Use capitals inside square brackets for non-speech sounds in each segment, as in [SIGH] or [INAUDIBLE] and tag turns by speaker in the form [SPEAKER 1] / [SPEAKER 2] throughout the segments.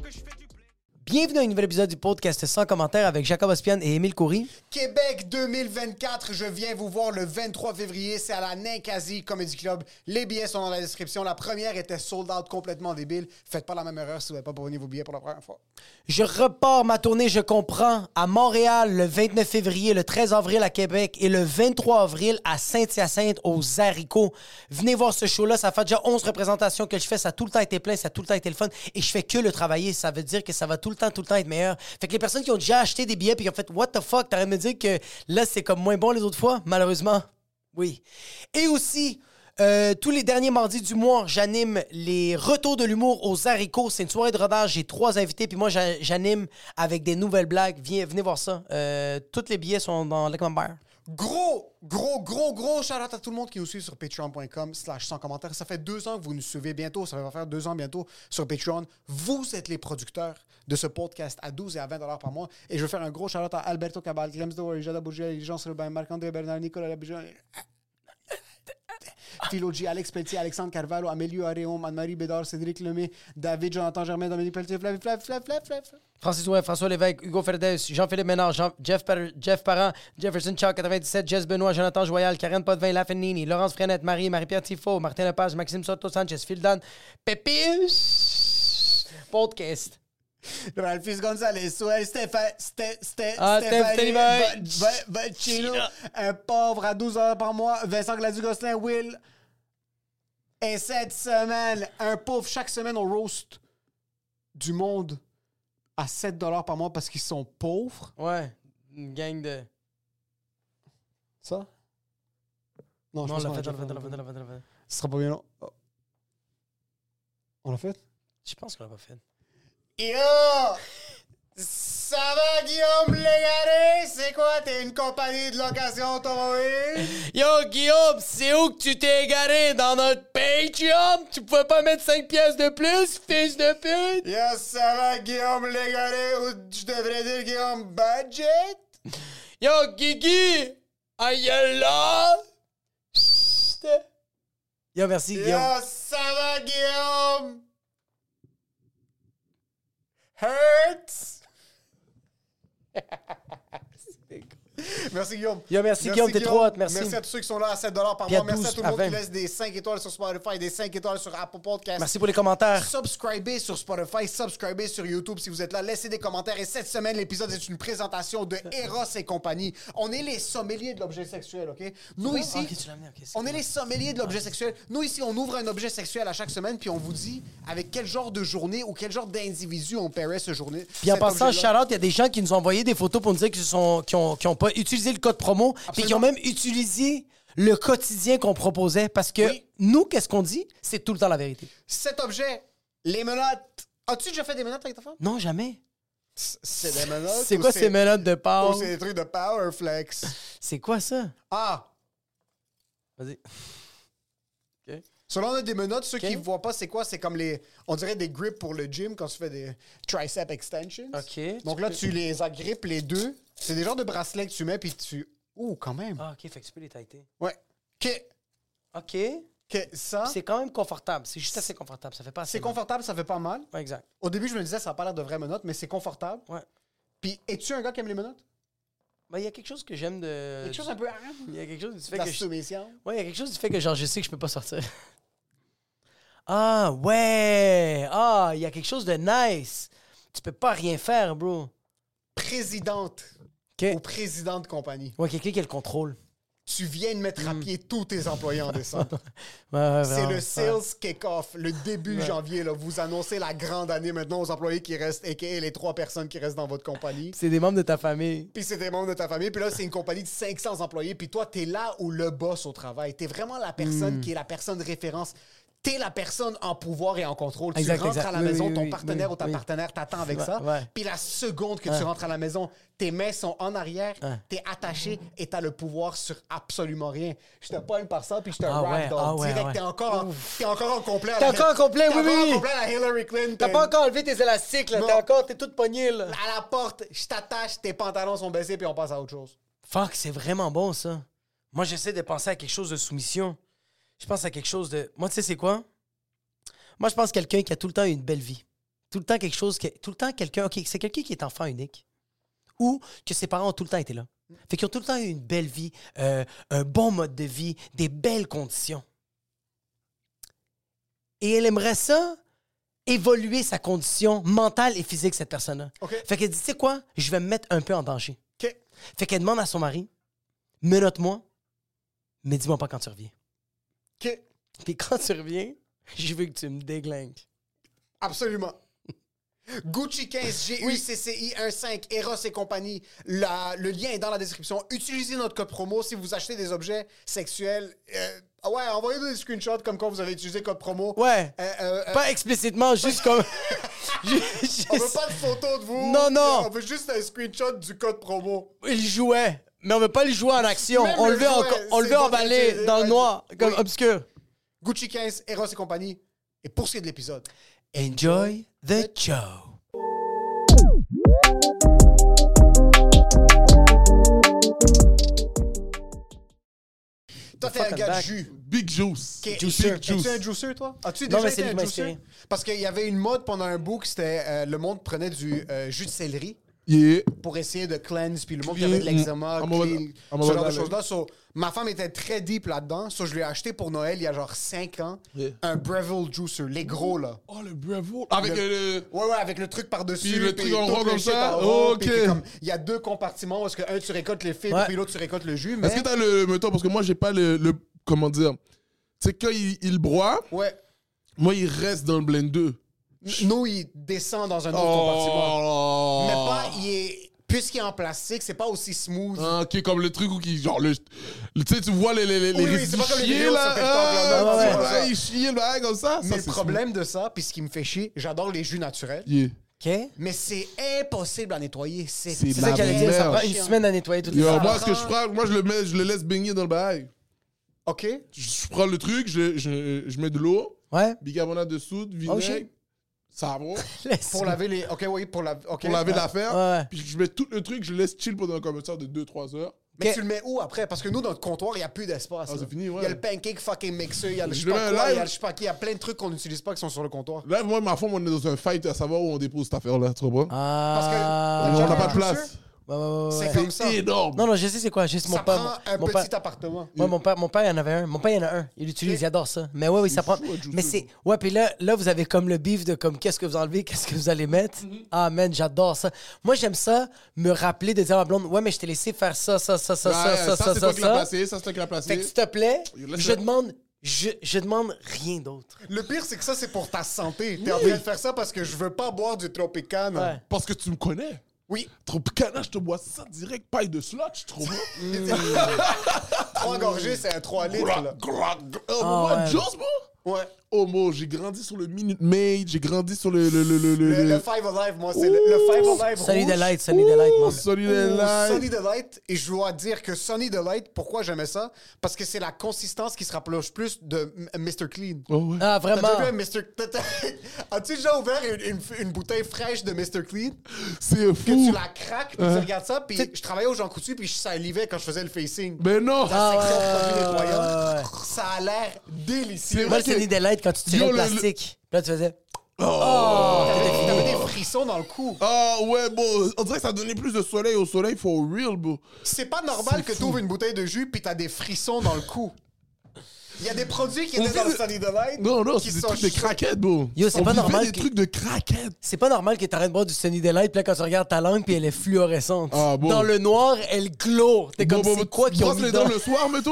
[SPEAKER 1] que je fais du blé.
[SPEAKER 2] Bienvenue à un nouvel épisode du podcast sans commentaire avec Jacob Ospian et Émile Coury.
[SPEAKER 3] Québec 2024, je viens vous voir le 23 février, c'est à la Ninkasi Comedy Club. Les billets sont dans la description. La première était sold out complètement débile. Faites pas la même erreur si vous n'avez pas abonné vos billets pour la première fois.
[SPEAKER 2] Je repars ma tournée, je comprends, à Montréal le 29 février, le 13 avril à Québec et le 23 avril à Saint-Hyacinthe aux Haricots. Venez voir ce show-là, ça fait déjà 11 représentations que je fais, ça a tout le temps été plein, ça a tout le temps été le fun et je fais que le travailler, ça veut dire que ça va tout le temps, tout le temps être meilleur. Fait que les personnes qui ont déjà acheté des billets puis qui ont fait What the fuck, t'arrêtes de me dire que là c'est comme moins bon les autres fois, malheureusement. Oui. Et aussi, euh, tous les derniers mardis du mois, j'anime les retours de l'humour aux haricots. C'est une soirée de rodage. J'ai trois invités, puis moi, j'a- j'anime avec des nouvelles blagues. Viens, venez voir ça. Euh, tous les billets sont dans le commentaire.
[SPEAKER 3] Gros, gros, gros, gros shout out à tout le monde qui nous suit sur patreon.com slash sans commentaire. Ça fait deux ans que vous nous suivez bientôt. Ça va faire deux ans bientôt sur Patreon. Vous êtes les producteurs de ce podcast à 12 et à 20 dollars par mois. Et je veux faire un gros shout out à Alberto Cabal, Clems Dewar, Jada Bourget, Jean Srebin, Marc-André Bernard, Nicolas Laboujon, Philo G, Alex Pelletier, Alexandre Carvalho, Amélio Aréum, Anne-Marie Bédard, Cédric Lemay, David, Jonathan Germain, Dominique Pelletier, Flav, Flav, Flav, Flav, Flav.
[SPEAKER 2] Francis Ouin, François Lévesque, Hugo Ferdès, Jean-Philippe Ménard, Jean- Jeff, Par- Jeff Parent, Jefferson Chuck 97, Jess Benoît, Jonathan Joyal, Karen Potvin, Lafenini, Laurence Frenette, Marie, Marie-Pierre Tifo, Martin Lepage, Maxime Soto Sanchez, Phil Dan, Pépis, podcast.
[SPEAKER 3] Ralphis Gonzalez, ouais, Stéphane, Sté, Sté,
[SPEAKER 2] Ah,
[SPEAKER 3] Stéphanie
[SPEAKER 2] Stéphanie Ba-
[SPEAKER 3] Ba- Ba- Bacchino, un pauvre à 12 heures par mois, Vincent Gladue-Gosselin, Will. Et cette semaine, un pauvre chaque semaine au roast du monde à 7 dollars par mois parce qu'ils sont pauvres.
[SPEAKER 2] Ouais, une gang de.
[SPEAKER 3] Ça? Non, je
[SPEAKER 2] Non, on
[SPEAKER 3] pense
[SPEAKER 2] l'a
[SPEAKER 3] qu'on
[SPEAKER 2] fait, on
[SPEAKER 3] déjà
[SPEAKER 2] l'a fait, on
[SPEAKER 3] on
[SPEAKER 2] l'a
[SPEAKER 3] l'a
[SPEAKER 2] fait, on l'a fait, on l'a fait.
[SPEAKER 3] Ce sera pas bien long. Oh. On l'a fait?
[SPEAKER 2] Je pense qu'on l'a pas fait.
[SPEAKER 3] Yo! Ça va, Guillaume Légaré? C'est quoi? T'es une compagnie de location automobile?
[SPEAKER 2] Yo, Guillaume, c'est où que tu t'es égaré dans notre Patreon? Tu pouvais pas mettre 5 pièces de plus, fils de pute?
[SPEAKER 3] Yo, ça va, Guillaume Légaré? Ou je devrais dire Guillaume Budget?
[SPEAKER 2] Yo, Guigui, aïe là! Yo, merci,
[SPEAKER 3] Yo,
[SPEAKER 2] Guillaume.
[SPEAKER 3] ça va, Guillaume? Hertz? [LAUGHS] Merci Guillaume.
[SPEAKER 2] Yo, merci, Guillaume, t'es trop hot, merci.
[SPEAKER 3] Merci à tous ceux qui sont là à 7 par
[SPEAKER 2] Puis à
[SPEAKER 3] mois. Merci à
[SPEAKER 2] 12,
[SPEAKER 3] tout le monde
[SPEAKER 2] à
[SPEAKER 3] qui
[SPEAKER 2] 20.
[SPEAKER 3] laisse des 5 étoiles sur Spotify, des 5 étoiles sur Apple Podcast.
[SPEAKER 2] Merci pour les commentaires.
[SPEAKER 3] Subscribez sur Spotify, subscribez sur YouTube si vous êtes là. Laissez des commentaires. Et cette semaine, l'épisode est une présentation de Eros et compagnie. On est les sommeliers de l'objet sexuel, OK?
[SPEAKER 2] [LAUGHS]
[SPEAKER 3] Nous ici,
[SPEAKER 2] ok, tu l'as amené, ok, c'est
[SPEAKER 3] on est les sommeliers de l'objet sexuel. Nous ici, on ouvre un objet sexuel à chaque semaine, puis on vous dit avec quel genre de journée ou quel genre d'individu on paierait ce journée.
[SPEAKER 2] Puis en
[SPEAKER 3] cet
[SPEAKER 2] passant,
[SPEAKER 3] objet-là.
[SPEAKER 2] Charlotte, il y a des gens qui nous ont envoyé des photos pour nous dire qu'ils sont, qui ont, qui ont pas utilisé le code promo, puis qui ont même utilisé le quotidien qu'on proposait. Parce que
[SPEAKER 3] Oui.
[SPEAKER 2] nous, qu'est-ce qu'on dit? C'est tout le temps la vérité.
[SPEAKER 3] Cet objet, les menottes. As-tu déjà fait des menottes avec ta femme?
[SPEAKER 2] Non, jamais.
[SPEAKER 3] C'est des menottes.
[SPEAKER 2] C'est
[SPEAKER 3] ou
[SPEAKER 2] quoi ces menottes de
[SPEAKER 3] Ou
[SPEAKER 2] porc?
[SPEAKER 3] c'est des trucs de Powerflex.
[SPEAKER 2] C'est quoi ça?
[SPEAKER 3] Ah!
[SPEAKER 2] Vas-y.
[SPEAKER 3] Selon a des menottes, ceux qui
[SPEAKER 2] Ok.
[SPEAKER 3] ne voient pas c'est quoi, c'est comme les. On dirait des grips pour le gym quand tu fais des tricep extensions.
[SPEAKER 2] Ok.
[SPEAKER 3] Donc là, tu les agrippes les deux. C'est des genres de bracelets que tu mets puis tu. Ouh, quand même.
[SPEAKER 2] Ah, ok, fait que tu peux les taiter.
[SPEAKER 3] Ouais. Ok.
[SPEAKER 2] Ok.
[SPEAKER 3] que ça,
[SPEAKER 2] C'est quand même confortable. C'est juste assez confortable. Ça fait pas assez
[SPEAKER 3] Ah. c'est
[SPEAKER 2] mal.
[SPEAKER 3] confortable, ça fait pas mal.
[SPEAKER 2] Ouais, exact.
[SPEAKER 3] Au début, je me disais, ça a pas l'air de vraies menottes, mais c'est confortable.
[SPEAKER 2] Ouais.
[SPEAKER 3] Puis, es-tu un gars qui aime les menottes?
[SPEAKER 2] Ben, il y a quelque chose que j'aime de.
[SPEAKER 3] Quelque chose un peu arabe?
[SPEAKER 2] Il y a quelque chose du fait
[SPEAKER 3] La
[SPEAKER 2] que. Je...
[SPEAKER 3] soumission?
[SPEAKER 2] Ouais, il y a quelque chose du fait que, genre, je sais que je peux pas sortir. [LAUGHS] ah, ouais! Ah, il y a quelque chose de nice. Tu peux pas rien faire, bro.
[SPEAKER 3] Présidente
[SPEAKER 2] OK.
[SPEAKER 3] ou président de compagnie.
[SPEAKER 2] Ouais, quelqu'un qui a le contrôle. [LAUGHS]
[SPEAKER 3] Tu viens de mettre à
[SPEAKER 2] Hmm.
[SPEAKER 3] pied tous tes employés en
[SPEAKER 2] [LAUGHS]
[SPEAKER 3] décembre.
[SPEAKER 2] Ouais, ouais,
[SPEAKER 3] C'est
[SPEAKER 2] vraiment.
[SPEAKER 3] le sales kick-off, le début janvier. Là, vous annoncez la grande année maintenant aux employés qui restent, et les trois personnes qui restent dans votre compagnie.
[SPEAKER 2] C'est des membres de ta famille.
[SPEAKER 3] Puis c'est des membres de ta famille. Puis là, c'est une compagnie de 500 employés. Puis toi, t'es là où le boss au travail. T'es vraiment la personne
[SPEAKER 2] Hmm.
[SPEAKER 3] qui est la personne référence. T'es la personne en pouvoir et en contrôle.
[SPEAKER 2] Exact,
[SPEAKER 3] tu rentres
[SPEAKER 2] exact.
[SPEAKER 3] à la
[SPEAKER 2] Oui,
[SPEAKER 3] maison,
[SPEAKER 2] oui,
[SPEAKER 3] ton
[SPEAKER 2] oui,
[SPEAKER 3] partenaire
[SPEAKER 2] oui,
[SPEAKER 3] ou ta
[SPEAKER 2] oui.
[SPEAKER 3] partenaire t'attend avec
[SPEAKER 2] Ouais,
[SPEAKER 3] ça.
[SPEAKER 2] ouais.
[SPEAKER 3] Puis la seconde que tu rentres à la maison, tes mains sont en arrière, t'es attaché et t'as le pouvoir sur absolument rien. Je te pogne par ça, puis je te
[SPEAKER 2] Ah
[SPEAKER 3] rap
[SPEAKER 2] ouais, ah ouais,
[SPEAKER 3] direct.
[SPEAKER 2] ouais.
[SPEAKER 3] T'es encore, en- t'es encore en complet. à
[SPEAKER 2] T'es
[SPEAKER 3] la-
[SPEAKER 2] encore en complet,
[SPEAKER 3] t'es
[SPEAKER 2] oui,
[SPEAKER 3] encore en
[SPEAKER 2] oui.
[SPEAKER 3] complet à la Hillary Clinton.
[SPEAKER 2] T'as pas encore enlevé tes élastiques, là.
[SPEAKER 3] Non.
[SPEAKER 2] T'es encore, t'es toute pognée, là.
[SPEAKER 3] À la porte, je t'attache, tes pantalons sont baissés, puis on passe à autre chose.
[SPEAKER 2] Fuck, c'est vraiment bon, ça. Moi, j'essaie de penser à quelque chose de soumission. Je pense à quelque chose de. Moi, tu sais, c'est quoi? Moi, je pense à quelqu'un qui a tout le temps une belle vie. Tout le temps, quelque chose. Que... Tout le temps, quelqu'un. OK, c'est quelqu'un qui est enfant unique. Ou que ses parents ont tout le temps été là. Fait qu'ils ont tout le temps eu une belle vie, euh, un bon mode de vie, des belles conditions. Et elle aimerait ça évoluer sa condition mentale et physique, cette personne-là.
[SPEAKER 3] OK.
[SPEAKER 2] Fait qu'elle dit, tu sais quoi? Je vais me mettre un peu en danger.
[SPEAKER 3] OK.
[SPEAKER 2] Fait qu'elle demande à son mari, menote-moi, mais dis-moi pas quand tu reviens.
[SPEAKER 3] OK.
[SPEAKER 2] Puis quand tu reviens, je veux que tu me déglingues. [LAUGHS]
[SPEAKER 3] Absolument. Gucci 15, GUCCI 15, Eros et compagnie. La- le lien est dans la description. Utilisez notre code promo si vous achetez des objets sexuels. Euh, ah ouais, envoyez-nous des screenshots comme quand vous avez utilisé code promo.
[SPEAKER 2] Ouais.
[SPEAKER 3] Euh, euh, euh,
[SPEAKER 2] Pas explicitement, juste
[SPEAKER 3] [LAUGHS]
[SPEAKER 2] comme. Ju- juste-
[SPEAKER 3] on veut pas de photo de vous.
[SPEAKER 2] [LAUGHS] Non, non.
[SPEAKER 3] On veut juste un screenshot du code promo.
[SPEAKER 2] Il jouait, mais on veut pas le jouer en action.
[SPEAKER 3] Même
[SPEAKER 2] on
[SPEAKER 3] le
[SPEAKER 2] le veut, en-
[SPEAKER 3] jouet,
[SPEAKER 2] on le
[SPEAKER 3] c'est
[SPEAKER 2] veut
[SPEAKER 3] pas
[SPEAKER 2] emballé
[SPEAKER 3] utilisé,
[SPEAKER 2] dans le
[SPEAKER 3] ouais,
[SPEAKER 2] noir,
[SPEAKER 3] c'est-
[SPEAKER 2] comme
[SPEAKER 3] oui.
[SPEAKER 2] obscur.
[SPEAKER 3] Gucci 15, Eros et compagnie. Et pour ce qui est de l'épisode.
[SPEAKER 2] Enjoy the show.
[SPEAKER 3] Toi, t'es un
[SPEAKER 2] fuck
[SPEAKER 3] gars
[SPEAKER 2] I'm
[SPEAKER 3] de
[SPEAKER 2] back.
[SPEAKER 3] jus.
[SPEAKER 4] Big Juice.
[SPEAKER 3] Qui-
[SPEAKER 4] Juicer.
[SPEAKER 3] Big Es-tu un juicer, toi? As-tu
[SPEAKER 2] Non,
[SPEAKER 3] déjà
[SPEAKER 2] mais
[SPEAKER 3] été
[SPEAKER 2] c'est
[SPEAKER 3] un
[SPEAKER 2] lui, mais
[SPEAKER 3] juicer?
[SPEAKER 2] c'est-
[SPEAKER 3] Parce qu'il y avait une mode pendant un bout que c'était euh, le monde prenait du euh, jus de céleri
[SPEAKER 4] Yeah.
[SPEAKER 3] pour essayer de cleanse, puis le monde qui
[SPEAKER 4] Clean.
[SPEAKER 3] avait de l'eczéma,
[SPEAKER 4] Mm.
[SPEAKER 3] clean,
[SPEAKER 4] I'm all- I'm
[SPEAKER 3] ce
[SPEAKER 4] all
[SPEAKER 3] genre de
[SPEAKER 4] about it.
[SPEAKER 3] choses-là. So, ma femme était très deep là-dedans. So, je lui ai acheté pour Noël, il y a genre 5 ans,
[SPEAKER 4] Yeah.
[SPEAKER 3] un Breville Juicer, les gros, là.
[SPEAKER 4] Oh, le bravo.
[SPEAKER 3] Le-
[SPEAKER 4] Avec le... le-
[SPEAKER 3] Ouais, ouais, avec le truc par-dessus.
[SPEAKER 4] Puis le truc en
[SPEAKER 3] tout
[SPEAKER 4] rond comme
[SPEAKER 3] le shit
[SPEAKER 4] ça?
[SPEAKER 3] en rond,
[SPEAKER 4] Ok.
[SPEAKER 3] puis t'es comme- Il y a deux compartiments où est-ce que un, tu récoltes les fibres,
[SPEAKER 2] Ouais.
[SPEAKER 3] puis l'autre, tu récoltes le jus. Mais...
[SPEAKER 4] Est-ce que t'as le... Mettons, parce que moi, j'ai pas le... le- Comment dire? Tu sais, quand il, il broie,
[SPEAKER 3] Ouais.
[SPEAKER 4] moi, il reste dans le blender.
[SPEAKER 3] Nous, il descend dans un autre compartiment.
[SPEAKER 4] Oh!
[SPEAKER 3] Oh. Mais pas, il est. Puisqu'il est en plastique, c'est pas aussi smooth.
[SPEAKER 4] Ah, ok, comme le truc où qui genre le, le- tu sais tu vois les les les,
[SPEAKER 3] Oui,
[SPEAKER 4] les
[SPEAKER 3] oui, c'est
[SPEAKER 4] résidus
[SPEAKER 3] pas comme les
[SPEAKER 4] chiés,
[SPEAKER 3] vidéos
[SPEAKER 4] là
[SPEAKER 3] sur TikTok, là, non,
[SPEAKER 4] Ah,
[SPEAKER 3] c'est
[SPEAKER 4] tu
[SPEAKER 3] pas
[SPEAKER 4] vois,
[SPEAKER 3] ça.
[SPEAKER 4] ils chient le bail comme ça
[SPEAKER 3] mais
[SPEAKER 4] ça,
[SPEAKER 3] le
[SPEAKER 4] c'est
[SPEAKER 3] problème de ça, puis ce qui me fait chier, j'adore les jus naturels,
[SPEAKER 4] smooth. Yeah.
[SPEAKER 2] OK?
[SPEAKER 3] mais c'est impossible à nettoyer. C'est
[SPEAKER 4] C'est
[SPEAKER 3] c'est
[SPEAKER 4] de la
[SPEAKER 2] Qu'elle dit,
[SPEAKER 4] merde.
[SPEAKER 2] ça prend
[SPEAKER 3] chiant.
[SPEAKER 2] une semaine à nettoyer toutes les
[SPEAKER 4] Yo,
[SPEAKER 2] salles.
[SPEAKER 4] moi ce que je prends moi je le mets je le laisse baigner dans le bail
[SPEAKER 3] OK?
[SPEAKER 4] je, je prends le truc je, je, je mets de l'eau
[SPEAKER 2] Ouais?
[SPEAKER 4] bicarbonate de soude
[SPEAKER 2] Oh,
[SPEAKER 4] vinaigre
[SPEAKER 2] shit.
[SPEAKER 3] [LAUGHS]
[SPEAKER 4] savon
[SPEAKER 2] Laisse-
[SPEAKER 3] Pour laver les. OK, oui, pour, la... ok.
[SPEAKER 4] pour laver l'affaire.
[SPEAKER 2] Ouais.
[SPEAKER 4] Puis je mets tout le truc, je laisse chill pendant un commentaire de 2-3 heures.
[SPEAKER 3] Mais
[SPEAKER 2] Ok.
[SPEAKER 3] tu le mets où après? Parce que nous, dans notre comptoir, il n'y a plus d'espace.
[SPEAKER 4] Ah,
[SPEAKER 3] là.
[SPEAKER 4] c'est fini, ouais.
[SPEAKER 3] Il y a le pancake fucking mixer, il y a le
[SPEAKER 4] Je
[SPEAKER 3] je sais pas
[SPEAKER 4] mets un
[SPEAKER 3] quoi, il y a
[SPEAKER 4] live.
[SPEAKER 3] le je sais pas qui, il y a plein de trucs qu'on n'utilise pas qui sont sur le comptoir.
[SPEAKER 4] Là, moi, ma femme, on est dans un fight à savoir où on dépose cette affaire-là, tu comprends?
[SPEAKER 3] Parce que.
[SPEAKER 2] Ah.
[SPEAKER 4] on
[SPEAKER 3] le
[SPEAKER 4] n'a pas
[SPEAKER 3] Java
[SPEAKER 4] de place.
[SPEAKER 2] Ouais, ouais, ouais, ouais.
[SPEAKER 3] C'est comme ça.
[SPEAKER 4] C'est énorme.
[SPEAKER 2] Non, non, je sais c'est quoi. Juste mon
[SPEAKER 3] Ça
[SPEAKER 2] père.
[SPEAKER 3] prend
[SPEAKER 2] mon-
[SPEAKER 3] un
[SPEAKER 2] mon
[SPEAKER 3] petit
[SPEAKER 2] père-
[SPEAKER 3] appartement.
[SPEAKER 2] Ouais, mon père, mon père, il y en avait un. Mon père, il y en a un. Il l'utilise, il adore ça. Mais ouais, oui, ça prend.
[SPEAKER 4] fou, Adjustable.
[SPEAKER 2] Mais c'est. Ouais, puis là, là, vous avez comme le beef de comme qu'est-ce que vous enlevez, qu'est-ce que vous allez mettre.
[SPEAKER 4] Mhm.
[SPEAKER 2] Ah, man, j'adore ça. Moi, j'aime ça, me rappeler de dire à ma blonde, ouais, mais je t'ai laissé faire ça, ça, ça, ça,
[SPEAKER 4] Ah,
[SPEAKER 2] ça, ça, ça, ça.
[SPEAKER 4] c'est toi qui l'as
[SPEAKER 2] ça.
[SPEAKER 4] placé, ça, c'est toi qui l'as
[SPEAKER 2] Fait que
[SPEAKER 4] placé.
[SPEAKER 2] s'il te plaît,
[SPEAKER 4] You listen.
[SPEAKER 2] je demande, je, je demande rien d'autre.
[SPEAKER 3] Le pire, c'est que ça, c'est pour ta santé. T'es en train de faire ça parce que je veux pas boire du Tropicana.
[SPEAKER 2] Ouais.
[SPEAKER 4] Parce que tu me connais.
[SPEAKER 3] Oui,
[SPEAKER 4] Tropicana, je te bois ça direct, paille de slot, je trouve.
[SPEAKER 2] [LAUGHS] Mm.
[SPEAKER 3] [LAUGHS] trois gorgées, c'est un 3 litres.
[SPEAKER 4] Gras,
[SPEAKER 3] là.
[SPEAKER 4] gras, gras. Euh,
[SPEAKER 2] Ah,
[SPEAKER 4] moi,
[SPEAKER 2] ouais.
[SPEAKER 4] Joss, Oh, moi,
[SPEAKER 3] Ouais.
[SPEAKER 4] homo. J'ai grandi sur le Minute Maid. J'ai grandi sur le. le, le, le, le-
[SPEAKER 3] Le,
[SPEAKER 4] le-
[SPEAKER 3] le Five Alive, moi, c'est le, le Five Alive.
[SPEAKER 2] Sunny
[SPEAKER 3] rouge.
[SPEAKER 2] Delight, Sunny Delight,
[SPEAKER 4] Oh,
[SPEAKER 2] man.
[SPEAKER 4] Solid
[SPEAKER 3] Ou
[SPEAKER 4] and Light.
[SPEAKER 3] Sunny Delight, et je dois dire que Sunny Delight, pourquoi j'aimais ça? Parce que c'est la consistance qui se rapproche plus de M- Mr. Clean.
[SPEAKER 4] Oh, ouais.
[SPEAKER 2] Ah,
[SPEAKER 3] T'as déjà
[SPEAKER 2] vraiment.
[SPEAKER 3] vu un Mr. t'as- t'as- [LAUGHS] As-tu déjà ouvert une, une- une bouteille fraîche de Mr. Clean?
[SPEAKER 4] C'est euh,
[SPEAKER 3] Que tu
[SPEAKER 4] fou.
[SPEAKER 3] la craques, puis tu regardes ça, puis je travaillais au Jean Coutu, puis je salivais quand je faisais le facing.
[SPEAKER 4] Ben non.
[SPEAKER 2] Ah, ouais, ouais,
[SPEAKER 3] Produit
[SPEAKER 2] ouais, ouais, ouais.
[SPEAKER 3] nettoyant. Ça a l'air délicieux.
[SPEAKER 2] Moi,
[SPEAKER 4] Ok.
[SPEAKER 2] c'est des delights quand tu tirais
[SPEAKER 4] Yo,
[SPEAKER 2] le
[SPEAKER 4] le-
[SPEAKER 2] plastique. Puis Là, tu faisais.
[SPEAKER 4] Oh.
[SPEAKER 3] T'avais t'avais des frissons dans le cou.
[SPEAKER 4] Ah ouais, bon, on dirait que ça donnait plus de soleil au soleil for real, bro.
[SPEAKER 3] C'est pas normal que tu ouvres une bouteille de jus puis t'as des frissons dans le cou. Il y a des produits qui
[SPEAKER 4] On
[SPEAKER 3] étaient dans le
[SPEAKER 4] fait
[SPEAKER 3] Sunny Delight.
[SPEAKER 4] Non, non,
[SPEAKER 3] qui
[SPEAKER 4] c'est des
[SPEAKER 3] sont
[SPEAKER 4] trucs de
[SPEAKER 3] chauds.
[SPEAKER 4] craquettes, bro.
[SPEAKER 2] Yo, c'est
[SPEAKER 4] On
[SPEAKER 2] pas
[SPEAKER 4] buvait
[SPEAKER 2] normal
[SPEAKER 4] des
[SPEAKER 2] que-
[SPEAKER 4] trucs de craquettes.
[SPEAKER 2] C'est pas normal que t'arrêtes de boire du Sunny Delight, puis là, quand tu regardes ta langue, puis elle est fluorescente.
[SPEAKER 4] Ah, bon.
[SPEAKER 2] Dans le noir, elle glow. T'es comme,
[SPEAKER 4] Bon, bon,
[SPEAKER 2] c'est
[SPEAKER 4] bon,
[SPEAKER 2] quoi
[SPEAKER 4] tu
[SPEAKER 2] qui ont
[SPEAKER 4] brosses
[SPEAKER 2] mis
[SPEAKER 4] les
[SPEAKER 2] dedans?
[SPEAKER 4] dents le soir, mettons?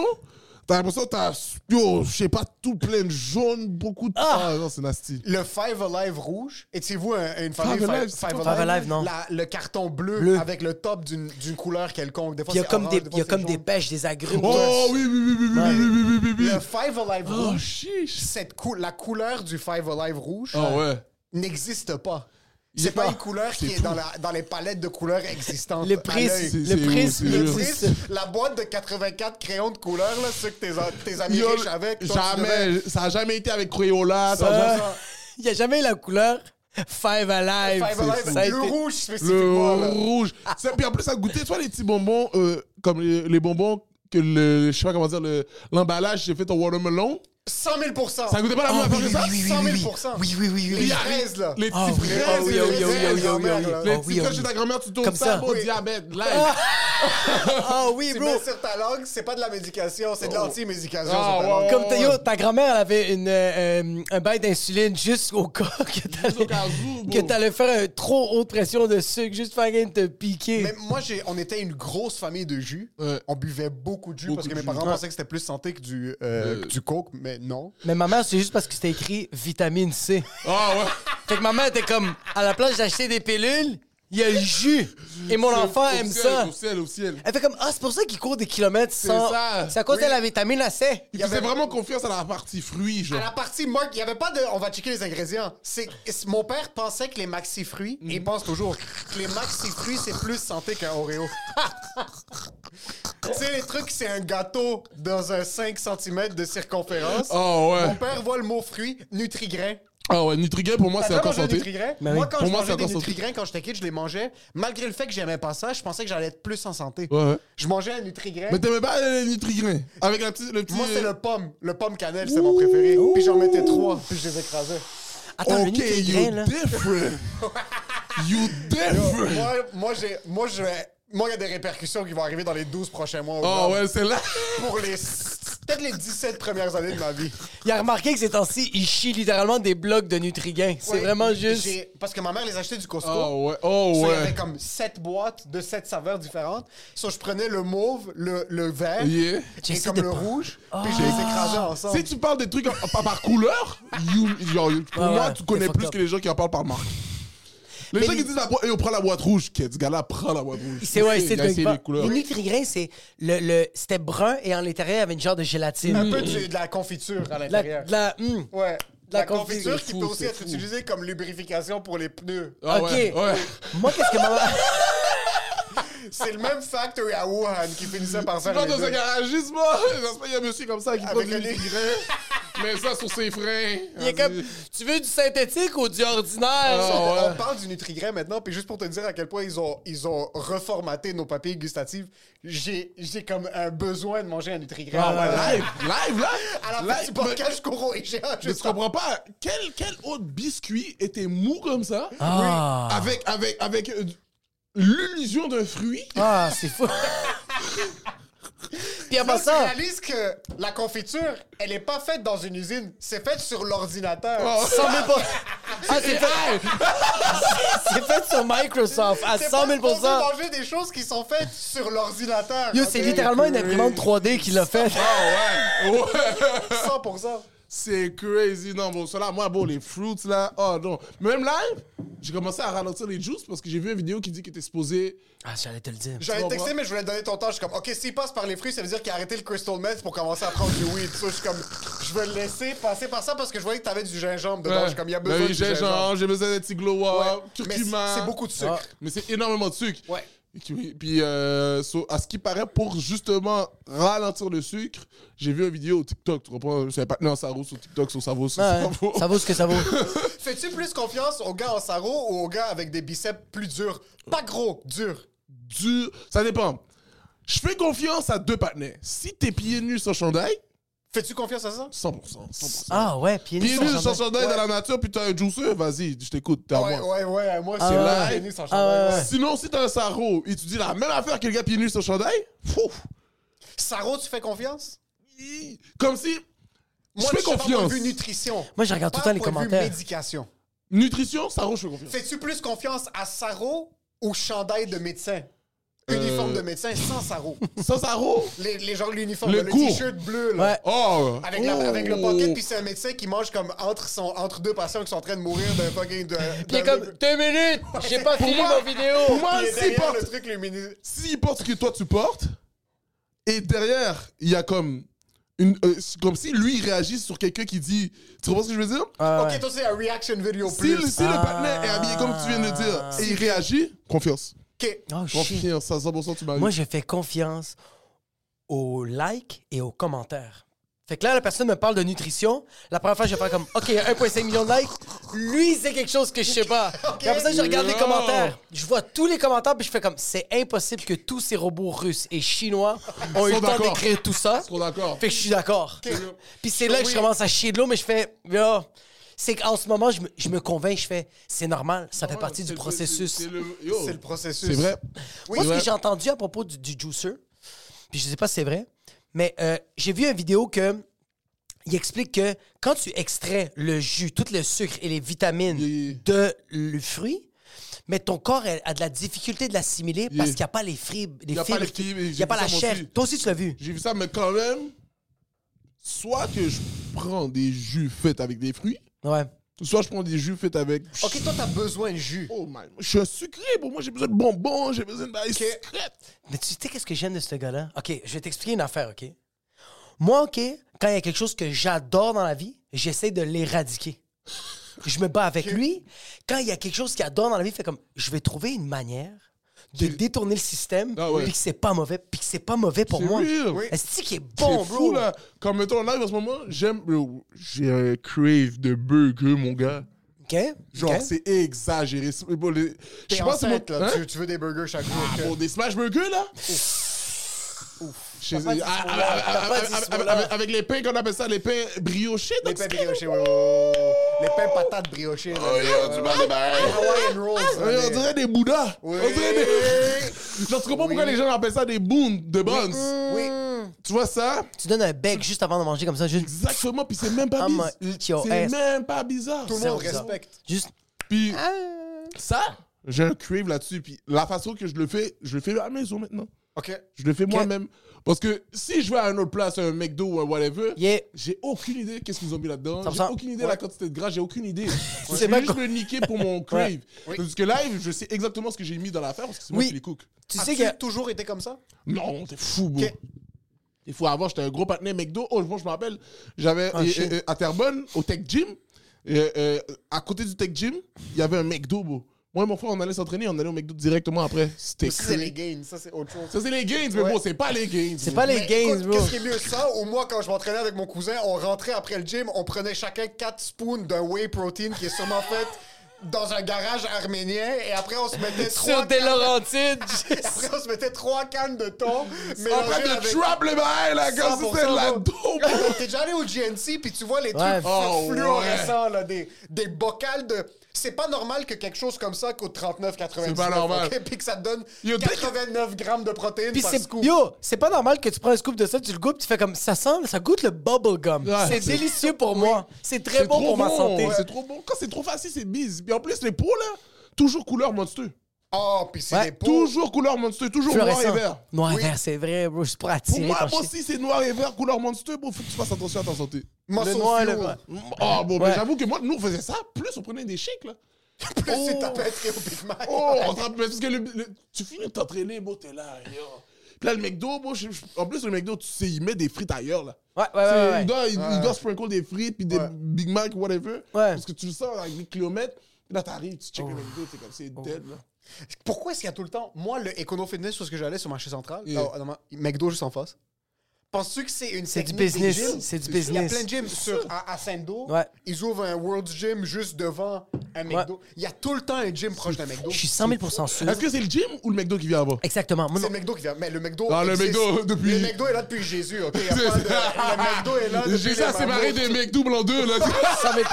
[SPEAKER 4] T'as l'impression que t'as, yo, je sais pas, tout plein de jaune, beaucoup de...
[SPEAKER 2] Ah!
[SPEAKER 4] Ah, non, c'est nasty.
[SPEAKER 3] Le Five Alive rouge. Étiez-vous un- une famille
[SPEAKER 4] Five
[SPEAKER 3] Fi-
[SPEAKER 4] Alive,
[SPEAKER 3] Five,
[SPEAKER 4] c'est quoi?
[SPEAKER 2] Five Alive, non.
[SPEAKER 3] La- le carton bleu,
[SPEAKER 4] Bleu.
[SPEAKER 3] avec le top d'une d'une couleur quelconque. Des fois,
[SPEAKER 2] Puis il y a
[SPEAKER 3] c'est
[SPEAKER 2] comme
[SPEAKER 4] Ah,
[SPEAKER 3] orange,
[SPEAKER 2] des,
[SPEAKER 3] des fois,
[SPEAKER 2] il y a
[SPEAKER 3] c'est
[SPEAKER 2] comme des
[SPEAKER 3] jaune.
[SPEAKER 2] pêches, des agrumes.
[SPEAKER 4] Oh
[SPEAKER 2] Ouais.
[SPEAKER 4] oui, oui, oui, oui, oui, oui, oui, oui, oui, oui,
[SPEAKER 3] Le
[SPEAKER 4] oui.
[SPEAKER 3] Five Alive
[SPEAKER 4] Oh,
[SPEAKER 3] rouge,
[SPEAKER 4] chiche.
[SPEAKER 3] cette cou- la couleur du Five Alive rouge
[SPEAKER 4] Ah ouais.
[SPEAKER 3] n'existe pas.
[SPEAKER 4] Il
[SPEAKER 3] C'est
[SPEAKER 4] est
[SPEAKER 3] pas
[SPEAKER 4] pas-
[SPEAKER 3] une couleur qui
[SPEAKER 4] c'est
[SPEAKER 3] est
[SPEAKER 4] fou.
[SPEAKER 3] dans, la- dans les palettes de couleurs existantes.
[SPEAKER 2] Le
[SPEAKER 3] à l'œil.
[SPEAKER 2] prisme,
[SPEAKER 4] C'est-
[SPEAKER 2] le
[SPEAKER 4] c'est-
[SPEAKER 2] prisme,
[SPEAKER 4] c'est-
[SPEAKER 2] le
[SPEAKER 4] c'est-
[SPEAKER 2] prisme.
[SPEAKER 3] La boîte de 84 crayons de couleur, là, ceux que tes, tes amis
[SPEAKER 4] Yo,
[SPEAKER 3] riches avec. toi, tu devais-
[SPEAKER 4] jamais, ça a jamais été avec Crayola, ça a jamais...
[SPEAKER 2] Il n'y a jamais eu la couleur Five Alive.
[SPEAKER 3] Five
[SPEAKER 2] C'est-
[SPEAKER 3] Alive,
[SPEAKER 2] ça a
[SPEAKER 3] le
[SPEAKER 2] été-
[SPEAKER 3] rouge
[SPEAKER 4] Le
[SPEAKER 3] spécifiquement. là.
[SPEAKER 4] rouge. Ça, puis en plus, ça goûtait, toi, les petits bonbons, euh, comme les, les bonbons que le, je sais pas comment dire, le- l'emballage, j'ai fait au watermelon.
[SPEAKER 3] 100 000
[SPEAKER 4] Ça goûtait pas la même affaire que Ah, ça?
[SPEAKER 2] Ah, oui, oui,
[SPEAKER 3] 100 000
[SPEAKER 2] oui. Oui, oui, oui, oui.
[SPEAKER 3] Les fraises, là.
[SPEAKER 4] Les petits
[SPEAKER 2] Ah, oui,
[SPEAKER 4] fraises,
[SPEAKER 2] ah, oui,
[SPEAKER 4] les
[SPEAKER 2] ah, oui, ah, oui,
[SPEAKER 4] fraises,
[SPEAKER 2] ah, oui, ah, oui, ah, oui.
[SPEAKER 4] Les
[SPEAKER 2] Ah, oui,
[SPEAKER 4] petits
[SPEAKER 2] ah,
[SPEAKER 4] coches
[SPEAKER 2] oui.
[SPEAKER 4] chez ta grand-mère, tu
[SPEAKER 2] Comme
[SPEAKER 4] tournes
[SPEAKER 2] ça.
[SPEAKER 4] ça, beau
[SPEAKER 2] Oui. [LAUGHS]
[SPEAKER 4] diabète, live.
[SPEAKER 2] Ah oui,
[SPEAKER 3] Tu
[SPEAKER 2] bro.
[SPEAKER 3] mets sur ta langue, c'est pas de la médication, c'est de l'anti-médication.
[SPEAKER 4] Ah,
[SPEAKER 3] sur ta
[SPEAKER 4] ouais,
[SPEAKER 3] langue.
[SPEAKER 4] ouais.
[SPEAKER 2] Comme ta, yo, ta grand-mère, elle avait une, euh, euh, un bail d'insuline juste au cas [LAUGHS] que
[SPEAKER 4] au cas
[SPEAKER 2] t'allais,
[SPEAKER 4] où, bro.
[SPEAKER 2] que t'allais faire une trop haute pression de sucre, juste faire rien de te piquer.
[SPEAKER 3] Mais moi, j'ai- on était une grosse famille de jus.
[SPEAKER 4] Ouais.
[SPEAKER 3] On buvait beaucoup de jus
[SPEAKER 4] Beaucoup
[SPEAKER 3] parce que
[SPEAKER 4] de
[SPEAKER 3] mes
[SPEAKER 4] jus.
[SPEAKER 3] parents
[SPEAKER 4] Ouais.
[SPEAKER 3] pensaient que c'était plus santé que du, euh, que du coke, mais non.
[SPEAKER 2] Mais ma mère, c'est juste parce que c'était écrit vitamine C.
[SPEAKER 4] Ah ouais.
[SPEAKER 2] [LAUGHS] Fait que ma mère était comme, à la place d'acheter des pilules, il y a le jus. Et mon enfant
[SPEAKER 4] Au
[SPEAKER 2] aime
[SPEAKER 4] ciel,
[SPEAKER 2] ça.
[SPEAKER 4] Au ciel, au ciel.
[SPEAKER 2] Elle fait comme, ah, c'est pour ça qu'il court des kilomètres sans.
[SPEAKER 4] ça.
[SPEAKER 2] C'est à cause de la vitamine C.
[SPEAKER 4] Il faisait vraiment confiance à la partie fruits,
[SPEAKER 3] À
[SPEAKER 4] genre.
[SPEAKER 3] la partie Mark, il n'y avait pas de. On va checker les ingrédients. C'est Mon père pensait que les maxi-fruits, et il pense toujours que les maxi-fruits, c'est plus santé qu'un Oreo. [LAUGHS] tu sais, les trucs, c'est un gâteau dans un 5 cm de circonférence.
[SPEAKER 4] Ah ouais.
[SPEAKER 3] Mon père voit le mot fruit, Nutrigrain.
[SPEAKER 4] Ah ouais, Nutrigrain, pour moi,
[SPEAKER 3] T'as
[SPEAKER 4] c'est
[SPEAKER 3] déjà
[SPEAKER 4] encore
[SPEAKER 3] mangé des
[SPEAKER 4] santé.
[SPEAKER 3] Nutrigrains?
[SPEAKER 2] Mais
[SPEAKER 3] Moi,
[SPEAKER 2] oui.
[SPEAKER 3] quand
[SPEAKER 4] Ben Pour
[SPEAKER 3] je
[SPEAKER 4] moi,
[SPEAKER 3] mangeais
[SPEAKER 4] c'est
[SPEAKER 3] des
[SPEAKER 4] encore santé.
[SPEAKER 3] Nutrigrains, quand j'étais kid, je les mangeais. Malgré le fait que j'aimais pas ça, je pensais que j'allais être plus en santé.
[SPEAKER 4] Ouais, ouais.
[SPEAKER 3] Je mangeais un Nutrigrain.
[SPEAKER 4] Mais t'aimais pas les Nutrigrain Avec la petite, le petit.
[SPEAKER 3] Moi, c'est
[SPEAKER 4] euh,
[SPEAKER 3] le pomme. Le pomme cannelle, c'est mon préféré. Puis j'en mettais trois, puis je les écrasais.
[SPEAKER 2] Attends, le
[SPEAKER 4] Ok, you
[SPEAKER 2] nutri là.
[SPEAKER 4] different. you different.
[SPEAKER 3] Moi, moi, j'ai, moi, je vais- moi, il y a des répercussions qui vont arriver dans les 12 prochains mois. au
[SPEAKER 4] Ah
[SPEAKER 3] Nord.
[SPEAKER 4] ouais, c'est là.
[SPEAKER 3] Pour les. Peut-être les 17 premières années de ma vie.
[SPEAKER 2] Il a remarqué que ces temps-ci, il chie littéralement des blocs de Nutrigain. C'est
[SPEAKER 3] Ouais,
[SPEAKER 2] vraiment juste.
[SPEAKER 3] j'ai- Parce que ma mère les achetait du Costco.
[SPEAKER 4] Ah ouais, oh
[SPEAKER 3] So, Il y
[SPEAKER 4] ouais.
[SPEAKER 3] avait comme 7 boîtes de 7 saveurs différentes. So, je prenais le mauve, le, le vert,
[SPEAKER 4] Yeah.
[SPEAKER 3] et
[SPEAKER 2] J'essaie
[SPEAKER 3] comme
[SPEAKER 2] de
[SPEAKER 3] le
[SPEAKER 2] pas-
[SPEAKER 3] rouge,
[SPEAKER 2] Ah,
[SPEAKER 3] puis je les écrasais ensemble.
[SPEAKER 4] Si tu parles des trucs en- par, par couleur, you- genre, pour
[SPEAKER 2] Ouais,
[SPEAKER 4] moi,
[SPEAKER 2] ouais,
[SPEAKER 4] tu
[SPEAKER 2] t'es
[SPEAKER 4] connais
[SPEAKER 2] fucked
[SPEAKER 4] plus
[SPEAKER 2] up.
[SPEAKER 4] que les gens qui en parlent par marque. Les
[SPEAKER 2] Mais
[SPEAKER 4] gens
[SPEAKER 2] il-
[SPEAKER 4] qui disent, la boîte- eh, on prend la boîte rouge, Qu'est-ce ce gars-là prend la boîte rouge.
[SPEAKER 2] Il sait, ouais, il sait
[SPEAKER 4] Il
[SPEAKER 2] de quoi
[SPEAKER 4] a essayé
[SPEAKER 2] il
[SPEAKER 4] les
[SPEAKER 2] parle.
[SPEAKER 4] couleurs.
[SPEAKER 2] Le Nutrigrain, c'est le, le- c'était brun et en l'intérieur, il y avait une genre de gélatine.
[SPEAKER 3] Un
[SPEAKER 4] Mm.
[SPEAKER 3] peu de, de la confiture à
[SPEAKER 2] La,
[SPEAKER 3] l'intérieur.
[SPEAKER 2] de la- hmm.
[SPEAKER 3] Ouais. De
[SPEAKER 2] la
[SPEAKER 3] la confiture
[SPEAKER 2] confiture.
[SPEAKER 3] qui
[SPEAKER 4] Fou,
[SPEAKER 3] peut aussi
[SPEAKER 4] c'est
[SPEAKER 3] être
[SPEAKER 4] fou.
[SPEAKER 3] utilisée comme lubrification pour les pneus.
[SPEAKER 4] Ah
[SPEAKER 2] Ok.
[SPEAKER 4] ouais, ouais.
[SPEAKER 2] Moi, qu'est-ce que maman.
[SPEAKER 3] C'est le même factory à Wuhan qui finissait par
[SPEAKER 4] Tu
[SPEAKER 3] faire
[SPEAKER 4] vas
[SPEAKER 3] les
[SPEAKER 4] dans un
[SPEAKER 3] deux.
[SPEAKER 4] garagiste, moi. J'espère qu'il y a un monsieur comme ça qui prend
[SPEAKER 3] Avec
[SPEAKER 4] du
[SPEAKER 3] le nez.
[SPEAKER 4] Nutrigrain, met ça sur ses freins.
[SPEAKER 2] Il est comme, tu veux du synthétique ou du ordinaire?
[SPEAKER 4] Ah, ouais.
[SPEAKER 3] On parle du Nutrigrain maintenant, puis juste pour te dire à quel point ils ont, ils ont reformaté nos papilles gustatives, j'ai j'ai comme un besoin de manger un Nutrigrain.
[SPEAKER 2] Ah ouais,
[SPEAKER 4] Live, live, live.
[SPEAKER 3] À la fin
[SPEAKER 4] live.
[SPEAKER 3] du
[SPEAKER 4] mais-
[SPEAKER 3] podcast, je cours au IGA,
[SPEAKER 4] Mais
[SPEAKER 3] juste
[SPEAKER 4] tu comprends pas, quel, quel autre biscuit était mou comme ça?
[SPEAKER 2] Ah.
[SPEAKER 4] Oui. Avec, avec, avec euh, l'illusion d'un fruit? [LAUGHS]
[SPEAKER 2] Ah, c'est fou. Puis
[SPEAKER 3] Là,
[SPEAKER 2] après
[SPEAKER 3] tu
[SPEAKER 2] ça,
[SPEAKER 3] réalises que la confiture, elle est pas faite dans une usine, c'est faite sur l'ordinateur.
[SPEAKER 4] Oh.
[SPEAKER 2] cent mille
[SPEAKER 3] [LAUGHS]
[SPEAKER 2] pour- Ah, c'est fait. c'est fait sur Microsoft à
[SPEAKER 3] C'est
[SPEAKER 2] 100 000
[SPEAKER 3] pas supposé manger des choses qui sont faites sur l'ordinateur.
[SPEAKER 2] Yo, c'est
[SPEAKER 3] ok?
[SPEAKER 2] littéralement une imprimante 3D qui l'a fait.
[SPEAKER 4] Ah ouais! Ouais!
[SPEAKER 3] 100%.
[SPEAKER 4] [LAUGHS] C'est crazy. Non, bon, ça là, moi, bon, les fruits, là, oh non. Même live, j'ai commencé à ralentir les juices parce que j'ai vu une vidéo qui dit qu'il était supposé.
[SPEAKER 2] Ah, j'allais te le dire.
[SPEAKER 3] J'avais
[SPEAKER 4] vas
[SPEAKER 3] texté,
[SPEAKER 4] voir.
[SPEAKER 3] mais je voulais te donner ton temps. Je suis comme, OK, s'il passe par les fruits, ça veut dire qu'il a arrêté le crystal meth pour commencer à prendre du weed. So, je suis comme, je vais le laisser passer par ça parce que je voyais que t'avais du gingembre dedans. Je suis comme, il y a besoin
[SPEAKER 4] Ben
[SPEAKER 3] de
[SPEAKER 4] oui, euh, j'ai genre, j'ai besoin d'un petit glow-up,
[SPEAKER 3] Ouais. Mais
[SPEAKER 4] curcuma.
[SPEAKER 3] c'est c'est beaucoup de sucre.
[SPEAKER 4] Mais c'est énormément de sucre.
[SPEAKER 3] Ouais.
[SPEAKER 4] Et qui- Puis, euh, so, à ce qui paraît, pour justement ralentir le sucre, j'ai vu une vidéo au TikTok. Tu comprends? Je savais pas. Non, ça roule sur TikTok, sur ça vaut. sur-
[SPEAKER 2] Ah,
[SPEAKER 4] ça
[SPEAKER 2] ouais.
[SPEAKER 4] vaut.
[SPEAKER 2] Ça vaut ce que ça vaut.
[SPEAKER 3] Fais-tu plus confiance aux gars en sarreau ou aux gars avec des biceps plus durs? Pas gros, durs.
[SPEAKER 4] Dur. Ça dépend. Je fais confiance à deux partenaires. Si t'es pieds nus sans chandail,
[SPEAKER 3] Fais-tu confiance à ça?
[SPEAKER 4] 100%. 100%.
[SPEAKER 2] Ah ouais, pieds nus
[SPEAKER 4] Pieds
[SPEAKER 2] sans
[SPEAKER 4] nus sans
[SPEAKER 2] chandail.
[SPEAKER 4] chandail dans la nature, puis t'as un juiceux, vas-y, je t'écoute, t'es à
[SPEAKER 3] Ouais,
[SPEAKER 4] moi.
[SPEAKER 3] ouais, ouais. Moi,
[SPEAKER 2] Ah, ouais.
[SPEAKER 3] c'est là.
[SPEAKER 2] Ah, ouais, ouais.
[SPEAKER 4] Sinon, si t'as un sarro et tu dis la même affaire que le gars pieds nus sans chandail, fou.
[SPEAKER 3] Sarreau, tu fais confiance?
[SPEAKER 4] Hi. Comme si.
[SPEAKER 3] Moi, suis
[SPEAKER 4] je fais
[SPEAKER 3] pas point
[SPEAKER 4] confiance.
[SPEAKER 3] de vue nutrition.
[SPEAKER 2] Moi, je regarde tout le
[SPEAKER 3] Pas
[SPEAKER 2] temps les
[SPEAKER 3] point de vue
[SPEAKER 2] commentaires.
[SPEAKER 3] médication.
[SPEAKER 4] Nutrition, sarro, je fais confiance.
[SPEAKER 3] Fais-tu plus confiance à sarreau ou chandail de médecin? Uniforme de médecin sans sarreau.
[SPEAKER 4] Sans sarro.
[SPEAKER 3] les, les gens de l'uniforme,
[SPEAKER 4] Euh. Le
[SPEAKER 3] là, le
[SPEAKER 4] cours.
[SPEAKER 3] t-shirt bleu, là.
[SPEAKER 2] Ouais.
[SPEAKER 4] Oh!
[SPEAKER 3] Avec, la-
[SPEAKER 4] Oh.
[SPEAKER 3] avec le pocket, puis c'est un médecin qui mange comme entre, son, entre deux patients qui sont en train de mourir d'un fucking. de- d'un-
[SPEAKER 2] deux minutes, j'ai pas fini
[SPEAKER 4] moi- Pour moi,
[SPEAKER 3] Il est
[SPEAKER 4] s'il
[SPEAKER 3] derrière
[SPEAKER 4] porte,
[SPEAKER 3] le truc lumineux.
[SPEAKER 4] s'il porte ce que toi tu portes, et derrière, il y a comme. Une, euh, comme si lui il réagisse sur quelqu'un qui dit. Tu comprends ce que je veux dire?
[SPEAKER 3] Ok, toi, c'est un reaction video
[SPEAKER 4] Si,
[SPEAKER 3] Ah, plus.
[SPEAKER 4] le- si le partenaire est habillé comme tu viens de le dire et il réagit, confiance.
[SPEAKER 3] Ok.
[SPEAKER 2] Oh shit.
[SPEAKER 4] Confiance, à 100% tu m'as
[SPEAKER 2] Moi, je fais confiance aux likes et aux commentaires. Fait que là, la personne me parle de nutrition. La première fois, je vais faire comme, OK, il y a 1,5 million de likes. Lui, c'est quelque chose que je sais
[SPEAKER 4] [LAUGHS]
[SPEAKER 2] pas. Et après ça, je regarde les
[SPEAKER 4] Yo.
[SPEAKER 2] commentaires. Je vois tous les commentaires, puis je fais comme, c'est impossible que tous ces robots russes et chinois ont eu le temps
[SPEAKER 4] d'accord.
[SPEAKER 2] d'écrire tout ça.
[SPEAKER 4] Sont d'accord.
[SPEAKER 2] Fait que je suis d'accord. Puis c'est là que je commence à chier de l'eau, mais je fais, Yo. c'est qu'en ce moment, je me, je me convainc, je fais, c'est normal, ça fait partie du processus.
[SPEAKER 4] C'est le, yo,
[SPEAKER 3] C'est le processus.
[SPEAKER 4] c'est vrai.
[SPEAKER 2] Moi,
[SPEAKER 4] C'est
[SPEAKER 2] ce
[SPEAKER 4] vrai.
[SPEAKER 2] que j'ai entendu à propos du, du juicer, puis je sais pas si c'est vrai, mais euh, j'ai vu une vidéo que il explique que quand tu extrais le jus, tout le sucre et les vitamines
[SPEAKER 4] Yeah.
[SPEAKER 2] de le fruit, mais ton corps a, a de la difficulté de l'assimiler parce qu'il n'y a pas les fibres. Les
[SPEAKER 4] Il y a pas
[SPEAKER 2] fibres
[SPEAKER 4] les
[SPEAKER 2] qui-
[SPEAKER 4] fibres,
[SPEAKER 2] Il
[SPEAKER 4] j'ai
[SPEAKER 2] n'y a pas
[SPEAKER 4] vu
[SPEAKER 2] la
[SPEAKER 4] ça moi
[SPEAKER 2] chair.
[SPEAKER 4] aussi.
[SPEAKER 2] Toi aussi, tu l'as vu.
[SPEAKER 4] J'ai vu ça, mais quand même, soit que je prends des jus faits avec des fruits,
[SPEAKER 2] Ouais.
[SPEAKER 4] soit je prends des jus faits avec.
[SPEAKER 3] Ok, toi, t'as besoin de jus.
[SPEAKER 4] Oh man, je suis un sucré, pour moi j'ai besoin de bonbons, j'ai besoin d'ail sucré.
[SPEAKER 2] Mais tu sais qu'est-ce que j'aime de ce gars-là? OK, je vais t'expliquer une affaire, OK? Moi, OK, quand il y a quelque chose que j'adore dans la vie, j'essaie de l'éradiquer. Je me bats avec lui. Quand il y a quelque chose qu'il adore dans la vie, il fait comme je vais trouver une manière de détourner le système
[SPEAKER 4] Ah ouais.
[SPEAKER 2] puis que c'est pas mauvais, puis que c'est pas mauvais pour
[SPEAKER 4] C'est
[SPEAKER 2] moi.
[SPEAKER 4] weird. Oui.
[SPEAKER 2] Est-ce qui est
[SPEAKER 4] C'est
[SPEAKER 2] bon, bro?
[SPEAKER 4] fou là. Comme mettons live en ce moment, j'aime. J'ai un crave de burger, mon gars.
[SPEAKER 2] OK?
[SPEAKER 4] Genre,
[SPEAKER 2] OK?
[SPEAKER 4] c'est exagéré. C'est- bon, les- Je
[SPEAKER 3] T'es
[SPEAKER 4] sais pas si
[SPEAKER 3] enceinte,
[SPEAKER 4] mon-
[SPEAKER 3] là.
[SPEAKER 4] Hein? Ah,
[SPEAKER 3] Tu, tu veux des burgers chaque jour. ok.
[SPEAKER 4] Bon, des smash burgers, là Chez-
[SPEAKER 2] pas dit ce
[SPEAKER 4] Ah, ah,
[SPEAKER 2] mot-là.
[SPEAKER 4] ah,
[SPEAKER 2] T'as
[SPEAKER 4] ah,
[SPEAKER 2] pas dit
[SPEAKER 4] ah,
[SPEAKER 2] ce
[SPEAKER 4] ah,
[SPEAKER 2] mot-là.
[SPEAKER 4] Avec avec les pains qu'on appelle ça, les pains briochés.
[SPEAKER 3] Les
[SPEAKER 4] donc
[SPEAKER 3] pains
[SPEAKER 4] c'est-
[SPEAKER 3] briochés, ouais, ouais, ouais, ouais. Les pains patates briochées. là.
[SPEAKER 4] Oh, yo, tu parles des barils.
[SPEAKER 3] Hawaiian rolls.
[SPEAKER 4] Ouais,
[SPEAKER 3] là,
[SPEAKER 4] Eh, on
[SPEAKER 3] les-
[SPEAKER 4] dirait des bouddhas.
[SPEAKER 3] Oui.
[SPEAKER 4] On dirait des... [LAUGHS] Genre, tu comprends pourquoi les gens appellent ça des boons, de buns.
[SPEAKER 3] Oui.
[SPEAKER 4] Tu vois ça
[SPEAKER 2] Tu donnes un bec juste avant de manger comme ça, juste
[SPEAKER 4] Exactement, puis c'est même pas
[SPEAKER 2] I'm a
[SPEAKER 4] bizarre.
[SPEAKER 2] eat your
[SPEAKER 4] C'est
[SPEAKER 2] ass.
[SPEAKER 4] même pas bizarre.
[SPEAKER 3] Tout le monde respecte.
[SPEAKER 2] juste
[SPEAKER 4] Puis
[SPEAKER 2] Ah.
[SPEAKER 4] ça, j'ai un crave là-dessus. Puis la façon que je le fais, je le fais à la maison maintenant.
[SPEAKER 3] Ok.
[SPEAKER 4] Je le fais moi-même. Parce que si je vais à une autre place, un McDo ou un whatever,
[SPEAKER 2] Yeah.
[SPEAKER 4] j'ai aucune idée qu'est-ce qu'ils ont mis là-dedans.
[SPEAKER 2] Ça me
[SPEAKER 4] J'ai
[SPEAKER 2] semble-
[SPEAKER 4] aucune idée de la quantité de gras, j'ai
[SPEAKER 2] [LAUGHS]
[SPEAKER 4] aucune idée. Je
[SPEAKER 2] sais pas
[SPEAKER 4] vais juste
[SPEAKER 2] quoi-
[SPEAKER 4] me niquer
[SPEAKER 2] [LAUGHS]
[SPEAKER 4] pour mon crave. Parce que live, je sais exactement ce que j'ai mis dans l'affaire parce que c'est moi
[SPEAKER 2] Oui.
[SPEAKER 4] qui les cook.
[SPEAKER 2] tu sais
[SPEAKER 3] As-tu
[SPEAKER 2] que
[SPEAKER 3] toujours été comme ça?
[SPEAKER 4] Non, t'es fou, bro.
[SPEAKER 3] Ok.
[SPEAKER 4] Il faut avant, j'étais un gros partenaire McDo. Oh, bon, je me rappelle, j'avais
[SPEAKER 2] Ah,
[SPEAKER 4] et-
[SPEAKER 2] shit.
[SPEAKER 4] et- et- à Terrebonne, au Tech Gym. euh, euh, à côté du Tech Gym, il y avait un McDo, bro. Moi et mon frère, on allait s'entraîner, on allait au McDo directement après. C'était
[SPEAKER 3] Ça, c'est
[SPEAKER 4] crazy.
[SPEAKER 3] les gains. Ça, c'est autre chose.
[SPEAKER 4] Ça, c'est les gains, mais bon, c'est pas les gains.
[SPEAKER 2] c'est pas les
[SPEAKER 3] Mais
[SPEAKER 2] gains,
[SPEAKER 3] écoute,
[SPEAKER 2] bro.
[SPEAKER 3] Qu'est-ce qui est mieux, ça ou moi, quand je m'entraînais avec mon cousin, on rentrait après le gym, on prenait chacun 4 spoons d'un whey protein qui est
[SPEAKER 2] [LAUGHS]
[SPEAKER 3] sûrement fait dans un garage arménien et après on se mettait trois
[SPEAKER 2] Sur des
[SPEAKER 3] cannes- [LAUGHS]
[SPEAKER 2] Laurentides.
[SPEAKER 3] après on se mettait trois cannes
[SPEAKER 2] [LAUGHS]
[SPEAKER 3] de thon
[SPEAKER 4] En train
[SPEAKER 3] mélangées
[SPEAKER 4] de
[SPEAKER 3] avec
[SPEAKER 4] trap les bails, là, quand
[SPEAKER 3] 100%
[SPEAKER 4] c'était de la
[SPEAKER 3] bro.
[SPEAKER 4] dope.
[SPEAKER 3] T'es déjà allé au GNC puis tu vois les
[SPEAKER 2] Ouais.
[SPEAKER 3] trucs
[SPEAKER 4] Oh, ouais.
[SPEAKER 3] fluorescents là des des bocals de c'est pas normal que quelque chose comme ça coûte 39,99
[SPEAKER 4] C'est pas normal.
[SPEAKER 3] ok? puis que ça te donne
[SPEAKER 4] Yo, dès que-
[SPEAKER 3] 89 grammes de protéines
[SPEAKER 2] Puis
[SPEAKER 3] par
[SPEAKER 2] c'est
[SPEAKER 3] scoop.
[SPEAKER 2] yo, c'est pas normal que tu prends un scoop de ça, tu le goûtes, tu fais comme ça sent, ça goûte le bubble gum.
[SPEAKER 4] Ouais,
[SPEAKER 2] c'est
[SPEAKER 4] c'est-
[SPEAKER 2] délicieux pour moi, c'est très
[SPEAKER 4] C'est
[SPEAKER 2] bon
[SPEAKER 4] trop
[SPEAKER 2] pour ma santé.
[SPEAKER 4] C'est trop bon. Quand c'est trop facile, c'est bise. Puis en plus, les pots, là, toujours couleur monster.
[SPEAKER 3] Oh, puis c'est
[SPEAKER 2] Ouais.
[SPEAKER 3] des peaux.
[SPEAKER 4] Toujours couleur monster, toujours noir et
[SPEAKER 2] Fluorescent.
[SPEAKER 4] vert.
[SPEAKER 2] Noir et vert, c'est vrai, bro. Je suis pour
[SPEAKER 4] Pour
[SPEAKER 2] attirer
[SPEAKER 4] moi,
[SPEAKER 2] ton
[SPEAKER 4] moi
[SPEAKER 2] shit.
[SPEAKER 4] aussi, c'est noir et vert, couleur monster, bon, faut que tu fasses attention à ta santé.
[SPEAKER 3] Muscle
[SPEAKER 2] Le noir et le
[SPEAKER 3] fuel. [LAUGHS]
[SPEAKER 2] blanc.
[SPEAKER 4] Oh, bon,
[SPEAKER 2] Ouais.
[SPEAKER 4] mais j'avoue que moi, nous, on faisait ça, plus on prenait des chèques, là.
[SPEAKER 3] Plus tu
[SPEAKER 2] Oh.
[SPEAKER 3] t'appelles au Big Mac.
[SPEAKER 4] Oh, on te rappelle, parce que le- le- tu finis de t'entraîner, bon, t'es là, yo. Puis là, le McDo, bon, je- je- en plus, le McDo, tu sais, il met des frites ailleurs, là.
[SPEAKER 2] Ouais, ouais, ouais,
[SPEAKER 4] C'est-
[SPEAKER 2] ouais.
[SPEAKER 4] Il, doit, il, il doit sprinkle des frites, puis des Big Mac, whatever. Parce que tu le sens avec des kilomètres. Puis là, t'arrives, tu checkes le
[SPEAKER 2] Oh.
[SPEAKER 4] McDo, t'es comme, c'est dead, là.
[SPEAKER 3] Pourquoi est-ce qu'il y a tout le temps. Moi, le Econo Fitness, où est-ce que j'allais sur marché central,
[SPEAKER 4] Yeah.
[SPEAKER 3] dans- dans ma- McDo juste en face. Penses-tu que c'est une
[SPEAKER 2] C'est du
[SPEAKER 3] technique des
[SPEAKER 2] business,
[SPEAKER 3] gyms?
[SPEAKER 2] c'est du
[SPEAKER 3] Il y a
[SPEAKER 2] business.
[SPEAKER 3] plein de gyms sur, à, à Sando.
[SPEAKER 2] Ouais.
[SPEAKER 3] Ils ouvrent un World's Gym juste devant un McDo. Il y a tout le temps un gym proche d'un McDo.
[SPEAKER 2] Je suis 100 000 sûr.
[SPEAKER 4] Est-ce que c'est le gym ou le McDo qui
[SPEAKER 2] [LAUGHS]
[SPEAKER 4] vient avant
[SPEAKER 2] Exactement. Moi,
[SPEAKER 3] C'est
[SPEAKER 2] non.
[SPEAKER 3] le McDo qui vient. Mais le McDo.
[SPEAKER 4] Ah, le
[SPEAKER 3] existe.
[SPEAKER 4] McDo, depuis-
[SPEAKER 3] Le McDo est là depuis Jésus, OK? Il
[SPEAKER 4] [LAUGHS]
[SPEAKER 3] y a pas de- Le McDo est là depuis.
[SPEAKER 4] Jésus a
[SPEAKER 3] les
[SPEAKER 4] séparé
[SPEAKER 3] mammouths.
[SPEAKER 4] des mecs doubles en
[SPEAKER 2] [LAUGHS]
[SPEAKER 4] deux, là.
[SPEAKER 2] 100 000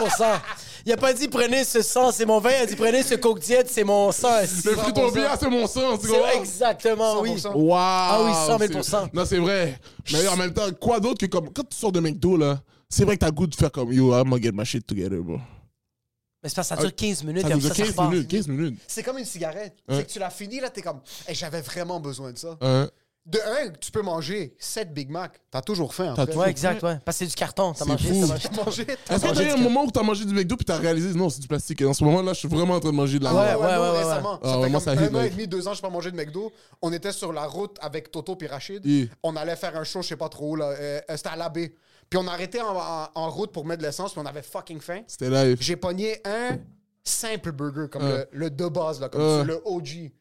[SPEAKER 2] Il a pas dit prenez ce sang, c'est mon vin. Il a dit prenez ce coke diète, c'est mon sang.
[SPEAKER 4] Le friton bière, c'est mon sang, tu comprends?
[SPEAKER 2] C'est
[SPEAKER 4] Ah
[SPEAKER 2] exactement, oui.
[SPEAKER 3] 100%.
[SPEAKER 4] Wow!
[SPEAKER 2] oui, 100 000
[SPEAKER 4] c'est- Non, c'est vrai. Mais en même temps, quoi d'autre que comme quand tu sors de McDo, là, c'est vrai que t'as le goût de faire comme Yo, I'm gonna get my shit together, bro.
[SPEAKER 2] Mais c'est parce que ça dure 15 minutes
[SPEAKER 4] Ça
[SPEAKER 2] et
[SPEAKER 4] nous
[SPEAKER 2] après
[SPEAKER 4] a
[SPEAKER 2] ça, ça
[SPEAKER 4] 15
[SPEAKER 2] repart.
[SPEAKER 4] minutes, 15 minutes.
[SPEAKER 3] C'est comme une cigarette.
[SPEAKER 4] Ouais.
[SPEAKER 3] C'est que tu l'as fini, là, t'es comme. Hey, J'avais vraiment besoin de ça.
[SPEAKER 4] Hein?
[SPEAKER 3] De un, tu peux manger 7 Big Mac. T'as toujours faim, en fait. [LAUGHS]
[SPEAKER 4] T'as toujours
[SPEAKER 2] Ouais, exact, ouais. Parce que c'est du carton. T'as
[SPEAKER 4] C'est
[SPEAKER 2] mangé,
[SPEAKER 4] fou.
[SPEAKER 2] t'as mangé.
[SPEAKER 3] T'as mangé, t'as
[SPEAKER 4] Est-ce que
[SPEAKER 3] mangé
[SPEAKER 4] t'as eu un
[SPEAKER 3] du-
[SPEAKER 4] moment où t'as mangé du McDo puis t'as réalisé non, c'est du plastique et en ce moment là, je suis vraiment en train de manger de la merde.
[SPEAKER 2] ouais, ouais,
[SPEAKER 3] nous,
[SPEAKER 2] ouais, ouais.
[SPEAKER 3] récemment.
[SPEAKER 4] Ah,
[SPEAKER 3] ça
[SPEAKER 4] ouais,
[SPEAKER 3] fait
[SPEAKER 4] moi,
[SPEAKER 3] comme
[SPEAKER 4] ça
[SPEAKER 3] un
[SPEAKER 4] arrive,
[SPEAKER 3] an
[SPEAKER 4] ouais.
[SPEAKER 3] et demi, deux ans, je pas mangé de McDo. On était sur la route avec Toto puis Rachid.
[SPEAKER 4] Yeah.
[SPEAKER 3] On allait faire un show, je sais pas trop où, là. euh, euh, C'était à l'abbé. Puis on arrêtait en, en- en route pour mettre de l'essence, puis on avait fucking faim.
[SPEAKER 4] C'était live.
[SPEAKER 3] J'ai pogné un simple burger, comme
[SPEAKER 4] Ouais.
[SPEAKER 3] le, le de base, là, comme
[SPEAKER 4] Ouais.
[SPEAKER 3] le
[SPEAKER 2] [LAUGHS]
[SPEAKER 3] OG.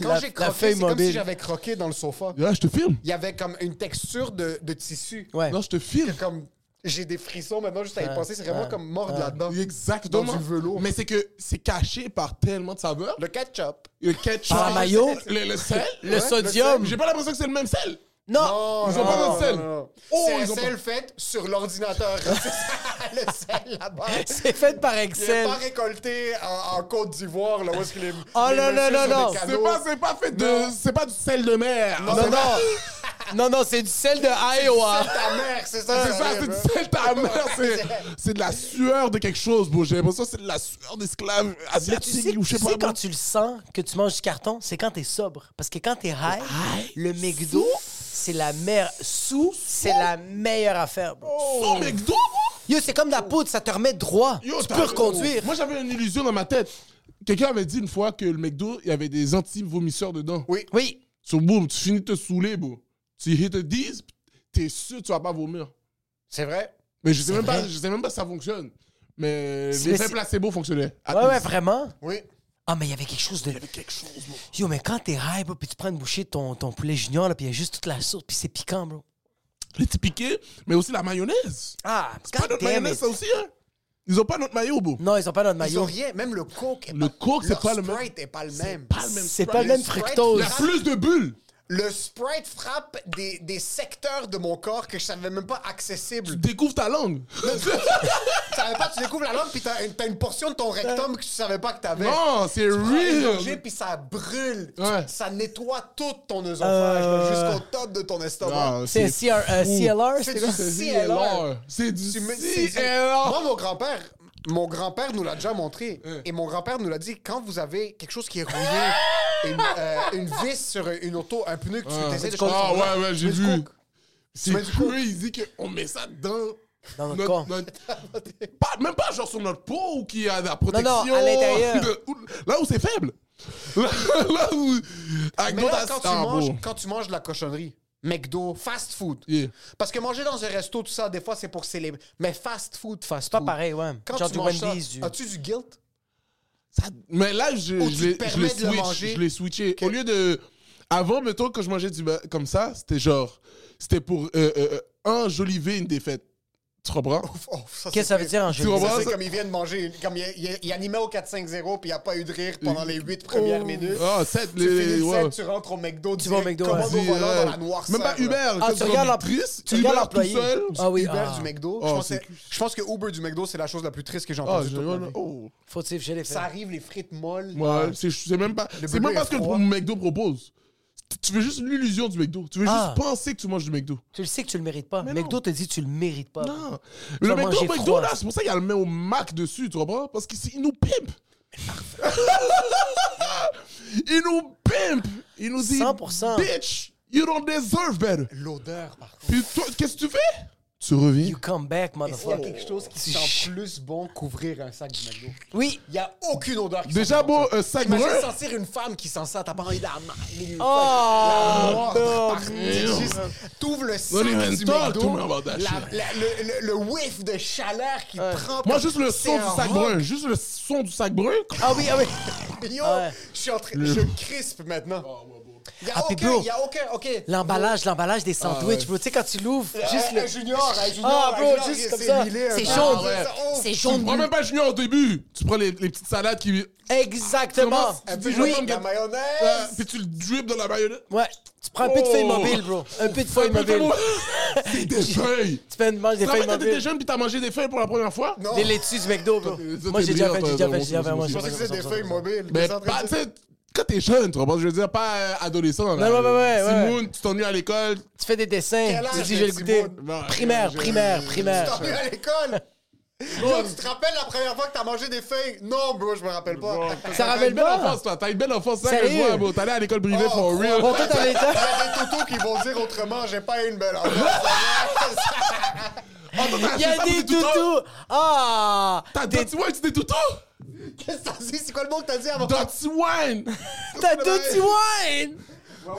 [SPEAKER 2] La-
[SPEAKER 3] Quand j'ai
[SPEAKER 2] la
[SPEAKER 3] croqué,
[SPEAKER 2] feuille
[SPEAKER 3] c'est comme
[SPEAKER 2] mobile.
[SPEAKER 3] si j'avais croqué dans le sofa.
[SPEAKER 4] Là, je te filme.
[SPEAKER 3] Il y avait comme une texture de, de tissu.
[SPEAKER 2] Ouais. Ah,
[SPEAKER 4] Non, je te filme.
[SPEAKER 3] Comme j'ai des frissons maintenant juste à y penser. C'est vraiment comme mort de là-dedans.
[SPEAKER 4] Exactement.
[SPEAKER 3] Dans du velours.
[SPEAKER 4] Mais c'est que c'est caché par tellement de saveurs.
[SPEAKER 3] Le ketchup.
[SPEAKER 4] Le ketchup,
[SPEAKER 2] Par la mayo.
[SPEAKER 4] le, le sel,
[SPEAKER 2] Le
[SPEAKER 4] Ouais,
[SPEAKER 2] sodium.
[SPEAKER 4] sel. J'ai pas l'impression que c'est le même sel.
[SPEAKER 2] Non! [LAUGHS]
[SPEAKER 4] Ils ont pas
[SPEAKER 3] Oh, non,
[SPEAKER 4] notre sel.
[SPEAKER 3] non, non.
[SPEAKER 4] Oh,
[SPEAKER 3] c'est un
[SPEAKER 4] ils ont
[SPEAKER 3] sel fait sur l'ordinateur. [LAUGHS] C'est ça, le sel là-bas.
[SPEAKER 2] C'est fait par
[SPEAKER 3] Il n'est
[SPEAKER 2] Excel.
[SPEAKER 3] pas récolté en, en Côte d'Ivoire, là où est-ce que les.
[SPEAKER 2] Oh,
[SPEAKER 3] les
[SPEAKER 2] non,
[SPEAKER 3] messieurs
[SPEAKER 2] non, non,
[SPEAKER 3] sont des
[SPEAKER 2] non.
[SPEAKER 4] C'est
[SPEAKER 3] cadeaux.
[SPEAKER 4] pas, c'est pas fait de,
[SPEAKER 3] Non.
[SPEAKER 4] c'est pas du sel de mer.
[SPEAKER 2] Non, non. Non, non, c'est du sel de Iowa.
[SPEAKER 3] C'est [LAUGHS] ta mère, c'est ça.
[SPEAKER 4] [LAUGHS] C'est ça,
[SPEAKER 3] arrive,
[SPEAKER 4] c'est
[SPEAKER 3] hein.
[SPEAKER 4] du sel de ta mère, c'est- c'est de la sueur de quelque chose, bro. J'ai l'impression que c'est de la sueur d'esclaves
[SPEAKER 2] Mais tu sais,
[SPEAKER 4] asiatiques ou je
[SPEAKER 2] tu
[SPEAKER 4] sais
[SPEAKER 2] sais
[SPEAKER 4] pas.
[SPEAKER 2] quand
[SPEAKER 4] bro.
[SPEAKER 2] tu le sens que tu manges du carton, c'est quand t'es sobre. Parce que quand t'es high, le McDo, c'est la meilleure. Sous, c'est la meilleure affaire, bro.
[SPEAKER 4] Oh, McDo, bro.
[SPEAKER 2] Yo, c'est comme de la poudre, ça te remet droit.
[SPEAKER 4] Yo,
[SPEAKER 2] tu
[SPEAKER 4] t'as-
[SPEAKER 2] peux reconduire.
[SPEAKER 4] Moi, j'avais une illusion dans ma tête. Quelqu'un avait dit une fois que le McDo, il y avait des anti-vomisseurs dedans.
[SPEAKER 3] Oui.
[SPEAKER 2] Oui.
[SPEAKER 4] So, boum, tu finis de te saouler, bro. Tu hit a 10, puis t'es sûr que tu vas pas vomir.
[SPEAKER 3] C'est vrai.
[SPEAKER 4] Mais je sais même pas,
[SPEAKER 2] vrai.
[SPEAKER 4] je sais même pas si ça fonctionne. Mais
[SPEAKER 2] C'est- mais
[SPEAKER 4] l'effet
[SPEAKER 2] c'est-
[SPEAKER 4] placebo fonctionnait. À
[SPEAKER 2] Ouais, ouais,
[SPEAKER 4] 10.
[SPEAKER 2] vraiment.
[SPEAKER 3] Oui.
[SPEAKER 2] Ah, mais il y avait quelque chose de.
[SPEAKER 4] Quelque chose, bro.
[SPEAKER 2] Yo, mais quand t'es high, bro, puis tu prends une bouchée de ton, ton poulet junior, là, puis il y a juste toute la sauce, puis c'est piquant, bro.
[SPEAKER 4] Les petits piquets, mais aussi la mayonnaise.
[SPEAKER 2] Ah,
[SPEAKER 4] C'est pas notre
[SPEAKER 2] goddamn
[SPEAKER 4] mayonnaise,
[SPEAKER 2] it.
[SPEAKER 4] ça aussi, hein. Ils ont pas notre maillot, bro.
[SPEAKER 2] Non, ils ont pas notre
[SPEAKER 3] Ils
[SPEAKER 2] maillot.
[SPEAKER 3] ont rien. Même le Coke est
[SPEAKER 4] Le
[SPEAKER 3] pas...
[SPEAKER 4] Coke, c'est
[SPEAKER 3] leur
[SPEAKER 4] pas le même.
[SPEAKER 3] Sprite est pas le même.
[SPEAKER 4] pas le même
[SPEAKER 2] C'est
[SPEAKER 4] Sprite.
[SPEAKER 2] pas le même
[SPEAKER 3] Sprite,
[SPEAKER 4] Il
[SPEAKER 2] fructose.
[SPEAKER 4] y a plus de bulles.
[SPEAKER 3] Le Sprite frappe des, des secteurs de mon corps que je savais même pas accessibles. [LAUGHS]
[SPEAKER 4] Tu découvres ta langue.
[SPEAKER 3] Tu savais pas, tu découvres la langue, puis t'as une, t'as une portion de ton rectum que tu savais pas que t'avais.
[SPEAKER 4] non, Ah, c'est
[SPEAKER 3] Tu prends une gorgée,
[SPEAKER 4] real.
[SPEAKER 3] puis ça brûle. Tu-
[SPEAKER 4] Ouais.
[SPEAKER 3] Ça nettoie tout ton œsophage, là,
[SPEAKER 2] Euh.
[SPEAKER 3] jusqu'au top de ton estomac.
[SPEAKER 4] Ah,
[SPEAKER 2] C'est un CR, euh,
[SPEAKER 4] fou.
[SPEAKER 2] CLR,
[SPEAKER 3] C'est
[SPEAKER 2] c'est
[SPEAKER 3] du
[SPEAKER 2] quoi?
[SPEAKER 3] CLR.
[SPEAKER 4] C'est du
[SPEAKER 3] Tu me- c'est- c'est-
[SPEAKER 4] CLR.
[SPEAKER 3] Moi, mon grand-père, mon grand-père nous l'a déjà montré. Et mon grand-père nous l'a dit, quand vous avez quelque chose qui est rouillé, [LAUGHS] une, euh, une vis sur une auto, un pneu que tu
[SPEAKER 4] Ah,
[SPEAKER 3] essaies de
[SPEAKER 4] ah,
[SPEAKER 3] changer,
[SPEAKER 4] ouais, ouais, j'ai
[SPEAKER 3] mets du
[SPEAKER 4] vu.
[SPEAKER 3] coke.
[SPEAKER 4] C'est
[SPEAKER 3] mets du coke.
[SPEAKER 4] crazy qu'on met ça dans...
[SPEAKER 2] Dans notre corps.
[SPEAKER 4] Pas- même pas genre sur notre peau ou qui a la protection.
[SPEAKER 2] à l'intérieur.
[SPEAKER 4] de- ou- [LAUGHS] Là où c'est faible. [LAUGHS] Là, là où...
[SPEAKER 3] [LAUGHS]
[SPEAKER 4] Avec
[SPEAKER 3] Mais
[SPEAKER 4] notre
[SPEAKER 3] là,
[SPEAKER 4] ass-
[SPEAKER 3] quand, tu
[SPEAKER 4] ah,
[SPEAKER 3] manges,
[SPEAKER 4] bon.
[SPEAKER 3] quand tu manges de la cochonnerie, McDo, fast food.
[SPEAKER 4] Yeah.
[SPEAKER 3] Parce que manger dans un resto, tout ça, des fois, c'est pour célébrer. Mais fast food, fast
[SPEAKER 2] Pas
[SPEAKER 3] food.
[SPEAKER 2] pareil, ouais.
[SPEAKER 3] Quand
[SPEAKER 2] Genre
[SPEAKER 3] tu
[SPEAKER 2] du
[SPEAKER 3] manges ça, ah,
[SPEAKER 2] Wendy's, du-
[SPEAKER 3] as-tu du guilt?
[SPEAKER 4] Ça- mais là, je,
[SPEAKER 3] Ou tu
[SPEAKER 4] je
[SPEAKER 3] te
[SPEAKER 4] l'ai- je
[SPEAKER 3] permets
[SPEAKER 4] l'ai
[SPEAKER 3] de le
[SPEAKER 4] switch,
[SPEAKER 3] manger.
[SPEAKER 4] je l'ai switché. Au lieu de... Avant, mettons, quand je mangeais du ba- comme ça, c'était genre... C'était pour euh, euh, euh, enjoliver une défaite. Tu comprends?
[SPEAKER 3] Oh, ça,
[SPEAKER 2] Qu'est-ce que ça veut dire en jeu?
[SPEAKER 4] Tu
[SPEAKER 3] Ça,
[SPEAKER 4] comprends?
[SPEAKER 3] c'est
[SPEAKER 4] ça?
[SPEAKER 3] comme il vient de manger, comme il, il- il animait au 4-5-0, puis il n'y a pas eu de rire pendant les 8 premières minutes.
[SPEAKER 4] Ah, sept,
[SPEAKER 3] tu
[SPEAKER 4] les-
[SPEAKER 3] finis le
[SPEAKER 4] ouais.
[SPEAKER 3] set, tu rentres au McDo,
[SPEAKER 2] vas au McDo,
[SPEAKER 3] commandes
[SPEAKER 4] Vas-y,
[SPEAKER 3] au volant
[SPEAKER 4] ouais.
[SPEAKER 3] dans la noirceur.
[SPEAKER 4] Même pas Uber.
[SPEAKER 3] là.
[SPEAKER 2] Ah,
[SPEAKER 4] comme
[SPEAKER 2] tu regardes
[SPEAKER 4] comme
[SPEAKER 2] l'em-
[SPEAKER 4] Chris,
[SPEAKER 2] tu regardes
[SPEAKER 4] Uber
[SPEAKER 2] l'employé.
[SPEAKER 4] tout seul.
[SPEAKER 2] Ah oui,
[SPEAKER 3] Uber
[SPEAKER 2] ah.
[SPEAKER 3] du McDo. je,
[SPEAKER 4] Oh,
[SPEAKER 3] pensais-
[SPEAKER 4] c'est-
[SPEAKER 3] je pense que Uber du McDo, c'est la chose la plus triste que j'ai
[SPEAKER 4] Ah,
[SPEAKER 3] entendue.
[SPEAKER 4] je-
[SPEAKER 3] toute ma vie.
[SPEAKER 4] oh.
[SPEAKER 2] Faut que j'ai les
[SPEAKER 3] Ça
[SPEAKER 2] faits.
[SPEAKER 3] arrive, les frites molles.
[SPEAKER 4] Ouais, c'est c'est même pas, c'est
[SPEAKER 3] Ah. burger
[SPEAKER 4] même pas
[SPEAKER 3] est
[SPEAKER 4] ce que le
[SPEAKER 3] froid.
[SPEAKER 4] McDo propose. Tu- Tu veux juste l'illusion du McDo. Tu veux
[SPEAKER 2] Ah.
[SPEAKER 4] juste penser que tu manges du McDo.
[SPEAKER 2] Tu le sais que tu le mérites pas. McDo te dit tu le mérites pas.
[SPEAKER 4] Non.
[SPEAKER 2] vas
[SPEAKER 4] Le McDo,
[SPEAKER 2] manger
[SPEAKER 4] McDo,
[SPEAKER 2] froid.
[SPEAKER 4] là, c'est pour ça qu'il y a le met au Mac dessus, tu comprends? Parce qu'il il nous pimpe. [LAUGHS] Il nous pimp. Il nous dit
[SPEAKER 2] 100%.
[SPEAKER 4] Bitch, you don't deserve better.
[SPEAKER 3] L'odeur, par contre.
[SPEAKER 4] Puis toi, qu'est-ce que tu fais Tu reviens.
[SPEAKER 2] You come back,
[SPEAKER 3] Est-ce qu'il y a
[SPEAKER 4] Oh.
[SPEAKER 2] motherfucker.
[SPEAKER 3] quelque chose qui
[SPEAKER 2] Tu
[SPEAKER 3] sent
[SPEAKER 2] ch-
[SPEAKER 3] plus bon qu'ouvrir un sac du McDo?
[SPEAKER 2] Oui.
[SPEAKER 3] Il n'y a aucune odeur qui
[SPEAKER 4] Déjà,
[SPEAKER 3] sent
[SPEAKER 4] beau,
[SPEAKER 3] bon.
[SPEAKER 4] un sac brun.
[SPEAKER 3] Imagine sentir une femme qui sent ça, t'as pas envie de la marier.
[SPEAKER 2] Oh, non,
[SPEAKER 4] merde.
[SPEAKER 3] T'ouvres le sac
[SPEAKER 4] Not even
[SPEAKER 3] du
[SPEAKER 4] talk to
[SPEAKER 3] McDo,
[SPEAKER 4] me about that
[SPEAKER 3] la-
[SPEAKER 4] shit.
[SPEAKER 3] la- le, le- le whiff de chaleur qui prend...
[SPEAKER 4] Moi,
[SPEAKER 3] comme-
[SPEAKER 4] juste le son
[SPEAKER 3] c'est un
[SPEAKER 4] du sac
[SPEAKER 3] rock.
[SPEAKER 4] brun. Juste le son du sac brun.
[SPEAKER 2] Ah oui, ah oui.
[SPEAKER 3] Yo,
[SPEAKER 2] Ouais.
[SPEAKER 3] je suis en train... Je crispe maintenant. Il y a
[SPEAKER 2] Ah, puis
[SPEAKER 3] aucun,
[SPEAKER 2] bro.
[SPEAKER 3] il y a aucun, OK.
[SPEAKER 2] L'emballage, l'emballage des sandwichs, bro. Tu sais, quand tu l'ouvres, juste
[SPEAKER 3] le
[SPEAKER 2] le.
[SPEAKER 3] junior, hein, junior,
[SPEAKER 2] Ah,
[SPEAKER 3] hein,
[SPEAKER 2] bro,
[SPEAKER 3] junior,
[SPEAKER 2] juste
[SPEAKER 3] il
[SPEAKER 2] comme
[SPEAKER 3] s'est
[SPEAKER 2] ça.
[SPEAKER 3] millé un
[SPEAKER 2] C'est
[SPEAKER 3] peu.
[SPEAKER 2] chaud.
[SPEAKER 3] Ah, ouais. Oh,
[SPEAKER 5] C'est
[SPEAKER 4] Tu
[SPEAKER 5] jaune.
[SPEAKER 4] prends même pas junior au début. Tu prends les, les petites salades qui. euh,
[SPEAKER 2] Exactement.
[SPEAKER 4] Tu dis, je vais
[SPEAKER 2] Oui.
[SPEAKER 4] pas me
[SPEAKER 3] La
[SPEAKER 4] gâter.
[SPEAKER 3] mayonnaise.
[SPEAKER 4] Euh, Puis tu le drippes dans la mayonnaise.
[SPEAKER 2] Ouais. Tu prends un peu de
[SPEAKER 4] Oh.
[SPEAKER 2] feuilles mobiles, bro. Un peu de feuilles
[SPEAKER 4] Mais fais-moi-
[SPEAKER 2] mobiles.
[SPEAKER 4] [LAUGHS]
[SPEAKER 2] [LAUGHS]
[SPEAKER 4] C'est des feuilles.
[SPEAKER 2] Tu fais une manche des
[SPEAKER 4] Tu te
[SPEAKER 2] feuilles
[SPEAKER 4] rappelles, t'étais
[SPEAKER 2] mobiles.
[SPEAKER 4] jeune puis t'as mangé des feuilles pour la première fois?
[SPEAKER 3] Non. euh,
[SPEAKER 2] Les laitues du McDo, bro.
[SPEAKER 4] t'es
[SPEAKER 2] Moi, j'ai déjà fait,
[SPEAKER 4] brillant,
[SPEAKER 2] j'ai déjà
[SPEAKER 4] toi,
[SPEAKER 2] fait, j'ai déjà fait.
[SPEAKER 4] moi,
[SPEAKER 2] moi,
[SPEAKER 4] je
[SPEAKER 2] j'ai
[SPEAKER 3] Je pensais
[SPEAKER 2] déjà
[SPEAKER 3] que
[SPEAKER 2] fait
[SPEAKER 3] c'était des
[SPEAKER 2] ça.
[SPEAKER 3] feuilles mobiles.
[SPEAKER 4] Mais
[SPEAKER 3] Des entrées-
[SPEAKER 4] pas, tu sais, quand t'es jeune, tu comprends? Je veux dire, pas euh, adolescent. Là.
[SPEAKER 2] Non, ouais, ouais, ouais, ouais.
[SPEAKER 4] Simone, tu t'ennuies à l'école.
[SPEAKER 2] Tu fais des dessins.
[SPEAKER 3] Quel
[SPEAKER 2] Tu
[SPEAKER 3] âge,
[SPEAKER 2] dis, je vais le goûter.
[SPEAKER 3] Simone?
[SPEAKER 4] Non,
[SPEAKER 2] Primaire,
[SPEAKER 4] je-
[SPEAKER 2] primaire,
[SPEAKER 4] je-
[SPEAKER 3] Tu
[SPEAKER 2] primaire.
[SPEAKER 3] t'en es à
[SPEAKER 4] [LAUGHS]
[SPEAKER 3] l'école. Yo, tu te rappelles la première fois que t'as mangé des feuilles? Non, bro, je me rappelle pas.
[SPEAKER 2] Ça
[SPEAKER 4] T'as une
[SPEAKER 2] rappelle
[SPEAKER 4] belle
[SPEAKER 2] pas?
[SPEAKER 4] enfance, toi. T'as une belle enfance. C'est ça que je
[SPEAKER 2] Sérieux?
[SPEAKER 4] vois, bro. T'allais à l'école privée
[SPEAKER 3] Oh,
[SPEAKER 4] for real.
[SPEAKER 2] Bon, toi,
[SPEAKER 3] [LAUGHS]
[SPEAKER 2] t'avais
[SPEAKER 3] [LAUGHS] Il
[SPEAKER 2] ça?
[SPEAKER 3] y a des toutous qui vont dire autrement, j'ai pas eu une belle enfance.
[SPEAKER 4] [LAUGHS]
[SPEAKER 2] Il y a des toutous! Ah!
[SPEAKER 4] T'as
[SPEAKER 2] Des-
[SPEAKER 4] Dirty Wine, c'était
[SPEAKER 2] [LAUGHS]
[SPEAKER 4] tout tôt?
[SPEAKER 3] [LAUGHS] Qu'est-ce que t'as dit? C'est quoi le mot que t'as dit avant?
[SPEAKER 4] Dirty Wine!
[SPEAKER 2] T'as Dirty Wine!
[SPEAKER 4] Ah,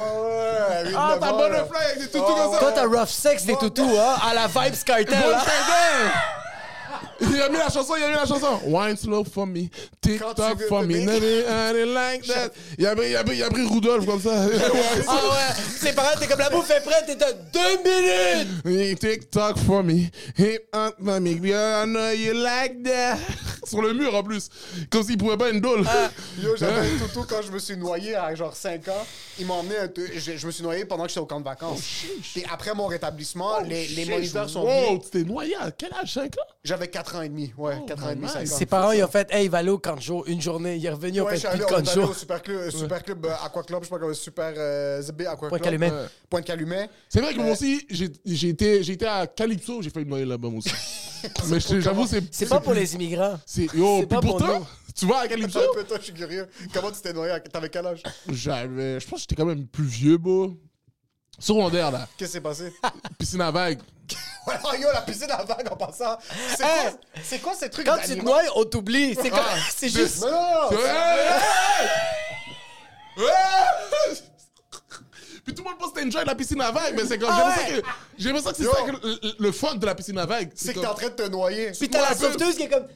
[SPEAKER 3] Ah,
[SPEAKER 4] t'as bonne fly avec des toutous comme ça.
[SPEAKER 2] Oh. Toi, t'as rough sex, des toutous, hein? À la vibe cartel,
[SPEAKER 4] Bonne
[SPEAKER 2] hein?
[SPEAKER 4] fête, hein. Il a mis la chanson, il a mis la chanson. Wine slow for me,
[SPEAKER 3] Quand
[SPEAKER 4] TikTok
[SPEAKER 3] tu veux
[SPEAKER 4] for me,
[SPEAKER 3] bébé.
[SPEAKER 4] nothing, I didn't like that. Il a pris, il a pris, il a pris Rudolph comme ça.
[SPEAKER 2] Ah ouais! Tes parents, t'es comme la bouffe est prête, t'es à deux minutes!
[SPEAKER 4] Hey, TikTok for me, hip hop for me, girl, I know you like that. Sur le mur en plus, comme s'il pouvait pas Hein? une dole.
[SPEAKER 2] Ah.
[SPEAKER 3] Yo, j'avais un toutou quand je me suis noyé à genre 5 ans. Ils m'ont emmené un tou- je, je me suis noyé pendant que j'étais au camp de
[SPEAKER 4] Oh,
[SPEAKER 3] vacances. Puis après mon
[SPEAKER 2] Oh,
[SPEAKER 3] rétablissement, les, les moniteurs sont
[SPEAKER 4] Wow, Oh,
[SPEAKER 3] venus.
[SPEAKER 4] tu t'es noyé à quel âge, 5 ans?
[SPEAKER 3] J'avais 4 ans et demi. Ouais, 4 ans et demi, 5 ans.
[SPEAKER 4] nice.
[SPEAKER 2] Ses parents, ils ont fait, hey, il va aller au canjo une journée. Il est revenu, on
[SPEAKER 3] Ouais, je
[SPEAKER 2] fait
[SPEAKER 3] suis
[SPEAKER 2] plus de
[SPEAKER 3] allé, on est allé
[SPEAKER 2] canjo.
[SPEAKER 3] au Super Club, super club euh, Aqua Club, je sais pas comment, Super euh, ZB Aqua Club.
[SPEAKER 2] Calumet.
[SPEAKER 3] Euh, Pointe Calumet.
[SPEAKER 4] C'est vrai que moi aussi, j'ai j'ai été, j'ai été à Calypso, j'ai failli me noyer là-bas
[SPEAKER 2] [LAUGHS]
[SPEAKER 4] moi aussi. Mais je- j'avoue, c'est.
[SPEAKER 2] C'est pas pour les immigrants.
[SPEAKER 4] C'est. Yo,
[SPEAKER 2] c'est
[SPEAKER 4] puis
[SPEAKER 2] pas pour
[SPEAKER 4] pourtant,
[SPEAKER 2] nous.
[SPEAKER 4] tu vas à Calypso?
[SPEAKER 3] Attends un peu, toi, je suis curieux. Comment tu t'es noyé? à- T'avais quel âge? Qu'est-ce
[SPEAKER 4] J'avais. Je pense que j'étais quand même plus vieux, beau. Secondaire, là.
[SPEAKER 3] qui s'est passé? [LAUGHS]
[SPEAKER 4] Piscine à vague.
[SPEAKER 3] oh, yo, la piscine à vague en passant. C'est
[SPEAKER 2] Hey!
[SPEAKER 3] quoi, c'est quoi ces trucs
[SPEAKER 2] Quand tu te
[SPEAKER 3] d'animaux?
[SPEAKER 2] noies, on t'oublie. C'est comme-
[SPEAKER 4] Ah,
[SPEAKER 2] c'est juste.
[SPEAKER 3] Non, non, non.
[SPEAKER 4] Hey, hey! Hey! Puis tout le monde pense que t'enjoy la piscine à vague, mais c'est comme.
[SPEAKER 2] Ah
[SPEAKER 4] j'ai l'impression
[SPEAKER 2] ouais.
[SPEAKER 4] que- J'ai l'impression que c'est
[SPEAKER 3] Yo.
[SPEAKER 4] ça que le, le fun de la piscine à vague.
[SPEAKER 3] C'est que t'es
[SPEAKER 4] comme-
[SPEAKER 3] en train de te noyer.
[SPEAKER 2] Puis t'as
[SPEAKER 4] Ouais,
[SPEAKER 2] la
[SPEAKER 4] un peu.
[SPEAKER 2] sauveteuse qui est comme.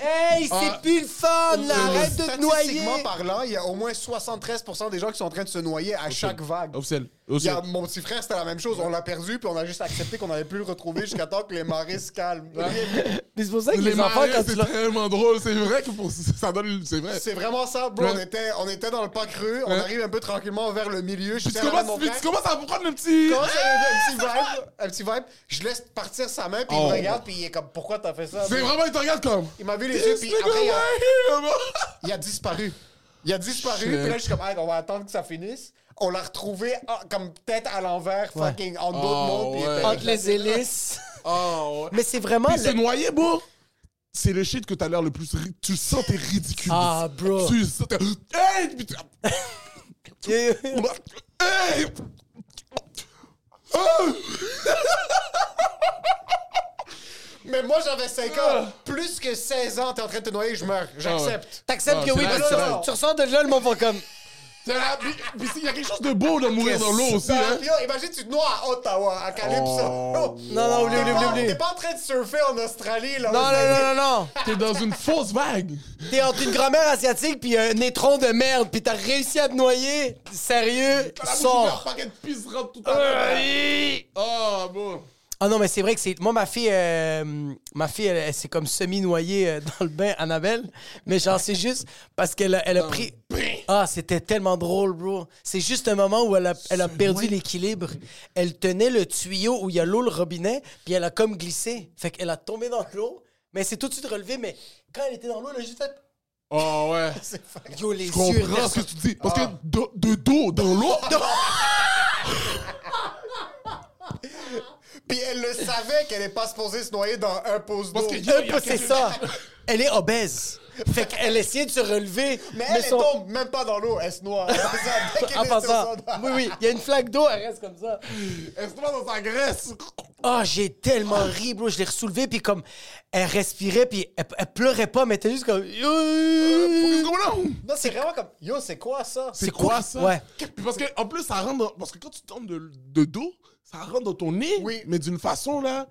[SPEAKER 2] Hey,
[SPEAKER 4] Ah.
[SPEAKER 2] c'est plus le fun, là,
[SPEAKER 4] Euh,
[SPEAKER 2] arrête de te noyer!
[SPEAKER 3] Statistiquement parlant, il y a au moins 73% des gens qui sont en train de se noyer à chaque vague.
[SPEAKER 4] Officiel.
[SPEAKER 3] Il y a-
[SPEAKER 4] Officiel.
[SPEAKER 3] mon petit frère, c'était la même chose. On l'a perdu, puis on a juste accepté qu'on n'allait plus le retrouver jusqu'à temps que les marées se calment. [LAUGHS]
[SPEAKER 2] Mais c'est pour ça que les,
[SPEAKER 4] Les
[SPEAKER 2] enfants,
[SPEAKER 4] marées,
[SPEAKER 2] quand tu
[SPEAKER 4] c'est
[SPEAKER 2] leur.
[SPEAKER 4] tellement drôle. C'est vrai que pour- ça donne. C'est vrai.
[SPEAKER 3] C'est vraiment ça, bro.
[SPEAKER 4] Ouais.
[SPEAKER 3] On, était, on était dans le pas creux. On
[SPEAKER 4] Ouais.
[SPEAKER 3] arrive un peu tranquillement vers le milieu. Je
[SPEAKER 4] Puis tu
[SPEAKER 3] suis à
[SPEAKER 4] commences,
[SPEAKER 3] mon
[SPEAKER 4] puis
[SPEAKER 3] frère.
[SPEAKER 4] tu commences à prendre le petit.
[SPEAKER 3] Comment ça, un petit vibe? Un petit vibe. Je laisse partir sa main, puis il
[SPEAKER 4] Oh.
[SPEAKER 3] me regarde, puis il est comme, pourquoi t'as fait ça?
[SPEAKER 4] C'est vraiment, il te regarde comme.
[SPEAKER 3] Il m'a vu les yeux,
[SPEAKER 4] This
[SPEAKER 3] puis
[SPEAKER 4] nigga
[SPEAKER 3] après, il a-
[SPEAKER 4] right here, [LAUGHS] bro.
[SPEAKER 3] il a disparu. Il a disparu,
[SPEAKER 4] Shit.
[SPEAKER 3] puis là, je suis comme, Hey, on va attendre que ça finisse. On l'a retrouvé ah, comme tête à l'envers, fucking, en d'autres
[SPEAKER 4] Oh,
[SPEAKER 3] mondes. puis il
[SPEAKER 4] ouais.
[SPEAKER 3] était-
[SPEAKER 2] Entre les hélices.
[SPEAKER 4] Oh, ouais.
[SPEAKER 2] Mais c'est vraiment.
[SPEAKER 4] Puis se
[SPEAKER 2] le-
[SPEAKER 4] noyer, bro. C'est le shit que t'as l'air le plus. ri- Tu le sens, t'es ridicule.
[SPEAKER 2] Ah, bro.
[SPEAKER 4] Tu le sens, t'es. Hey! putain. Hey! Oh!
[SPEAKER 3] Mais moi, j'avais 5
[SPEAKER 4] Ah.
[SPEAKER 3] ans. Plus que 16 ans, t'es en train de te noyer, je meurs. J'accepte.
[SPEAKER 2] T'acceptes
[SPEAKER 4] Ah,
[SPEAKER 2] que
[SPEAKER 4] c'est
[SPEAKER 2] oui,
[SPEAKER 4] vrai,
[SPEAKER 2] mais
[SPEAKER 4] c'est
[SPEAKER 2] tu,
[SPEAKER 4] vrai.
[SPEAKER 2] tu ressors de là, le monde va comme.
[SPEAKER 4] T'as la- Puis puis il y a quelque chose de beau de mourir dans l'eau aussi,
[SPEAKER 3] Bah,
[SPEAKER 4] hein.
[SPEAKER 3] puis là, imagine, tu te noies à Ottawa, à Calypso.
[SPEAKER 4] Oh,
[SPEAKER 2] Non, non, oublie,
[SPEAKER 3] T'es
[SPEAKER 2] oublie,
[SPEAKER 3] pas-
[SPEAKER 2] oublie.
[SPEAKER 3] T'es pas en train de surfer en Australie, là.
[SPEAKER 2] Non, non, non, non, non.
[SPEAKER 4] T'es dans une fausse vague.
[SPEAKER 2] T'es entre une grand-mère asiatique puis un étron de merde, puis t'as réussi à te noyer. Sérieux,
[SPEAKER 4] T'as la bouche ouverte,
[SPEAKER 2] sors.
[SPEAKER 4] paquet de pisse rentre tout à l'heure. Oh, bon.
[SPEAKER 2] Ah non, mais c'est vrai que c'est. Moi, ma fille, euh, ma fille, elle, elle s'est comme semi-noyée euh, [LAUGHS] dans le bain, Annabelle. Mais j'en sais juste parce qu'elle a, elle a pris. Ah, c'était tellement drôle, bro. C'est juste un moment où elle a, elle a perdu l'équilibre. Elle tenait le tuyau où il y a l'eau, le robinet, puis elle a comme glissé. Fait qu'elle a tombé dans l'eau, mais c'est tout de suite relevé. Mais quand elle était dans l'eau, elle a juste fait. [LAUGHS]
[SPEAKER 4] Oh, ouais.
[SPEAKER 2] Yo, les
[SPEAKER 4] Je
[SPEAKER 2] yeux.
[SPEAKER 4] comprends ce que tu dis. Parce que de, de dos, dans l'eau.
[SPEAKER 3] Puis elle le savait qu'elle est pas supposée se noyer dans un pause d'eau.
[SPEAKER 4] Parce que-
[SPEAKER 2] Un peu, c'est ça. Elle est obèse. Fait qu'elle essayait de se relever.
[SPEAKER 3] Mais elle, elle
[SPEAKER 2] son-
[SPEAKER 3] tombe même pas dans l'eau, elle se noie. Elle fait ça, dès qu'elle
[SPEAKER 2] En
[SPEAKER 3] est
[SPEAKER 2] passant.
[SPEAKER 3] sur son-
[SPEAKER 2] Oui, oui. Il y a une flaque d'eau, elle reste comme ça.
[SPEAKER 3] Elle se noie dans sa graisse.
[SPEAKER 2] Ah, j'ai tellement ri, bro. Je l'ai resoulevé, puis comme elle respirait, puis elle, elle pleurait pas, mais elle était juste comme. Euh,
[SPEAKER 4] Fucking go down.
[SPEAKER 3] Non, c'est vraiment comme, yo, c'est quoi ça?
[SPEAKER 4] Ah, C'est quoi ça?
[SPEAKER 2] Ouais.
[SPEAKER 4] Puis parce que en plus ça rentre dans- parce que quand tu tombes de, de dos, ça rentre dans ton nez.
[SPEAKER 3] Oui.
[SPEAKER 4] Mais d'une façon là,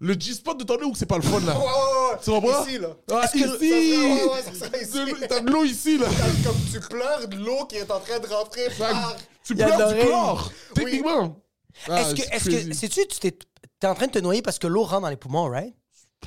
[SPEAKER 4] le G-spot de ton nez où que c'est pas le fun là.
[SPEAKER 3] [LAUGHS] Ouais, ouais, ouais.
[SPEAKER 4] Tu comprends?
[SPEAKER 3] Ici, là.
[SPEAKER 4] Ah,
[SPEAKER 3] Est-ce que-
[SPEAKER 4] ici.
[SPEAKER 3] Ça serait- ouais, ouais, ça serait ici.
[SPEAKER 4] De l'eau- T'as de l'eau ici là.
[SPEAKER 3] Comme tu pleures de l'eau qui est en train de rentrer par...
[SPEAKER 4] [LAUGHS] tu
[SPEAKER 2] y a
[SPEAKER 4] pleures
[SPEAKER 2] de
[SPEAKER 4] du
[SPEAKER 2] l'oreille.
[SPEAKER 4] chlore. Techniquement. Ah,
[SPEAKER 2] Est-ce que.
[SPEAKER 4] c'est
[SPEAKER 2] Est-ce
[SPEAKER 4] crazy.
[SPEAKER 2] que. Sais-tu, tu t'es. T'es en train de te noyer parce que l'eau rentre dans les poumons, right?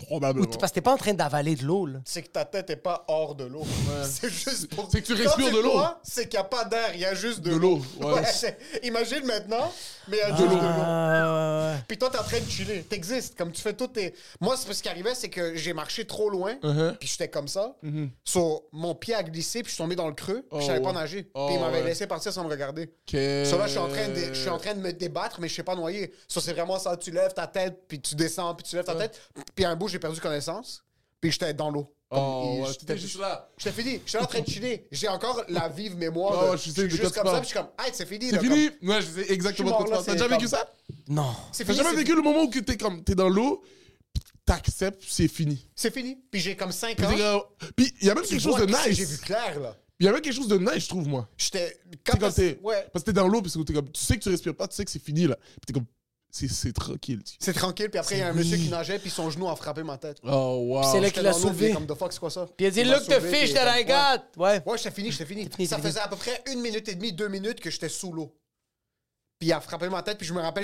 [SPEAKER 2] Ou
[SPEAKER 4] probablement.
[SPEAKER 2] t- parce que t'es pas en train d'avaler de l'eau, là.
[SPEAKER 3] C'est que ta tête est pas hors de l'eau. [LAUGHS] C'est juste pour...
[SPEAKER 4] C'est que tu
[SPEAKER 3] Quand
[SPEAKER 4] respires
[SPEAKER 3] tu
[SPEAKER 4] de l'eau.
[SPEAKER 3] bois, C'est qu'il n'y a pas d'air, il y a juste de,
[SPEAKER 4] De l'eau,
[SPEAKER 3] [LAUGHS]
[SPEAKER 4] ouais.
[SPEAKER 3] c'est- Imagine maintenant, mais il y a juste de l'eau.
[SPEAKER 2] Euh,
[SPEAKER 3] Puis toi, t'es en train de chiller. T'existes. Comme tu fais tout tes. Moi, c'est- ce qui arrivait, c'est que j'ai marché trop loin.
[SPEAKER 4] Uh-huh. Mm-hmm.
[SPEAKER 3] Puis j'étais comme ça. So, mon pied a glissé. Puis je suis tombé dans le creux. Puis je savais
[SPEAKER 4] Oh,
[SPEAKER 3] pas
[SPEAKER 4] ouais.
[SPEAKER 3] nager.
[SPEAKER 4] Oh,
[SPEAKER 3] puis il m'avait
[SPEAKER 4] ouais.
[SPEAKER 3] laissé partir sans me regarder.
[SPEAKER 4] Que-
[SPEAKER 3] So, là, je suis, en train de, je suis en train de me débattre, mais je sais pas noyer. So, c'est vraiment ça. Tu lèves ta tête. Puis tu descends. Puis tu lèves ta tête. Puis à un bout, j'ai perdu connaissance. Puis j'étais dans l'eau. Comme,
[SPEAKER 4] Oh,
[SPEAKER 3] il-
[SPEAKER 4] ouais,
[SPEAKER 3] j'étais-
[SPEAKER 4] t'étais juste là.
[SPEAKER 3] Je t'ai fini, j'étais en train de chiller. J'ai encore la vive mémoire.
[SPEAKER 4] Oh,
[SPEAKER 3] de-
[SPEAKER 4] je sais de quoi
[SPEAKER 3] juste
[SPEAKER 4] tu
[SPEAKER 3] comme ça,
[SPEAKER 4] parles.
[SPEAKER 3] puis je suis comme, hey, c'est fini.
[SPEAKER 4] C'est
[SPEAKER 3] là,
[SPEAKER 4] fini.
[SPEAKER 3] comme-
[SPEAKER 4] Ouais, je sais exactement
[SPEAKER 3] Je suis
[SPEAKER 4] de quoi
[SPEAKER 3] mort,
[SPEAKER 4] tu
[SPEAKER 3] là,
[SPEAKER 4] parles. T'as
[SPEAKER 3] c'est
[SPEAKER 4] déjà vécu
[SPEAKER 3] comme-
[SPEAKER 4] ça?
[SPEAKER 2] Non.
[SPEAKER 3] C'est
[SPEAKER 4] T'as
[SPEAKER 3] fini.
[SPEAKER 4] jamais
[SPEAKER 3] c'est-
[SPEAKER 4] vécu le moment où que t'es comme t'es dans l'eau, pis t'acceptes, c'est fini.
[SPEAKER 3] C'est fini. Puis j'ai comme 5
[SPEAKER 4] Puis
[SPEAKER 3] ans.
[SPEAKER 4] t'es comme- Puis il y a même
[SPEAKER 3] Tu
[SPEAKER 4] quelque chose de
[SPEAKER 3] vois que J'ai
[SPEAKER 4] nice.
[SPEAKER 3] vu clair, là.
[SPEAKER 4] Il y avait quelque chose de nice, je trouve, moi.
[SPEAKER 3] J'étais.
[SPEAKER 4] C'est quand t'es.
[SPEAKER 3] Ouais.
[SPEAKER 4] Parce que t'es dans l'eau, parce que t'es comme. Tu sais que tu respires pas, tu sais que c'est fini, là. Puis t'es comme. C'est, c'est tranquille. tu-
[SPEAKER 3] C'est tranquille, puis après, il y a un
[SPEAKER 4] Oui.
[SPEAKER 3] monsieur qui nageait, puis son genou a frappé ma tête.
[SPEAKER 4] Oh, wow.
[SPEAKER 2] C'est là
[SPEAKER 3] Ah, J'étais
[SPEAKER 2] qu'il l'a
[SPEAKER 3] dans l'eau, puis
[SPEAKER 2] soulevé.
[SPEAKER 3] il est comme, the fuck, c'est quoi ça?
[SPEAKER 2] Puis il a dit,
[SPEAKER 3] Il m'a
[SPEAKER 2] look the
[SPEAKER 3] soulevé,
[SPEAKER 2] fish
[SPEAKER 3] puis il est
[SPEAKER 2] that I
[SPEAKER 3] comme, ouais.
[SPEAKER 2] got! Ouais.
[SPEAKER 3] Ouais, j'étais fini, j'étais fini.
[SPEAKER 2] fini,
[SPEAKER 3] Ça
[SPEAKER 2] t'es fini.
[SPEAKER 3] faisait à peu près une minute et demie, deux minutes que j'étais sous l'eau. Puis il a frappé ma tête, puis je me rappelle,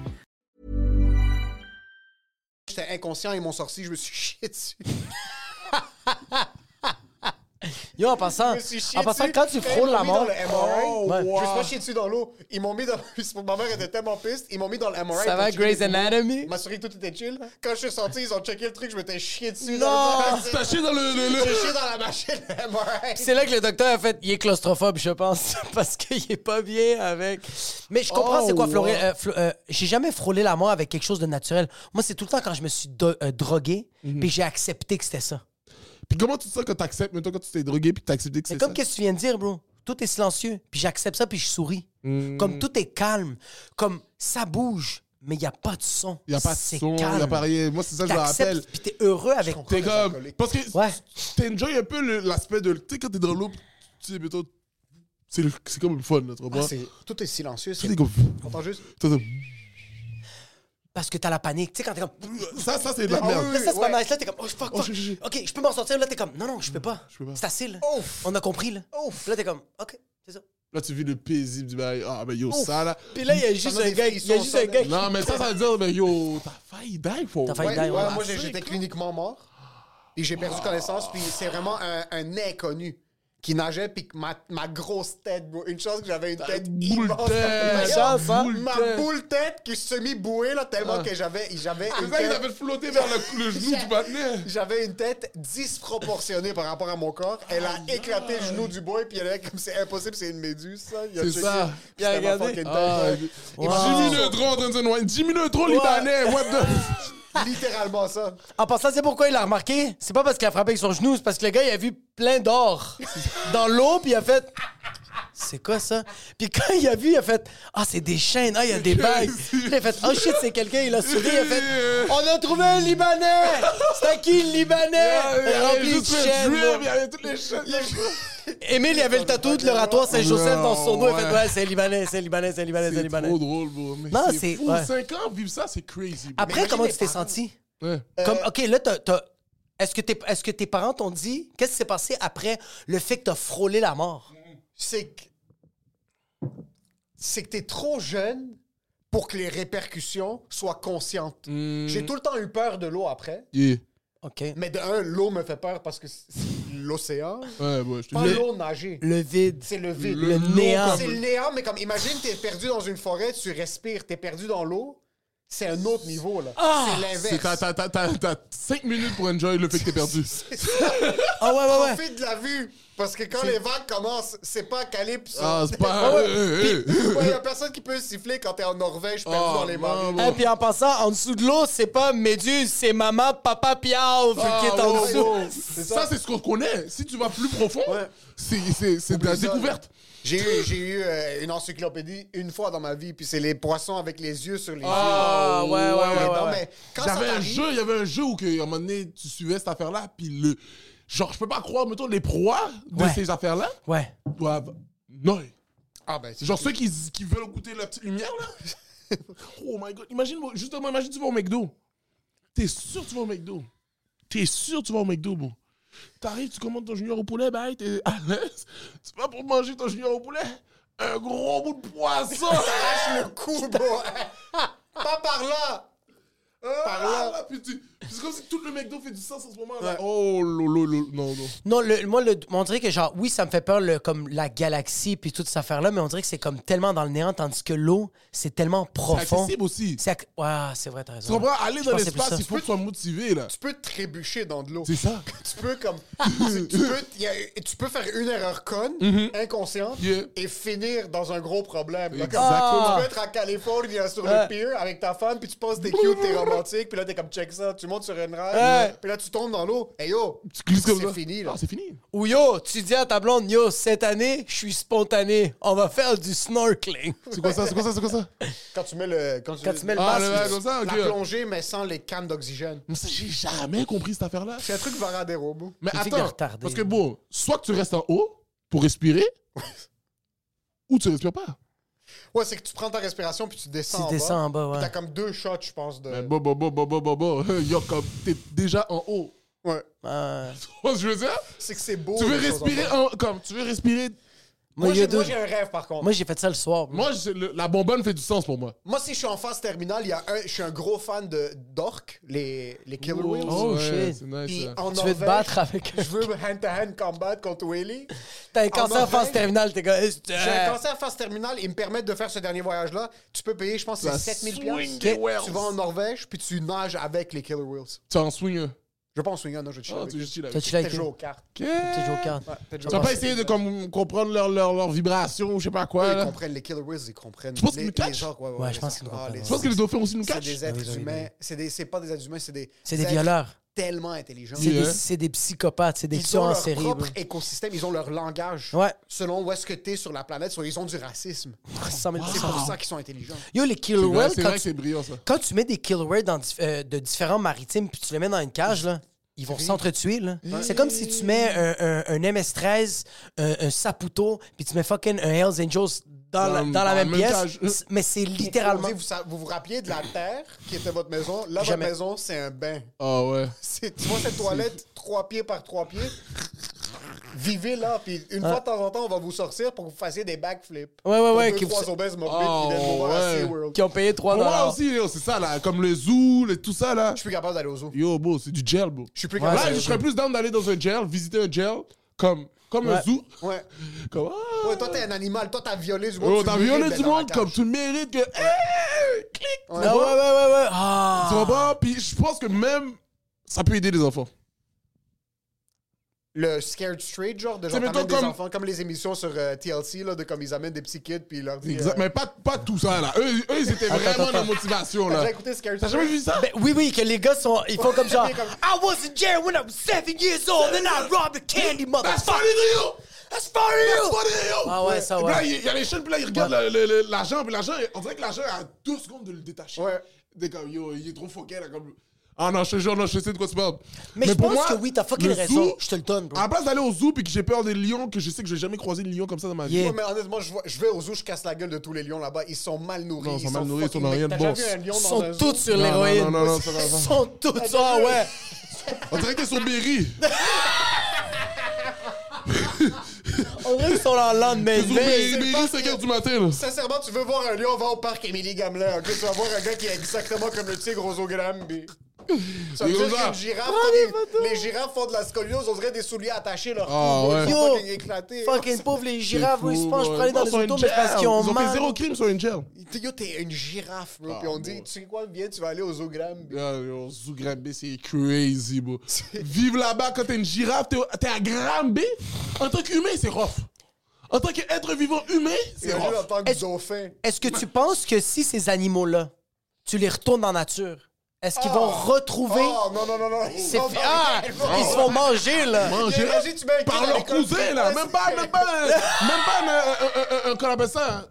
[SPEAKER 3] j'étais inconscient, ils m'ont sorti, je me suis [LAUGHS] chié dessus.
[SPEAKER 2] Yo, en passant,
[SPEAKER 3] Je me suis chié
[SPEAKER 2] en passant
[SPEAKER 3] dessus.
[SPEAKER 2] quand tu
[SPEAKER 3] Ils
[SPEAKER 2] frôles
[SPEAKER 3] m'ont
[SPEAKER 2] la
[SPEAKER 3] mis
[SPEAKER 2] mort,
[SPEAKER 3] dans le MRI.
[SPEAKER 2] Oh, Ouais. wow.
[SPEAKER 3] Je me suis pas chié dessus dans l'eau. [LAUGHS] Ils m'ont mis dans. Ma mère était tellement piste. Ils m'ont mis dans le MRI.
[SPEAKER 2] ça
[SPEAKER 3] pour
[SPEAKER 2] va,
[SPEAKER 3] checker
[SPEAKER 2] Grey's
[SPEAKER 3] les poumons.
[SPEAKER 2] Anatomy?
[SPEAKER 3] M'assurer que tout était chill. Quand je suis sorti, ils ont checké le truc, je m'étais chié dessus.
[SPEAKER 2] Non.
[SPEAKER 3] Dans le-
[SPEAKER 4] T'as chié dans le. le- le-
[SPEAKER 3] J'ai chié dans la machine MRI.
[SPEAKER 2] C'est là que le docteur a fait, il est claustrophobe, je pense, [LAUGHS] parce qu'il est pas bien avec. Mais je comprends
[SPEAKER 4] Oh,
[SPEAKER 2] c'est quoi
[SPEAKER 4] wow.
[SPEAKER 2] frôler. euh, fl- euh, j'ai jamais frôlé la mort avec quelque chose de naturel. Moi, c'est tout le temps quand je me suis do- euh, drogué,
[SPEAKER 4] Mhm.
[SPEAKER 2] puis j'ai accepté que c'était ça.
[SPEAKER 4] Puis comment tu te sens quand t'acceptes, maintenant quand tu t'es drogué, puis que t'acceptes que
[SPEAKER 2] C'est
[SPEAKER 4] c'est
[SPEAKER 2] comme
[SPEAKER 4] ça?
[SPEAKER 2] qu'est-ce que tu viens de dire, bro. Tout est silencieux, puis j'accepte ça, puis je souris.
[SPEAKER 4] Mhm.
[SPEAKER 2] Comme tout est calme, comme ça bouge, mais il n'y a pas de son.
[SPEAKER 4] Il y a pas de
[SPEAKER 2] C'est
[SPEAKER 4] son, il
[SPEAKER 2] calme.
[SPEAKER 4] y a pas rien. Moi, c'est ça, je me
[SPEAKER 2] T'acceptes,
[SPEAKER 4] rappelle.
[SPEAKER 2] Puis t'es heureux avec
[SPEAKER 4] T'es comme. Parce que
[SPEAKER 2] Ouais.
[SPEAKER 4] t'enjoy un peu le- l'aspect de. Tu sais, quand t'es dans l'eau, pis tu sais, mettons. C'est, le- c'est comme le fun, là,
[SPEAKER 3] Ah,
[SPEAKER 4] tu comprends?
[SPEAKER 3] c'est- Tout est silencieux.
[SPEAKER 4] Tout
[SPEAKER 3] C'est
[SPEAKER 4] est comme.
[SPEAKER 3] T'entends juste.
[SPEAKER 4] T'as-
[SPEAKER 2] Parce que t'as la panique. Tu sais, quand t'es comme.
[SPEAKER 4] t'as- Ça, ça, c'est de la
[SPEAKER 3] Ah,
[SPEAKER 4] merde.
[SPEAKER 3] oui,
[SPEAKER 2] Là, ça, c'est
[SPEAKER 3] ouais.
[SPEAKER 2] pas nice. Là, t'es comme, oh, fuck,
[SPEAKER 4] Oh,
[SPEAKER 2] fuck.
[SPEAKER 4] je- je-
[SPEAKER 2] Ok, je peux m'en sortir. Là, t'es comme, non, non, je peux pas.
[SPEAKER 4] Je peux pas.
[SPEAKER 2] C'est assez, là.
[SPEAKER 3] Ouf.
[SPEAKER 2] On a compris, là. Là, t'es comme, ok, c'est ça.
[SPEAKER 4] Là, tu vis le paisible du bail. Ah, mais yo,
[SPEAKER 2] Ouf.
[SPEAKER 4] ça, là.
[SPEAKER 2] Puis là, il y a
[SPEAKER 3] Ça
[SPEAKER 2] juste
[SPEAKER 3] m'a
[SPEAKER 2] un
[SPEAKER 3] des
[SPEAKER 2] gars, il y a
[SPEAKER 3] frissons,
[SPEAKER 2] juste
[SPEAKER 3] ça,
[SPEAKER 2] un gars.
[SPEAKER 3] mais-
[SPEAKER 2] qui-
[SPEAKER 4] Non, mais ça, ça veut dire, mais yo, t'as failli die, faut.
[SPEAKER 2] T'as failli
[SPEAKER 3] Ouais,
[SPEAKER 2] die,
[SPEAKER 3] ouais,
[SPEAKER 2] ouais.
[SPEAKER 3] moi j'ai-
[SPEAKER 4] C'est
[SPEAKER 3] j'étais
[SPEAKER 4] cool.
[SPEAKER 3] cliniquement mort. Et j'ai perdu connaissance, puis c'est vraiment un, un inconnu qui nageait, puis que ma, ma grosse tête, bro. Une chance que j'avais une tête
[SPEAKER 4] boule
[SPEAKER 3] immense.
[SPEAKER 4] tête,
[SPEAKER 3] Yo,
[SPEAKER 2] chance, hein.
[SPEAKER 3] Ma
[SPEAKER 4] Boule tête.
[SPEAKER 3] boule tête qui se mit bouée, là, tellement que j'avais j'avais
[SPEAKER 4] C'est
[SPEAKER 3] une
[SPEAKER 4] Ah, ça, ils
[SPEAKER 3] tête...
[SPEAKER 4] avaient flotté vers le, le genou du patinet.
[SPEAKER 3] J'avais une tête disproportionnée par rapport à mon corps. Elle a éclaté le genou du boy, puis elle est comme c'est impossible, c'est une méduse, ça. Il a
[SPEAKER 4] C'est
[SPEAKER 3] checké,
[SPEAKER 4] ça.
[SPEAKER 3] puis
[SPEAKER 2] Il a
[SPEAKER 3] c'était ma
[SPEAKER 2] regardé.
[SPEAKER 3] fucking tête,
[SPEAKER 4] Ah,
[SPEAKER 3] ouais. Et parce que
[SPEAKER 4] Jimmy Neutron en train de se noyer. Jimmy Neutron libanais,
[SPEAKER 2] [LAUGHS]
[SPEAKER 4] what the...
[SPEAKER 3] j'ai Littéralement ça.
[SPEAKER 2] En passant, c'est pourquoi il l'a remarqué. C'est [LAUGHS] pas parce qu'il a frappé avec son genou, c'est parce que le gars, il a vu plein d'or dans l'eau, puis il a fait. c'est quoi ça? Puis quand il a vu, il a fait Ah, c'est des chaînes, ah, il y a des bagues. Puis il a fait Oh shit, c'est quelqu'un, il a souri, il a fait On a trouvé un Libanais! C'est à qui le Libanais?
[SPEAKER 4] Ah,
[SPEAKER 2] Rempli de chaînes. là.
[SPEAKER 4] il y avait toutes les chaînes.
[SPEAKER 2] Émile, il avait le tatou de l'oratoire Saint-Joseph dans son dos, il a fait Ouais, c'est Libanais, c'est Libanais, c'est Libanais, c'est
[SPEAKER 4] C'est
[SPEAKER 2] Libanais.
[SPEAKER 4] trop drôle, bro. Mais
[SPEAKER 2] Non, c'est-
[SPEAKER 4] c'est fou.
[SPEAKER 2] ouais.
[SPEAKER 4] 5 ans, vivre ça, c'est crazy. bro.
[SPEAKER 2] Après, comment tu t'es senti?
[SPEAKER 4] Ouais.
[SPEAKER 2] Comme, OK, là, t'as- t'as- Est-ce que, est que tes parents t'ont dit qu'est-ce qui s'est passé après le fait que t'as frôlé la mort?
[SPEAKER 3] c'est que c'est que t'es trop jeune pour que les répercussions soient conscientes.
[SPEAKER 2] Hmm.
[SPEAKER 3] J'ai tout le temps eu peur de l'eau après,
[SPEAKER 4] Yeah.
[SPEAKER 2] OK.
[SPEAKER 3] mais de un, l'eau me fait peur parce que c'est l'océan,
[SPEAKER 4] Ouais, ouais, je te
[SPEAKER 3] pas
[SPEAKER 4] dis.
[SPEAKER 3] l'eau nager.
[SPEAKER 2] Le vide.
[SPEAKER 3] C'est le vide.
[SPEAKER 2] Le néant.
[SPEAKER 3] C'est le néant, mais comme imagine, t'es perdu dans une forêt, tu respires, t'es perdu dans l'eau, c'est un autre niveau, là.
[SPEAKER 2] Ah!
[SPEAKER 3] c'est [LAUGHS]
[SPEAKER 4] C'est- T'as,
[SPEAKER 3] l'inverse.
[SPEAKER 4] t'as, t'as, t'as, t'as 5 minutes pour enjoy le fait que
[SPEAKER 2] [LAUGHS]
[SPEAKER 4] t'es perdu.
[SPEAKER 2] Ah ouais, ouais, ouais.
[SPEAKER 3] Profite de la vue, parce que quand les vagues commencent, c'est pas calypse.
[SPEAKER 4] Ah,
[SPEAKER 3] [LAUGHS]
[SPEAKER 4] c'est pas.
[SPEAKER 2] Ah ouais.
[SPEAKER 4] Euh, euh, euh.
[SPEAKER 3] Il y a personne qui peut siffler quand t'es en Norvège perdu
[SPEAKER 4] Oh,
[SPEAKER 3] dans les marais.
[SPEAKER 4] maman.
[SPEAKER 2] Et puis en passant, en dessous de l'eau, c'est pas Méduse, c'est maman, papa, piaf qui est
[SPEAKER 4] Ah,
[SPEAKER 2] en
[SPEAKER 4] wow,
[SPEAKER 2] [LAUGHS]
[SPEAKER 4] wow.
[SPEAKER 2] dessous.
[SPEAKER 4] Ça, c'est ce qu'on connaît. Si tu vas plus profond, c'est, c'est, c'est de la
[SPEAKER 3] Oublie ça.
[SPEAKER 4] découverte.
[SPEAKER 3] J'ai eu, j'ai eu euh, une encyclopédie une fois dans ma vie, puis c'est les poissons avec les yeux sur les
[SPEAKER 4] Ah,
[SPEAKER 3] yeux.
[SPEAKER 4] ouais, ouais, ouais,
[SPEAKER 3] Non,
[SPEAKER 4] ouais.
[SPEAKER 3] mais quand ça
[SPEAKER 4] J'avais un
[SPEAKER 3] t'arrive-
[SPEAKER 4] jeu, il y avait un jeu où que, à un moment donné, tu suivais cette affaire-là, puis le. Genre, je peux pas croire, mettons, les proies de
[SPEAKER 2] Ouais.
[SPEAKER 4] ces affaires-là
[SPEAKER 2] Ouais.
[SPEAKER 4] doivent. Non.
[SPEAKER 3] Ah, ben, c'est-
[SPEAKER 4] Genre ceux qui, qui veulent goûter la petite lumière, [LAUGHS] là. oh my god. Imagine, justement, imagine tu vas au McDo. T'es sûr que tu vas au McDo. T'es sûr que tu vas au McDo, bon. T'arrives, tu commandes ton junior au poulet, bah, hey, t'es à l'aise. Tu vas pour manger ton junior au poulet. Un gros bout de [LAUGHS] poisson.
[SPEAKER 3] Lâche le cou, bro. Pas par là.
[SPEAKER 4] Par Ah, là, là, puis tu- puis C'est comme si tout le McDo fait du sens en ce moment. Là. Oh, lolo, lolo. Non, non.
[SPEAKER 2] Non, le, moi, le, on dirait que genre, oui, ça me fait peur, le, comme la galaxie puis toute cette affaire-là, mais on dirait que c'est comme tellement dans le néant, tandis que l'eau, c'est tellement
[SPEAKER 4] C'est
[SPEAKER 2] profond.
[SPEAKER 4] accessible aussi.
[SPEAKER 2] C'est ac- Ouais, c'est vrai, t'as
[SPEAKER 4] Tu
[SPEAKER 2] raison.
[SPEAKER 4] comprends? Aller
[SPEAKER 2] Je
[SPEAKER 4] dans
[SPEAKER 2] pensais plus ça.
[SPEAKER 4] l'espace, il faut que tu sois motivé, là.
[SPEAKER 3] Tu peux te trébucher dans de l'eau.
[SPEAKER 4] C'est ça.
[SPEAKER 3] Tu peux comme. tu, tu peux, y a- tu peux faire une erreur conne, inconsciente,
[SPEAKER 4] Yeah.
[SPEAKER 3] et finir dans un gros problème. là. Comme-
[SPEAKER 4] Exactement.
[SPEAKER 3] Tu peux être en Californie là, sur le pier avec ta femme, puis tu penses que t'es cute, t'es romantique, puis là t'es comme check ça, tu montes sur une rail, puis là tu tombes dans l'eau. Hey yo,
[SPEAKER 4] Tu glisses comme ça.
[SPEAKER 3] c'est fini là.
[SPEAKER 4] Ah, c'est fini.
[SPEAKER 2] Ou yo, tu dis à ta blonde, yo, cette année, je suis spontané, on va faire du snorkeling.
[SPEAKER 4] C'est quoi ça? C'est quoi ça? C'est quoi ça?
[SPEAKER 3] Quand tu mets le. Quand tu,
[SPEAKER 2] Quand tu mets le
[SPEAKER 4] Ah,
[SPEAKER 2] masque,
[SPEAKER 4] là, là, comme ça,
[SPEAKER 3] Ah, la
[SPEAKER 4] ok.
[SPEAKER 3] plongée, mais sans les cannes d'oxygène.
[SPEAKER 4] Mais ça, j'ai jamais compris cette affaire-là.
[SPEAKER 3] C'est un truc Varadero, bro.
[SPEAKER 4] Mais
[SPEAKER 2] Une fille de
[SPEAKER 4] attends,
[SPEAKER 2] retardée.
[SPEAKER 4] parce que bon, soit que tu restes en haut pour
[SPEAKER 3] [LAUGHS]
[SPEAKER 4] respirer, ou tu respires pas.
[SPEAKER 3] Ouais, c'est que tu prends ta respiration, puis tu descends
[SPEAKER 2] Tu
[SPEAKER 3] en
[SPEAKER 2] descends
[SPEAKER 3] bas.
[SPEAKER 2] en bas, ouais.
[SPEAKER 3] Puis T'as comme deux shots, je pense. De...
[SPEAKER 4] Mais bon, bon, bon, bon, bon, bon, bon, [LAUGHS] yo, comme t'es déjà en haut.
[SPEAKER 3] Ouais. Oh,
[SPEAKER 2] euh,
[SPEAKER 4] Tu [LAUGHS] vois ce que je veux dire?
[SPEAKER 3] C'est que c'est beau.
[SPEAKER 4] Tu veux
[SPEAKER 3] les choses en
[SPEAKER 4] respirer
[SPEAKER 3] bas.
[SPEAKER 4] en, comme, tu veux respirer.
[SPEAKER 3] Moi,
[SPEAKER 2] il y a
[SPEAKER 3] j'ai moi,
[SPEAKER 2] deux-
[SPEAKER 3] j'ai un rêve, par contre.
[SPEAKER 2] moi, j'ai fait ça le soir.
[SPEAKER 4] Moi, je- le- la bonbonne fait du sens pour moi.
[SPEAKER 3] Moi, si je suis en phase terminale, il y a un, je suis un gros fan de d'Orc, les, les Killer Whales.
[SPEAKER 2] Oh,
[SPEAKER 4] Ouais,
[SPEAKER 2] shit.
[SPEAKER 4] C'est nice.
[SPEAKER 3] Puis
[SPEAKER 4] ça.
[SPEAKER 3] en
[SPEAKER 2] Tu veux te
[SPEAKER 3] Norvège,
[SPEAKER 2] battre avec
[SPEAKER 3] Je veux hand-to-hand combat contre Whaley.
[SPEAKER 2] T'as un cancer en
[SPEAKER 3] Norvège-
[SPEAKER 2] phase terminale, t'es comme. euh,
[SPEAKER 3] J'ai un cancer en phase terminale, ils me permettent de faire ce dernier voyage-là. Tu peux payer, je pense, c'est
[SPEAKER 4] La
[SPEAKER 3] 7000
[SPEAKER 4] swing
[SPEAKER 3] piastres.
[SPEAKER 4] des
[SPEAKER 3] Ok.
[SPEAKER 4] whales.
[SPEAKER 3] Tu vas en Norvège, puis tu nages avec les Killer Whales.
[SPEAKER 4] Tu en swing.
[SPEAKER 3] Je vais pas en swinguer, non, je vais te chier.
[SPEAKER 4] Oh,
[SPEAKER 3] avec
[SPEAKER 4] tu
[SPEAKER 3] eux.
[SPEAKER 4] juste chill avec.
[SPEAKER 2] T'as chillé
[SPEAKER 3] T'as
[SPEAKER 2] avec
[SPEAKER 3] joué aux
[SPEAKER 2] eux?
[SPEAKER 3] cartes.
[SPEAKER 2] T'as joué aux cartes.
[SPEAKER 3] T'as joué
[SPEAKER 4] Tu
[SPEAKER 3] aux
[SPEAKER 4] vas
[SPEAKER 3] cartes.
[SPEAKER 4] pas essayer de comme, comprendre leur, leur, leur vibration ou je sais pas quoi.
[SPEAKER 3] Ils
[SPEAKER 4] là.
[SPEAKER 3] comprennent, les Killer Whales, ils comprennent.
[SPEAKER 4] penses qu'ils
[SPEAKER 3] Les-
[SPEAKER 4] nous catchent?
[SPEAKER 3] les orques, ouais, ouais,
[SPEAKER 2] Ouais,
[SPEAKER 3] les
[SPEAKER 2] je pense
[SPEAKER 3] orques.
[SPEAKER 2] qu'ils nous
[SPEAKER 3] Ah,
[SPEAKER 2] comprennent, Ah
[SPEAKER 3] les
[SPEAKER 4] Tu penses que les dauphins aussi nous
[SPEAKER 3] C'est
[SPEAKER 4] cachent?
[SPEAKER 3] des êtres humains. C'est des- c'est pas des êtres humains, c'est des.
[SPEAKER 2] C'est des
[SPEAKER 3] êtres
[SPEAKER 2] violeurs.
[SPEAKER 3] Tellement intelligents.
[SPEAKER 2] C'est des,
[SPEAKER 4] hein?
[SPEAKER 2] c'est des psychopathes, c'est des
[SPEAKER 3] Ils ont
[SPEAKER 2] tueurs en
[SPEAKER 3] leur
[SPEAKER 2] série.
[SPEAKER 3] propre
[SPEAKER 2] bro.
[SPEAKER 3] écosystème, ils ont leur langage.
[SPEAKER 2] Ouais.
[SPEAKER 3] Selon où est-ce que t'es sur la planète, soit ils ont du racisme.
[SPEAKER 2] 100 000
[SPEAKER 3] C'est pour ça qu'ils sont intelligents.
[SPEAKER 2] Yo, les killer
[SPEAKER 4] C'est vrai,
[SPEAKER 2] whales,
[SPEAKER 4] c'est
[SPEAKER 2] quand,
[SPEAKER 4] vrai que c'est
[SPEAKER 2] tu-
[SPEAKER 4] brillant ça.
[SPEAKER 2] quand tu mets des killer whales dans dif- euh, de différents maritimes puis tu les mets dans une cage, là, ils vont s'entretuer. là. C'est comme si tu mets un, un- un MS-13, un, un Saputo, puis tu mets fucking un Hells Angels dans, la, dans la
[SPEAKER 4] dans
[SPEAKER 2] même,
[SPEAKER 4] la même
[SPEAKER 2] pièce.
[SPEAKER 4] cage.
[SPEAKER 2] C'est- Mais c'est
[SPEAKER 3] Vous,
[SPEAKER 2] littéralement...
[SPEAKER 3] savez, vous sa- vous vous rappelez de la terre qui était votre maison? Là,
[SPEAKER 2] Jamais.
[SPEAKER 3] votre maison, c'est un bain.
[SPEAKER 4] Ah ouais.
[SPEAKER 3] C'est- Tu vois cette toilette, trois pieds par trois pieds? Vivez là, puis une fois de temps en temps, on va vous sortir pour que vous fassiez des backflips.
[SPEAKER 2] Ouais, ouais,
[SPEAKER 3] Pour
[SPEAKER 2] ouais,
[SPEAKER 3] Deux,
[SPEAKER 2] qui vous-
[SPEAKER 3] trois obèses morbides
[SPEAKER 4] Oh,
[SPEAKER 3] qui viennent nous voir à
[SPEAKER 4] ouais.
[SPEAKER 3] SeaWorld.
[SPEAKER 2] Qui ont payé 3
[SPEAKER 4] Pour moi
[SPEAKER 2] dollars.
[SPEAKER 4] aussi, yo, c'est ça là, comme le zoo, le- tout ça là.
[SPEAKER 3] Je suis plus capable d'aller aux zoo.
[SPEAKER 4] Yo, bro, c'est du gel, bro.
[SPEAKER 3] Je suis plus capable.
[SPEAKER 4] Là, je serais plus down d'aller dans un gel, visiter un gel, comme, comme
[SPEAKER 2] Ouais.
[SPEAKER 4] un zoo.
[SPEAKER 3] Ouais.
[SPEAKER 4] Comme, ah,
[SPEAKER 3] Ouais, toi, t'es un animal. Toi, t'as violé du monde.
[SPEAKER 4] yo,
[SPEAKER 3] tu
[SPEAKER 4] Oh, t'as
[SPEAKER 3] mérites
[SPEAKER 4] violé
[SPEAKER 3] d'être
[SPEAKER 4] du
[SPEAKER 3] dans la
[SPEAKER 4] monde,
[SPEAKER 3] cage.
[SPEAKER 4] comme tu mérites que. Hey, clic, tu
[SPEAKER 2] Ah ouais, ouais, ouais,
[SPEAKER 4] vois?
[SPEAKER 2] ouais.
[SPEAKER 4] Tu
[SPEAKER 2] Ah.
[SPEAKER 4] vois pas? Puis je pense que même, ça peut aider les enfants.
[SPEAKER 3] Le Scared Straight, genre, de
[SPEAKER 4] C'est
[SPEAKER 3] genre,
[SPEAKER 4] mettons
[SPEAKER 3] t'amènes des
[SPEAKER 4] comme-
[SPEAKER 3] enfants, comme les émissions sur euh, TLC, là, de comme ils amènent des petits kids, puis ils leur disent... euh,
[SPEAKER 4] Exact. Mais pas, pas tout ça là. Eux, eux, ils étaient vraiment dans la motivation
[SPEAKER 3] T'as
[SPEAKER 4] là.
[SPEAKER 3] déjà écouté Scared
[SPEAKER 4] T'as jamais
[SPEAKER 3] Straight?
[SPEAKER 4] vu ça?
[SPEAKER 2] Ben, oui, oui, que les gars sont. Ils font comme
[SPEAKER 4] [LAUGHS]
[SPEAKER 2] genre.
[SPEAKER 3] Comme-
[SPEAKER 2] I was in jail when I was seven years old and I robbed a candy
[SPEAKER 4] That's
[SPEAKER 2] motherfucker.
[SPEAKER 4] funny to you!
[SPEAKER 2] That's for you!
[SPEAKER 4] That's what it is, yo!
[SPEAKER 2] Ah ouais, ça,
[SPEAKER 4] Puis
[SPEAKER 2] ouais.
[SPEAKER 4] Là, il, il y a les chaînes, puis là, il regarde la- le- le- l'agent, puis l'agent, on dirait que l'agent a deux secondes de le détacher.
[SPEAKER 3] Ouais.
[SPEAKER 4] Des comme, yo, il est trop focus, là, comme. Ah non, je te jure, non, je sais de quoi tu parles.
[SPEAKER 2] Mais je pense que oui, t'as fucking
[SPEAKER 4] le
[SPEAKER 2] raison.
[SPEAKER 4] zoo,
[SPEAKER 2] Je te le donne, bro.
[SPEAKER 4] À la place d'aller au zoo, puis que j'ai peur des lions, que je sais que je vais jamais croiser de lion comme ça dans ma vie.
[SPEAKER 2] Yeah.
[SPEAKER 3] Ouais, mais honnêtement, je, vois- je vais aux zoo, je casse la gueule de tous les lions là-bas. Ils sont mal nourris.
[SPEAKER 4] Non, ils sont mal nourris,
[SPEAKER 3] fucking
[SPEAKER 4] ils sont dans
[SPEAKER 3] mecs.
[SPEAKER 4] rien de
[SPEAKER 3] T'as
[SPEAKER 4] bon.
[SPEAKER 3] déjà vu un lion
[SPEAKER 2] Ils
[SPEAKER 3] dans
[SPEAKER 2] sont
[SPEAKER 3] un zoo?
[SPEAKER 2] tous sur
[SPEAKER 4] Non,
[SPEAKER 2] l'héroïne.
[SPEAKER 4] non, non, non, ça va,
[SPEAKER 2] Ils
[SPEAKER 4] ça va.
[SPEAKER 2] sont tous. Ah ouais.
[SPEAKER 4] On dirait que t'es sur
[SPEAKER 2] [LAUGHS]
[SPEAKER 4] Berry.
[SPEAKER 2] On dirait qu'ils sont là en lendemain
[SPEAKER 4] T'es
[SPEAKER 2] de
[SPEAKER 4] sur
[SPEAKER 2] veille.
[SPEAKER 4] Berry, 5h du matin, là.
[SPEAKER 3] Sincèrement, tu veux voir un lion, va au parc Émilie Gamelin. ok? Tu vas voir un gars qui est exactement comme le tigre aux Gambi. Ça veut
[SPEAKER 4] Les
[SPEAKER 3] dire
[SPEAKER 4] gros gars.
[SPEAKER 3] qu'une girafe,
[SPEAKER 2] Prends
[SPEAKER 3] fait
[SPEAKER 2] les
[SPEAKER 3] des-
[SPEAKER 2] photos.
[SPEAKER 3] les girafes font de la scoliose, on dirait des souliers attachés leur
[SPEAKER 4] Ah ouais.
[SPEAKER 3] Ils sont
[SPEAKER 2] Yo.
[SPEAKER 3] fucking éclatés.
[SPEAKER 2] Fucking pauvres, les girafes, oui, ils se penchent pour
[SPEAKER 4] ouais.
[SPEAKER 2] aller dans
[SPEAKER 4] Non,
[SPEAKER 2] les
[SPEAKER 4] ils
[SPEAKER 2] autos,
[SPEAKER 4] sont in
[SPEAKER 2] mais c'est parce
[SPEAKER 4] jail.
[SPEAKER 2] qu'ils ont
[SPEAKER 4] Ils ont fait
[SPEAKER 2] mal.
[SPEAKER 4] zéro crime sur une gel.
[SPEAKER 3] T'es- Yo, t'es une girafe, bro.
[SPEAKER 4] Ah,
[SPEAKER 3] Puis on
[SPEAKER 4] bon.
[SPEAKER 3] dit, tu sais quoi, viens, tu vas aller aux zoo Gramby.
[SPEAKER 4] Yo, Zoo Granby, c'est crazy, bro. Vivre là-bas quand t'es une girafe, t'es t'es à Granby, en tant qu'humain, c'est rough. En tant qu'être vivant humain, c'est
[SPEAKER 3] C'est
[SPEAKER 4] rough.
[SPEAKER 3] en tant que
[SPEAKER 2] Est-ce-
[SPEAKER 3] dauphin.
[SPEAKER 2] Est-ce que tu penses que si ces animaux-là, tu les retournes dans la nature, est-ce qu'ils vont retrouver.
[SPEAKER 3] Oh, non, non, non, non.
[SPEAKER 2] ces-
[SPEAKER 3] Non, non,
[SPEAKER 2] Ah,
[SPEAKER 3] non, non.
[SPEAKER 2] ils se font manger, là.
[SPEAKER 4] Manger
[SPEAKER 3] Imagine, tu mets un kid
[SPEAKER 4] par
[SPEAKER 3] à
[SPEAKER 4] leur
[SPEAKER 3] l'école.
[SPEAKER 4] cousin, là.
[SPEAKER 3] Ouais,
[SPEAKER 4] Même
[SPEAKER 3] c'est
[SPEAKER 4] pas,
[SPEAKER 3] vrai.
[SPEAKER 4] même pas, euh, même pas, un- un- un- un- un- qu'on appelle ça. hein.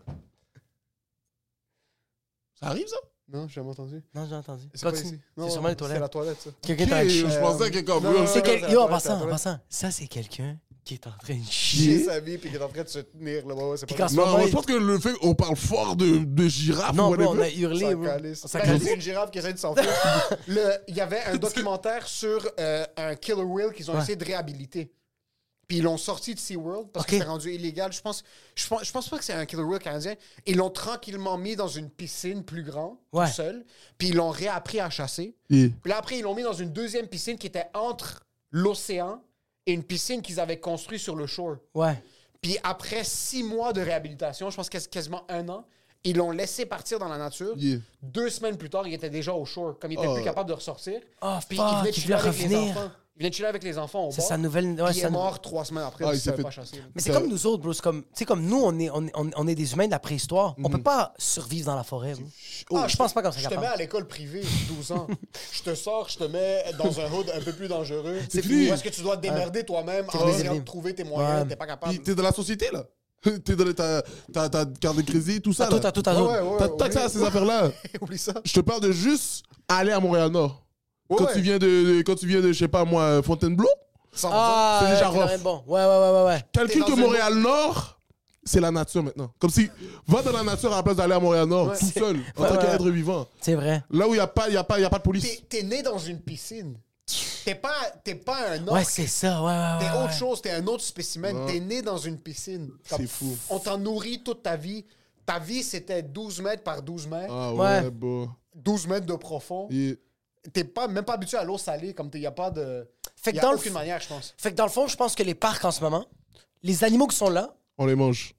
[SPEAKER 4] Ça arrive, ça?
[SPEAKER 3] Non, j'ai jamais entendu.
[SPEAKER 2] Non, j'ai entendu.
[SPEAKER 3] C'est pas
[SPEAKER 2] Continue.
[SPEAKER 3] ici.
[SPEAKER 2] C'est
[SPEAKER 3] Non,
[SPEAKER 2] sûrement les
[SPEAKER 3] C'est
[SPEAKER 2] toilettes.
[SPEAKER 3] la toilette, ça.
[SPEAKER 2] Quelqu'un t'a
[SPEAKER 4] Ok,
[SPEAKER 2] chié.
[SPEAKER 4] je pensais que comme. euh,
[SPEAKER 3] non, non,
[SPEAKER 2] C'est
[SPEAKER 3] non,
[SPEAKER 2] quel-
[SPEAKER 3] c'est la
[SPEAKER 2] Yo, en
[SPEAKER 3] toilette, c'est
[SPEAKER 2] passant,
[SPEAKER 3] la
[SPEAKER 2] en
[SPEAKER 3] toilette.
[SPEAKER 2] passant, ça, c'est quelqu'un qui est en train de
[SPEAKER 3] J'ai
[SPEAKER 2] chier.
[SPEAKER 3] sa vie, puis qui est en train de se tenir là-bas. ouais, C'est
[SPEAKER 2] Puis
[SPEAKER 3] pas
[SPEAKER 2] quand-
[SPEAKER 3] grave.
[SPEAKER 4] Non,
[SPEAKER 2] moment,
[SPEAKER 4] je pense que le fait qu'on parle fort de, de girafe
[SPEAKER 2] Non,
[SPEAKER 4] ou
[SPEAKER 2] bro, on
[SPEAKER 4] whatever,
[SPEAKER 2] a hurlé,
[SPEAKER 3] Ça
[SPEAKER 2] bro.
[SPEAKER 3] calisse.
[SPEAKER 2] On s'en
[SPEAKER 3] Ben,
[SPEAKER 2] calisse.
[SPEAKER 3] C'est une girafe qui essaie de s'enfuir.
[SPEAKER 2] [LAUGHS]
[SPEAKER 3] Le- Il y avait un documentaire sur euh, un killer whale qu'ils ont essayé de réhabiliter. Puis ils l'ont sorti de SeaWorld parce
[SPEAKER 2] Ok.
[SPEAKER 3] que c'était rendu illégal. Je pense, je, pense, je pense pas que c'est un killer whale canadien. Ils l'ont tranquillement mis dans une piscine plus grande,
[SPEAKER 2] Ouais.
[SPEAKER 3] tout seul. Puis ils l'ont réappris à chasser.
[SPEAKER 4] Yeah.
[SPEAKER 3] Puis là, après, ils l'ont mis dans une deuxième piscine qui était entre l'océan et une piscine qu'ils avaient construite sur le shore.
[SPEAKER 2] Ouais.
[SPEAKER 3] Puis après six mois de réhabilitation, je pense qu'à- quasiment un an, ils l'ont laissé partir dans la nature.
[SPEAKER 4] Yeah.
[SPEAKER 3] Deux semaines plus tard, il était déjà au shore, comme il était
[SPEAKER 4] Oh.
[SPEAKER 3] plus capable de ressortir.
[SPEAKER 2] Oh,
[SPEAKER 3] Puis
[SPEAKER 2] fuck,
[SPEAKER 3] il venait de
[SPEAKER 2] il
[SPEAKER 3] chiller
[SPEAKER 2] voulait
[SPEAKER 3] avec les
[SPEAKER 2] revenir.
[SPEAKER 3] enfants. Il venait de chiller avec les enfants au
[SPEAKER 2] C'est
[SPEAKER 3] bord.
[SPEAKER 2] sa nouvelle- ouais,
[SPEAKER 3] Puis il
[SPEAKER 2] sa-
[SPEAKER 3] est mort trois semaines après.
[SPEAKER 4] Ah,
[SPEAKER 3] parce qu'il
[SPEAKER 4] il s'est
[SPEAKER 3] savait
[SPEAKER 4] fait-
[SPEAKER 3] pas chasser.
[SPEAKER 2] Mais c'est comme nous autres, bro. C'est comme, c'est comme nous, on est, on, est- on, est- on est des humains de la préhistoire. On peut pas survivre dans la forêt. bro. Oh, je pense pas comme ça.
[SPEAKER 3] Mhm. Ah, Je te
[SPEAKER 2] capable.
[SPEAKER 3] mets à l'école privée, 12 ans. je te sors, je te mets dans un hood un peu plus dangereux.
[SPEAKER 4] C'est fini.
[SPEAKER 3] Où est-ce que tu dois te démerder toi-même en
[SPEAKER 2] fini, c'est
[SPEAKER 3] essayant
[SPEAKER 2] fini.
[SPEAKER 3] de trouver tes moyens,
[SPEAKER 2] Ouais.
[SPEAKER 3] t'es pas capable.
[SPEAKER 4] Puis t'es dans la société, là. [LAUGHS] T'es dans les- ta, ta, ta carte de crédit, tout ça.
[SPEAKER 2] T'as tout,
[SPEAKER 4] là.
[SPEAKER 2] t'as tout, t'as tout.
[SPEAKER 4] Ouais, ouais, T'as tout
[SPEAKER 3] ouais,
[SPEAKER 4] accès à
[SPEAKER 3] [LAUGHS]
[SPEAKER 4] ces affaires-là.
[SPEAKER 3] [LAUGHS] Oublie ça.
[SPEAKER 4] Je te parle de juste aller à Montréal-Nord. quand,
[SPEAKER 3] ouais.
[SPEAKER 4] tu viens de, de- quand tu viens de, je sais pas moi, Fontainebleau,
[SPEAKER 3] hein.
[SPEAKER 2] Ah,
[SPEAKER 4] C'est déjà
[SPEAKER 2] ouais,
[SPEAKER 4] rough.
[SPEAKER 2] Bon. Ouais, ouais, ouais, ouais, ouais.
[SPEAKER 4] calcule
[SPEAKER 3] T'es dans
[SPEAKER 4] que
[SPEAKER 3] une-
[SPEAKER 4] Montréal-Nord, c'est la nature maintenant. Comme si, va dans la nature à la place d'aller à Montréal-Nord, tout seul,
[SPEAKER 2] [LAUGHS]
[SPEAKER 4] en tant
[SPEAKER 2] ouais.
[SPEAKER 4] qu'être vivant.
[SPEAKER 2] C'est vrai.
[SPEAKER 4] Là où il n'y a, pas- y a, pas- y a pas de police.
[SPEAKER 3] T'es- T'es né dans une piscine. T'es pas, t'es pas un orque.
[SPEAKER 2] Ouais, c'est ça. Ouais,
[SPEAKER 3] T'es
[SPEAKER 2] ouais, ouais, ouais.
[SPEAKER 3] autre chose, t'es un autre spécimen. T'es né dans une piscine. Comme-
[SPEAKER 4] C'est fou.
[SPEAKER 3] On t'en nourrit toute ta vie. Ta vie, c'était 12 mètres par 12 mètres.
[SPEAKER 4] Ah
[SPEAKER 2] Ouais.
[SPEAKER 4] ouais, bon.
[SPEAKER 3] 12 mètres de profond.
[SPEAKER 4] Yeah.
[SPEAKER 3] T'es pas, même pas habitué à l'eau salée. Comme il n'y a pas de.
[SPEAKER 2] Fait que
[SPEAKER 3] y a
[SPEAKER 2] dans le
[SPEAKER 3] aucune
[SPEAKER 2] f-
[SPEAKER 3] manière, je pense.
[SPEAKER 2] Fait que dans le fond, je pense que les parcs en ce moment, les animaux qui sont là,
[SPEAKER 4] On les mange.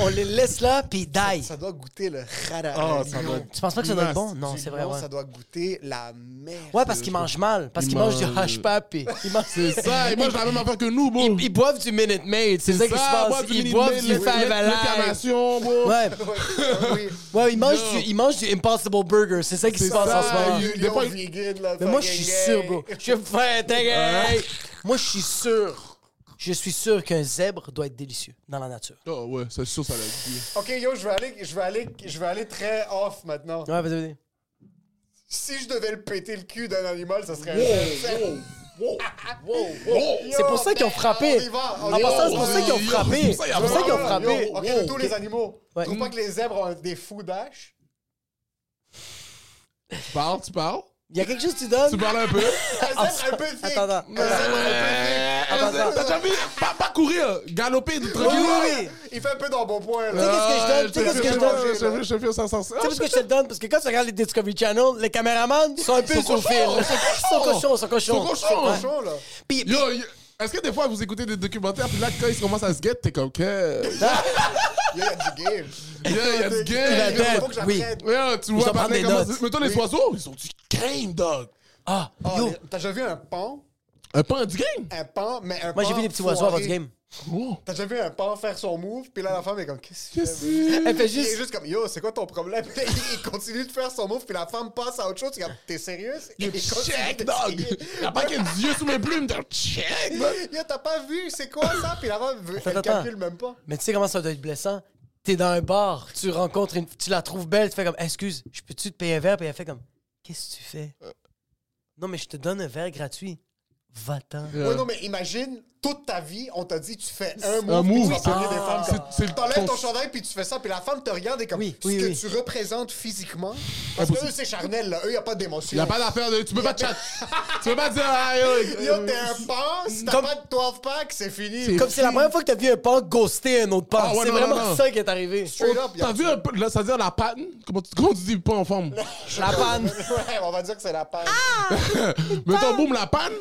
[SPEAKER 2] on les laisse là, puis ils die.
[SPEAKER 3] Ça doit goûter le rara.
[SPEAKER 4] Ah,
[SPEAKER 3] du
[SPEAKER 4] ça doit être
[SPEAKER 2] Tu penses pas que ça doit être bon?
[SPEAKER 4] Mince,
[SPEAKER 2] Non,
[SPEAKER 3] lion,
[SPEAKER 2] c'est vrai, ouais.
[SPEAKER 3] Ça doit goûter la merde.
[SPEAKER 2] Ouais, parce qu'ils mangent mal, parce
[SPEAKER 4] Ils
[SPEAKER 2] qu'ils mangent du
[SPEAKER 4] mangent-
[SPEAKER 2] hash pap, et ils mangent...
[SPEAKER 4] C'est ça, et moi j'ai la même affaire que nous, bon.
[SPEAKER 2] Ils, ils boivent du Minute Maid, c'est ça qui se
[SPEAKER 4] moi,
[SPEAKER 2] passe.
[SPEAKER 4] du
[SPEAKER 2] Ils
[SPEAKER 4] Minute
[SPEAKER 2] boivent
[SPEAKER 4] Maid,
[SPEAKER 2] du
[SPEAKER 4] le-
[SPEAKER 2] Five
[SPEAKER 4] le-
[SPEAKER 2] Alive.
[SPEAKER 4] L'incarnation, bon.
[SPEAKER 2] Ouais,
[SPEAKER 3] [LAUGHS] Ouais, oui.
[SPEAKER 2] ouais, ils mangent,
[SPEAKER 4] Non.
[SPEAKER 2] du, ils mangent du Impossible Burger, c'est ça qui se
[SPEAKER 4] C'est
[SPEAKER 2] passe
[SPEAKER 4] ça,
[SPEAKER 2] en ce moment.
[SPEAKER 4] ils-
[SPEAKER 3] Lion
[SPEAKER 4] fois,
[SPEAKER 3] vegan, là,
[SPEAKER 2] Mais moi, je suis
[SPEAKER 3] fucking
[SPEAKER 2] sûr,
[SPEAKER 3] gay.
[SPEAKER 2] bro. Je vais me faire taguer. Moi, je suis sûr. Je suis sûr qu'un zèbre doit être délicieux dans la nature.
[SPEAKER 4] Oh ouais, c'est sûr, ça l'a dit.
[SPEAKER 3] Ok, yo, je vais aller, je vais aller, je vais aller très off maintenant.
[SPEAKER 2] Ouais, vas-y, vas-y.
[SPEAKER 3] Si je devais le péter le cul d'un animal, ça serait un [LAUGHS] chef. Yo,
[SPEAKER 2] C'est pour ça qu'ils ont
[SPEAKER 3] ben,
[SPEAKER 2] frappé.
[SPEAKER 3] on y va, on
[SPEAKER 2] En
[SPEAKER 3] y va,
[SPEAKER 2] passant,
[SPEAKER 3] on
[SPEAKER 2] c'est pour
[SPEAKER 3] y
[SPEAKER 2] ça qu'ils ont
[SPEAKER 3] va.
[SPEAKER 2] frappé.
[SPEAKER 4] c'est pour
[SPEAKER 2] C'est
[SPEAKER 4] ça qu'il y a
[SPEAKER 2] pour ça qu'ils ont frappé.
[SPEAKER 3] Yo, ok, de tous les animaux.
[SPEAKER 2] Ouais.
[SPEAKER 3] Tu trouves pas que les zèbres ont des fous d'âge?
[SPEAKER 4] Tu parles, tu parles.
[SPEAKER 2] Il y a quelque chose que tu donnes?
[SPEAKER 4] Tu parles un peu.
[SPEAKER 3] Un zèbre un peu thick.
[SPEAKER 2] Ah, Attends, attends.
[SPEAKER 3] Un zèbre un peu thick.
[SPEAKER 2] attends.
[SPEAKER 4] T'as jamais pas, pas courir, galoper de
[SPEAKER 2] Oui,
[SPEAKER 4] tranquille.
[SPEAKER 2] oui, oui.
[SPEAKER 3] Il fait un peu dans bon point,
[SPEAKER 2] Tu sais
[SPEAKER 3] là.
[SPEAKER 2] qu'est-ce que je donne? Tu sais qu'est-ce que je donne? Tu
[SPEAKER 4] Euh, Je fais ça sans ça.
[SPEAKER 2] sais qu'est-ce que je te donne? Parce que quand tu regardes les Discovery Channel, les caméramans sont un peu
[SPEAKER 4] Ils sont
[SPEAKER 2] sur fil.
[SPEAKER 4] cochons,
[SPEAKER 2] Ils sont cochons, ils sont cochons.
[SPEAKER 4] Ils sont cochons.
[SPEAKER 2] Ouais.
[SPEAKER 3] Chaud, là.
[SPEAKER 2] Puis-
[SPEAKER 4] Yo, y- est-ce que des fois vous écoutez des documentaires, puis là, quand ils commencent à se guetter, t'es comme,
[SPEAKER 2] [LAUGHS]
[SPEAKER 4] que.
[SPEAKER 3] Yo, Il y a du game.
[SPEAKER 4] Yeah, y a du
[SPEAKER 2] Il a
[SPEAKER 4] game.
[SPEAKER 2] dead,
[SPEAKER 3] Faut que
[SPEAKER 2] oui.
[SPEAKER 3] j'apprenne.
[SPEAKER 4] Yeah,
[SPEAKER 2] doivent
[SPEAKER 4] tu vois,
[SPEAKER 2] prendre
[SPEAKER 4] parler
[SPEAKER 2] des
[SPEAKER 4] comment.
[SPEAKER 2] notes.
[SPEAKER 4] Mettons les oiseaux, ils sont du game, dog.
[SPEAKER 2] Ah,
[SPEAKER 3] Oh,
[SPEAKER 2] yo.
[SPEAKER 3] mais T'as déjà vu un pan?
[SPEAKER 4] Un pan du game.
[SPEAKER 3] Un pan, mais un pan
[SPEAKER 2] Moi, j'ai vu les petits oiseaux
[SPEAKER 3] foiré.
[SPEAKER 2] avant du game.
[SPEAKER 4] Oh,
[SPEAKER 3] T'as déjà vu un pan faire son move, puis là, la femme est comme, qu'est-ce que tu
[SPEAKER 4] qu'est-ce
[SPEAKER 3] fais?
[SPEAKER 4] que
[SPEAKER 2] Elle fait
[SPEAKER 3] Il est
[SPEAKER 2] juste.
[SPEAKER 3] juste comme, yo, c'est quoi ton problème? [LAUGHS] il continue de faire son move, puis la femme passe à autre chose. Tu es comme, t'es sérieuse?
[SPEAKER 4] You
[SPEAKER 3] Il continue
[SPEAKER 4] check, dog!
[SPEAKER 3] d'essayer.
[SPEAKER 4] Y'a pas que des yeux sous mes plumes, t'as check, dog!
[SPEAKER 3] [LAUGHS] Yo, t'as pas vu? C'est quoi ça? Puis la femme, veut- elle
[SPEAKER 2] attends.
[SPEAKER 3] calcule même pas.
[SPEAKER 2] Mais tu sais comment ça doit être blessant? T'es dans un bar, tu rencontres une. Tu la trouves belle, tu fais comme, excuse, je peux-tu te payer un verre? Puis elle fait comme, qu'est-ce que tu fais? Non, mais je te donne un verre gratuit. Va-t'en.
[SPEAKER 4] Euh.
[SPEAKER 3] Ouais, non, mais imagine, toute ta vie, on t'a dit, tu fais un move,
[SPEAKER 4] Un
[SPEAKER 3] puis
[SPEAKER 4] move,
[SPEAKER 3] tu vas
[SPEAKER 4] c'est-
[SPEAKER 3] pogner des femmes.
[SPEAKER 4] c'est- c'est le-
[SPEAKER 3] comme- T'enlèves ton
[SPEAKER 4] ton-
[SPEAKER 3] chandail, puis tu fais ça, puis la femme te regarde et comme,
[SPEAKER 2] Oui,
[SPEAKER 3] ce
[SPEAKER 2] oui,
[SPEAKER 3] que
[SPEAKER 2] oui.
[SPEAKER 3] tu représentes physiquement, parce que eux, c'est charnel, là. Eux, y a pas d'émotion.
[SPEAKER 4] Il Ah, a pas d'affaire de. Tu peux pas te
[SPEAKER 3] [LAUGHS]
[SPEAKER 4] chat. tu peux pas dire. Ah, yo,
[SPEAKER 3] Yo, t'es un pan, si t'as
[SPEAKER 2] Comme-
[SPEAKER 3] pas de 12 pack, c'est fini.
[SPEAKER 4] Euh, C'est-
[SPEAKER 2] Comme c'est la première fois que t'as vu un punk ghoster un autre punk.
[SPEAKER 4] Ah ouais,
[SPEAKER 2] c'est
[SPEAKER 4] non,
[SPEAKER 2] vraiment
[SPEAKER 4] non, non.
[SPEAKER 2] ça qui est arrivé.
[SPEAKER 3] Straight up, y a-
[SPEAKER 4] T'as vu un peu. Là, ça veut dire la panne? Comment tu, comment tu dis pas
[SPEAKER 3] [LAUGHS]
[SPEAKER 4] en forme?
[SPEAKER 2] La panne. Ah!
[SPEAKER 3] Ouais, on va dire que c'est la panne.
[SPEAKER 4] Mettons, boum, la panne?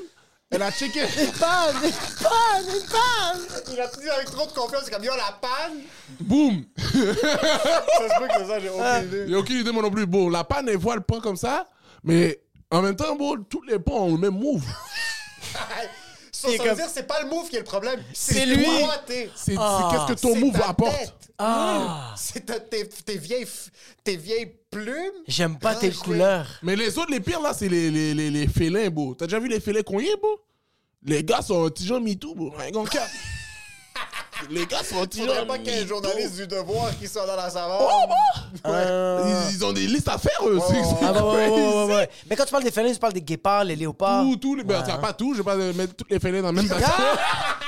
[SPEAKER 4] Elle a [LAUGHS] checké.
[SPEAKER 2] Panne, panne, panne.
[SPEAKER 3] Il a dit avec trop de confiance, c'est comme, yo, la panne. [LAUGHS]
[SPEAKER 4] boum!
[SPEAKER 3] Ça se peut que c'est ça, j'ai aucune idée.
[SPEAKER 4] Y'a aucune idée, moi non plus. Bon, la panne, elle voit le pont comme ça, mais en même temps, bon, tous les ponts ont le même move.
[SPEAKER 3] Ça, ça
[SPEAKER 2] C'est
[SPEAKER 3] veut
[SPEAKER 2] Ah. comme-
[SPEAKER 3] dire c'est pas le move qui est le problème. C'est
[SPEAKER 2] C'est lui.
[SPEAKER 3] toi, t'es.
[SPEAKER 4] C'est c'est qu'est-ce que ton
[SPEAKER 3] Ah, C'est
[SPEAKER 4] move
[SPEAKER 3] ta
[SPEAKER 4] apporte.
[SPEAKER 3] tête.
[SPEAKER 2] Ah.
[SPEAKER 3] C'est ta- tes, tes vieilles, f- tes vieilles plumes. Ah,
[SPEAKER 2] J'aime pas tes
[SPEAKER 3] Range-les.
[SPEAKER 2] couleurs.
[SPEAKER 4] Mais les autres, les pires, là, c'est les, les, les, les félins, bro. T'as déjà vu les félins qu'on y est, bro? Les gars sont un petit genre MeToo, bro. Un
[SPEAKER 3] [LAUGHS]
[SPEAKER 4] grand cap. Les gars sont un petit
[SPEAKER 3] Faudrait
[SPEAKER 4] genre
[SPEAKER 3] pas qu'il y ait un
[SPEAKER 4] MeToo.
[SPEAKER 3] journaliste du devoir qui soit dans la savane.
[SPEAKER 4] Oh, bon! Ils, ils ont des listes à faire, eux. C'est- c'est
[SPEAKER 2] Ah ouais, ouais, ouais, ouais,
[SPEAKER 4] crazy.
[SPEAKER 2] ouais, ouais. Mais quand tu parles des félins, tu parles des guépards, les léopards.
[SPEAKER 4] Tout, tout, les- ben, ça, pas tout. Je vais pas euh, mettre tous les félins dans le même
[SPEAKER 2] Ah!
[SPEAKER 4] bassin.
[SPEAKER 2] [LAUGHS]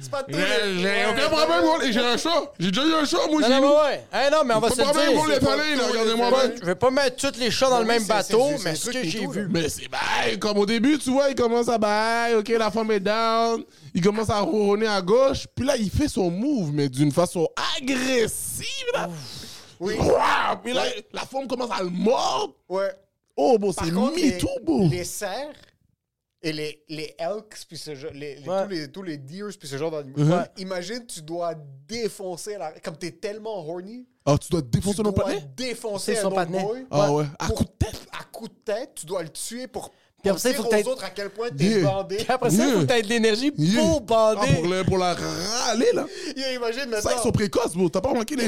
[SPEAKER 3] c'est pas tout.
[SPEAKER 4] J'ai j'ai aucun problème, gros. J'ai un chat. J'ai déjà eu un chat, moi,
[SPEAKER 2] Non,
[SPEAKER 4] chez
[SPEAKER 2] non,
[SPEAKER 4] nous.
[SPEAKER 2] mais ouais. Eh non, mais on va
[SPEAKER 4] Pas
[SPEAKER 2] se
[SPEAKER 4] de problème, gros, les
[SPEAKER 2] le dire.
[SPEAKER 4] félins, là. Regardez-moi
[SPEAKER 3] félins.
[SPEAKER 4] bien.
[SPEAKER 2] Je vais pas mettre tous les chats dans le
[SPEAKER 3] oui,
[SPEAKER 2] même
[SPEAKER 3] c'est-
[SPEAKER 2] bateau,
[SPEAKER 3] c'est- c'est
[SPEAKER 2] mais
[SPEAKER 3] le
[SPEAKER 2] ce
[SPEAKER 3] truc
[SPEAKER 2] que
[SPEAKER 3] qui
[SPEAKER 2] j'ai
[SPEAKER 3] tourne.
[SPEAKER 2] vu.
[SPEAKER 4] Mais c'est bail, comme au début, tu vois, il commence à bail, ok, la femme est down, il commence à ronronner à gauche, puis là, il fait son move, mais d'une façon agressive, là.
[SPEAKER 3] Oui.
[SPEAKER 4] Ouah, Puis là, la femme commence à le mordre.
[SPEAKER 3] Ouais.
[SPEAKER 4] Oh, bon,
[SPEAKER 3] Par
[SPEAKER 4] c'est
[SPEAKER 3] contre, les,
[SPEAKER 4] me too, beau.
[SPEAKER 3] les cerfs et les, les elks, puis ce genre, les, les-
[SPEAKER 2] Ouais.
[SPEAKER 3] tous, les, tous les deers, puis ce genre d'animaux.
[SPEAKER 4] Mhm.
[SPEAKER 3] Imagine, tu dois défoncer, la, comme t'es tellement horny,
[SPEAKER 4] Ah, tu dois défoncer
[SPEAKER 3] tu
[SPEAKER 4] ton
[SPEAKER 3] dois
[SPEAKER 4] palais?
[SPEAKER 3] défoncer
[SPEAKER 2] C'est
[SPEAKER 3] un
[SPEAKER 2] son
[SPEAKER 3] autre
[SPEAKER 2] patinet.
[SPEAKER 3] boy.
[SPEAKER 4] Ah ouais, à
[SPEAKER 3] Pour-
[SPEAKER 4] coup de tête.
[SPEAKER 3] À coup de tête, tu dois le tuer pour,
[SPEAKER 2] Puis
[SPEAKER 3] pour
[SPEAKER 2] après ça, il
[SPEAKER 3] dire
[SPEAKER 2] faut
[SPEAKER 3] aux
[SPEAKER 2] que t'aies-
[SPEAKER 3] autres à quel point t'es
[SPEAKER 4] Yeah.
[SPEAKER 3] bandé.
[SPEAKER 2] Puis après ça, il faut
[SPEAKER 4] Yeah.
[SPEAKER 2] que t'aies de l'énergie
[SPEAKER 4] Yeah.
[SPEAKER 2] pour
[SPEAKER 4] Ah, pour,
[SPEAKER 2] bander.
[SPEAKER 4] le- pour la râler, là.
[SPEAKER 3] [LAUGHS] Yeah, imagine
[SPEAKER 4] Ça, ils
[SPEAKER 3] maintenant.
[SPEAKER 4] sont précoces, bro. T'as pas remarqué les.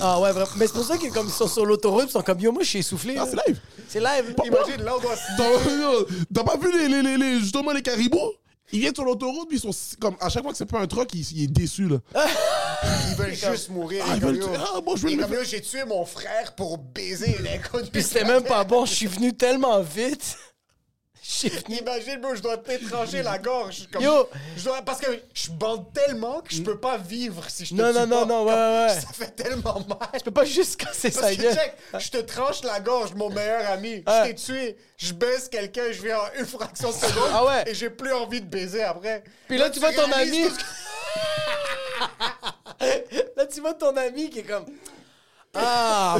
[SPEAKER 2] Ah ouais, vraiment. Mais c'est pour ça que comme ils sont sur l'autoroute, ils sont comme yo, moi je suis essoufflé.
[SPEAKER 4] Ah,
[SPEAKER 2] là.
[SPEAKER 4] c'est live.
[SPEAKER 2] C'est live.
[SPEAKER 3] Imagine, là, on doit se
[SPEAKER 4] T'as [LAUGHS] yo, t'as pas vu les, les, les, les- justement les caribous? Ils viennent sur l'autoroute, puis ils sont si- comme à chaque fois que c'est pas un truck, ils, ils sont déçus, là.
[SPEAKER 2] [LAUGHS]
[SPEAKER 3] Ils veulent juste mourir.
[SPEAKER 4] Ah,
[SPEAKER 3] les
[SPEAKER 4] ils veulent
[SPEAKER 3] gars,
[SPEAKER 4] tuer.
[SPEAKER 3] yo.
[SPEAKER 4] Ah, bon, je veux
[SPEAKER 3] Les
[SPEAKER 4] le
[SPEAKER 3] gars,
[SPEAKER 4] faire.
[SPEAKER 3] yo, j'ai tué mon frère pour baiser l'inconnu.
[SPEAKER 2] Puis c'était même pas bon, je suis venu tellement vite. Je suis venu.
[SPEAKER 3] Imagine, bro, je dois t'étranger la gorge. Comme,
[SPEAKER 2] Yo.
[SPEAKER 3] je dois- Parce que je bande tellement que je peux pas vivre si je te
[SPEAKER 2] Non,
[SPEAKER 3] tue
[SPEAKER 2] non,
[SPEAKER 3] pas.
[SPEAKER 2] non, non,
[SPEAKER 3] Comme,
[SPEAKER 2] ouais, ouais, ouais.
[SPEAKER 3] Ça fait tellement mal.
[SPEAKER 2] Je peux pas juste casser
[SPEAKER 3] Parce
[SPEAKER 2] sa
[SPEAKER 3] que,
[SPEAKER 2] gueule.
[SPEAKER 3] check, je te tranche la gorge, mon meilleur ami.
[SPEAKER 2] Ah.
[SPEAKER 3] Je t'ai tué. Je baisse quelqu'un, je vais en une fraction de seconde.
[SPEAKER 2] Ah ouais.
[SPEAKER 3] Et j'ai plus envie de baiser après.
[SPEAKER 2] Puis là, tu vois ton
[SPEAKER 3] réalises
[SPEAKER 2] ami.
[SPEAKER 3] tout ce que-
[SPEAKER 2] Là, tu vois ton ami qui est comme.
[SPEAKER 4] [LAUGHS]
[SPEAKER 2] Ah,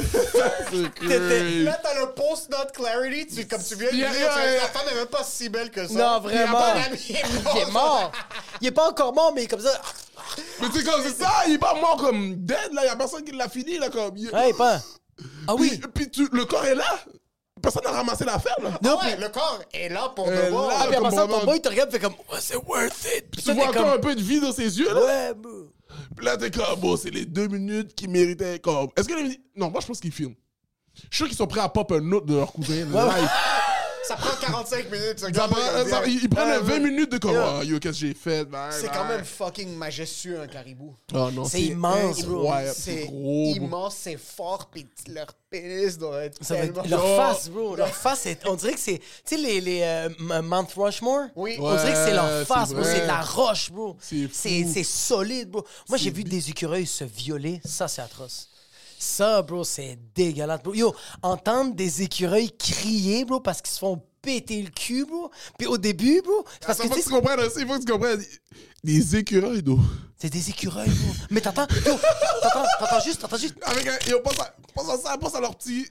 [SPEAKER 4] Crazy.
[SPEAKER 3] Là, t'as le post-not clarity. Tu, comme tu viens de
[SPEAKER 4] Il y
[SPEAKER 3] dire,
[SPEAKER 4] a
[SPEAKER 3] tu
[SPEAKER 4] rien,
[SPEAKER 3] réalises,
[SPEAKER 4] hein.
[SPEAKER 3] la femme est même pas si belle que ça.
[SPEAKER 2] Non,
[SPEAKER 3] Puis la
[SPEAKER 2] vraiment.
[SPEAKER 3] bonne amie
[SPEAKER 2] [LAUGHS]
[SPEAKER 3] est
[SPEAKER 2] il est mort. Il est pas encore mort, mais il est comme ça.
[SPEAKER 4] Mais c'est comme c'est ça, il est pas mort comme dead là, y a personne qui l'a fini là comme. il-
[SPEAKER 2] Ouais, il est pas. Ah oui.
[SPEAKER 4] Puis, puis tu- le corps est là, personne n'a ramassé l'affaire là.
[SPEAKER 2] Non,
[SPEAKER 3] Ah ouais,
[SPEAKER 2] puis-
[SPEAKER 3] le corps est là pour
[SPEAKER 4] Euh,
[SPEAKER 3] te voir.
[SPEAKER 4] là,
[SPEAKER 2] Ah, puis en
[SPEAKER 4] comme
[SPEAKER 2] passant, ton
[SPEAKER 4] vraiment-
[SPEAKER 2] boy te regarde, fait comme. Ouais, c'est worth it. Puis
[SPEAKER 4] Tu
[SPEAKER 2] toi,
[SPEAKER 4] vois
[SPEAKER 2] t'es euh,
[SPEAKER 4] encore un peu de vie dans ses yeux là.
[SPEAKER 2] Ouais, bro.
[SPEAKER 4] Puis là t'es comme bon, c'est les deux minutes qui méritaient comme. Est-ce que les... non, moi je pense qu'ils filment. Je suis sûr qu'ils sont prêts à pop un autre de leur cousin. là. Là, ils-
[SPEAKER 3] Ça prend 45 minutes. ce
[SPEAKER 4] ça
[SPEAKER 3] gars-là,
[SPEAKER 4] prend-
[SPEAKER 3] comme
[SPEAKER 4] ça-
[SPEAKER 3] bien.
[SPEAKER 4] ils, ils prennent
[SPEAKER 2] Ouais,
[SPEAKER 4] les 20
[SPEAKER 2] ouais.
[SPEAKER 4] minutes de comme
[SPEAKER 2] Yeah.
[SPEAKER 4] oh, yo qu'est-ce que j'ai fait. bye,
[SPEAKER 3] C'est
[SPEAKER 4] bye.
[SPEAKER 3] quand même fucking majestueux, un caribou.
[SPEAKER 4] Ah, non,
[SPEAKER 2] C'est immense, bro.
[SPEAKER 4] incroyable,
[SPEAKER 3] C'est
[SPEAKER 4] c'est gros. bro.
[SPEAKER 3] immense, c'est fort, pis t- leur pénis doit être
[SPEAKER 2] Ça va
[SPEAKER 3] tellement...
[SPEAKER 2] être- leur
[SPEAKER 4] Oh.
[SPEAKER 2] face, bro. Leur face, est- on dirait que c'est. Tu sais, les, les euh, M- Mount Rushmore?
[SPEAKER 3] Oui.
[SPEAKER 2] On dirait que c'est
[SPEAKER 4] Ouais,
[SPEAKER 2] leur face,
[SPEAKER 4] c'est
[SPEAKER 2] bro. C'est de
[SPEAKER 4] vrai.
[SPEAKER 2] la roche, bro.
[SPEAKER 4] C'est fou.
[SPEAKER 2] C'est c'est solide, bro. Moi, j'ai vu
[SPEAKER 4] bi-
[SPEAKER 2] des écureuils se violer. Ça, c'est atroce. Ça, bro, c'est dégueulasse, bro. Yo, entendre des écureuils crier, bro, parce qu'ils se font péter le cul, bro. Puis au début, bro, c'est parce
[SPEAKER 4] Ça,
[SPEAKER 2] que,
[SPEAKER 4] faut
[SPEAKER 2] tu
[SPEAKER 4] que
[SPEAKER 2] sais,
[SPEAKER 4] tu comprennes aussi, faut que tu comprennes. Des écureuils d'eau.
[SPEAKER 2] c'est des écureuils, bro. Mais t'entends, yo, t'entends, t'entends juste, t'entends juste.
[SPEAKER 4] Avec un, yo, pense à, pense à ça, pense à leur petit,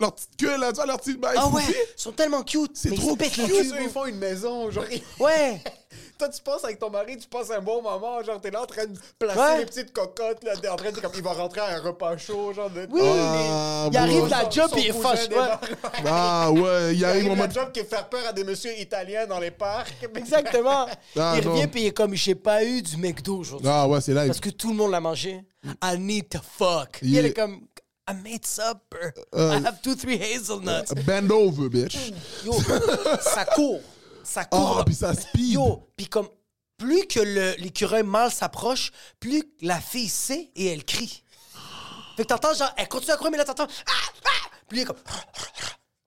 [SPEAKER 4] leur petite queue là, tu vois, leur petite baille.
[SPEAKER 2] Ah ouais, Ah ils sont tellement cute.
[SPEAKER 4] C'est
[SPEAKER 2] mais ils
[SPEAKER 4] trop
[SPEAKER 2] se pètent le
[SPEAKER 4] cute,
[SPEAKER 2] cul,
[SPEAKER 3] Eux, ils
[SPEAKER 2] bro.
[SPEAKER 3] font une maison, genre... ils-
[SPEAKER 2] Ouais.
[SPEAKER 3] [LAUGHS] Toi, tu passes avec ton mari, tu passes un bon moment, genre, t'es là en train de placer
[SPEAKER 2] Ouais.
[SPEAKER 3] les petites cocottes, là, t'es en train de comme, il va rentrer à un repas chaud, genre, de.
[SPEAKER 2] Oui.
[SPEAKER 4] Ah,
[SPEAKER 2] il arrive
[SPEAKER 4] ouais.
[SPEAKER 2] de la job et il est
[SPEAKER 3] cousin
[SPEAKER 2] fâché.
[SPEAKER 3] débarque.
[SPEAKER 2] Ouais.
[SPEAKER 3] [LAUGHS]
[SPEAKER 4] Ah ouais, il
[SPEAKER 3] Il
[SPEAKER 4] arrive
[SPEAKER 3] arrive
[SPEAKER 4] en
[SPEAKER 3] de la
[SPEAKER 4] mode.
[SPEAKER 3] job qui est faire peur à des messieurs italiens dans les parcs.
[SPEAKER 2] Exactement.
[SPEAKER 4] Ah,
[SPEAKER 2] il
[SPEAKER 4] non.
[SPEAKER 2] revient puis il est comme, j'ai pas eu du McDo aujourd'hui.
[SPEAKER 4] Ah ouais, c'est live.
[SPEAKER 2] Parce que tout le monde l'a mangé. I need to fuck.
[SPEAKER 4] Il
[SPEAKER 2] Il est
[SPEAKER 4] est-
[SPEAKER 2] comme, I made supper.
[SPEAKER 4] Euh,
[SPEAKER 2] I have two, three hazelnuts.
[SPEAKER 4] Bend over, bitch.
[SPEAKER 2] Yo, ça court. Ça court.
[SPEAKER 4] Oh, puis ça speed.
[SPEAKER 2] Yo, puis comme, plus que le- l'écureuil mâle s'approche, plus la fille sait et elle crie. Fait que t'entends genre, elle continue à courir, mais là t'entends, ah, ah, puis il est comme,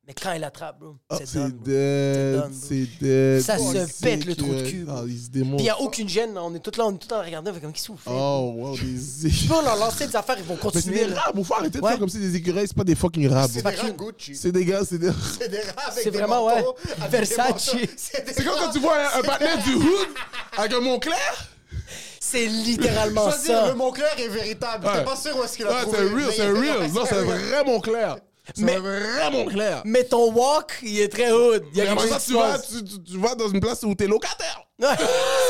[SPEAKER 2] mais quand elle attrape, bro,
[SPEAKER 4] Ah,
[SPEAKER 2] c'est done,
[SPEAKER 4] C'est
[SPEAKER 2] bro.
[SPEAKER 4] dead,
[SPEAKER 2] done, bro.
[SPEAKER 4] c'est dead.
[SPEAKER 2] Ça
[SPEAKER 4] Oh,
[SPEAKER 2] se
[SPEAKER 4] c'est
[SPEAKER 2] pète, le trou de
[SPEAKER 4] que-
[SPEAKER 2] cul,
[SPEAKER 4] Ah,
[SPEAKER 2] bro.
[SPEAKER 4] il se démonte.
[SPEAKER 2] Puis il n'y a aucune gêne, là. on est tout là, on est tout en regardant, on fait comme, qu'est-ce que vous faites?
[SPEAKER 4] Oh, wow, des
[SPEAKER 2] Puis on leur lançait des affaires, ils vont
[SPEAKER 4] Mais c'est des
[SPEAKER 2] continuer. là.
[SPEAKER 4] rabs, faut arrêter de
[SPEAKER 2] Ouais.
[SPEAKER 4] faire comme si des écureuils, c'est pas des fucking rabs.
[SPEAKER 3] C'est des rats Gucci.
[SPEAKER 4] C'est des gars, c'est des.
[SPEAKER 3] C'est des rats avec
[SPEAKER 2] C'est
[SPEAKER 3] des
[SPEAKER 2] vraiment,
[SPEAKER 3] manteaux,
[SPEAKER 2] ouais.
[SPEAKER 3] avec des
[SPEAKER 2] Versace.
[SPEAKER 3] manteaux. C'est des
[SPEAKER 4] C'est comme
[SPEAKER 3] rats.
[SPEAKER 4] quand tu vois un, un partenaire du hood avec un Montclair.
[SPEAKER 2] C'est littéralement
[SPEAKER 3] Je veux dire,
[SPEAKER 2] ça.
[SPEAKER 3] le Montclair est véritable. T'es
[SPEAKER 4] Ouais.
[SPEAKER 3] pas sûr où est-ce qu'il a
[SPEAKER 4] Ah, c'est
[SPEAKER 3] trouvé.
[SPEAKER 4] un real,
[SPEAKER 3] mais
[SPEAKER 4] c'est
[SPEAKER 3] il
[SPEAKER 4] un
[SPEAKER 3] était-
[SPEAKER 4] real. Non, c'est un vrai Montclair. C'est
[SPEAKER 2] Mais-
[SPEAKER 4] un vrai Montclair.
[SPEAKER 2] Mais ton walk, il est très hood. Il y a
[SPEAKER 4] Mais
[SPEAKER 2] quelque
[SPEAKER 4] après
[SPEAKER 2] chose
[SPEAKER 4] ça,
[SPEAKER 2] qui
[SPEAKER 4] tu
[SPEAKER 2] se
[SPEAKER 4] vas,
[SPEAKER 2] passe.
[SPEAKER 4] tu, tu- tu vas dans une place où t'es locataire.
[SPEAKER 2] Ouais,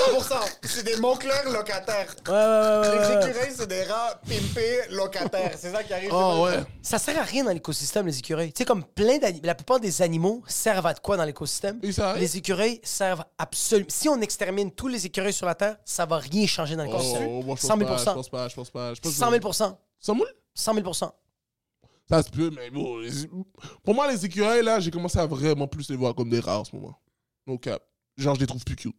[SPEAKER 3] 100%. C'est des Montclair locataires.
[SPEAKER 2] ouais, ouais, ouais, ouais,
[SPEAKER 3] Les
[SPEAKER 2] ouais.
[SPEAKER 3] écureuils, c'est des rats pimpés locataires. C'est ça qui arrive.
[SPEAKER 4] Oh, ouais.
[SPEAKER 2] Ça sert à rien dans l'écosystème, les écureuils. Tu sais, comme plein d'animaux. La plupart des animaux servent à de quoi dans l'écosystème?
[SPEAKER 4] Ils servent à rien.
[SPEAKER 2] Les écureuils servent absolument. Si on extermine tous les écureuils sur la Terre, ça va rien changer dans l'écosystème.
[SPEAKER 4] Oh, moi, je pense
[SPEAKER 2] 100 000
[SPEAKER 4] pas, Je pense pas, je pense pas. Je pense
[SPEAKER 2] 100 000 100
[SPEAKER 4] 100 000
[SPEAKER 2] 000
[SPEAKER 4] Ça se peut, mais bon. les- Pour moi, les écureuils, là, j'ai commencé à vraiment plus les voir comme des rats en ce moment. Donc, genre, je les trouve plus cute.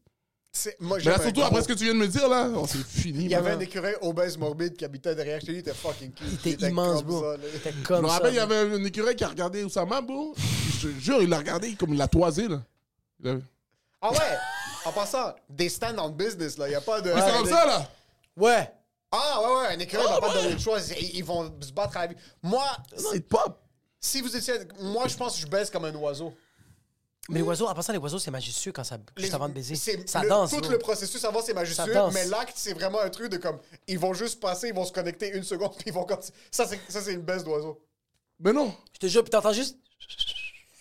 [SPEAKER 3] C'est- Moi,
[SPEAKER 4] Mais là,
[SPEAKER 3] j'aime
[SPEAKER 4] surtout
[SPEAKER 3] un
[SPEAKER 4] après
[SPEAKER 3] gros.
[SPEAKER 4] ce que tu viens de me dire, là, oh, c'est fini.
[SPEAKER 3] Il y avait
[SPEAKER 4] man.
[SPEAKER 3] un écureuil obèse morbide qui habitait derrière chez lui. Il était fucking cute.
[SPEAKER 2] Il était immense,
[SPEAKER 3] comme
[SPEAKER 2] bro.
[SPEAKER 3] ça, là.
[SPEAKER 2] Il était comme
[SPEAKER 4] Je me
[SPEAKER 2] ça.
[SPEAKER 4] rappelle, il y
[SPEAKER 2] bro.
[SPEAKER 4] avait un écureuil qui a regardé Oussama, bro. Je te jure, il l'a regardé comme il l'a toisé, là. Il avait-
[SPEAKER 3] Ah ouais! En passant, des stands en business, là. Il n'y a pas de.
[SPEAKER 4] Mais c'est comme ça, là.
[SPEAKER 2] Ouais.
[SPEAKER 3] Ah ouais, ouais, un écureuil va pas te donner de choix. Ils ils vont se battre à la vie. Moi,
[SPEAKER 4] Non, il pop.
[SPEAKER 3] si vous étiez. Moi, je pense que je baisse comme un oiseau.
[SPEAKER 2] Mais les oiseaux, en passant, les oiseaux, c'est majestueux quand ça. Juste
[SPEAKER 3] Les-
[SPEAKER 2] avant de baiser.
[SPEAKER 3] c'est
[SPEAKER 2] Ça
[SPEAKER 3] le-
[SPEAKER 2] danse.
[SPEAKER 3] Tout
[SPEAKER 2] bro.
[SPEAKER 3] le processus avant, c'est majestueux,
[SPEAKER 2] danse.
[SPEAKER 3] mais l'acte, c'est vraiment un truc de comme. Ils vont juste passer, ils vont se connecter une seconde, [LAUGHS] puis ils vont. continuer. Ça, c'est ça, c'est une baisse d'oiseau.
[SPEAKER 4] Mais non.
[SPEAKER 2] Je te jure, puis t'entends
[SPEAKER 4] [LAUGHS]
[SPEAKER 2] juste.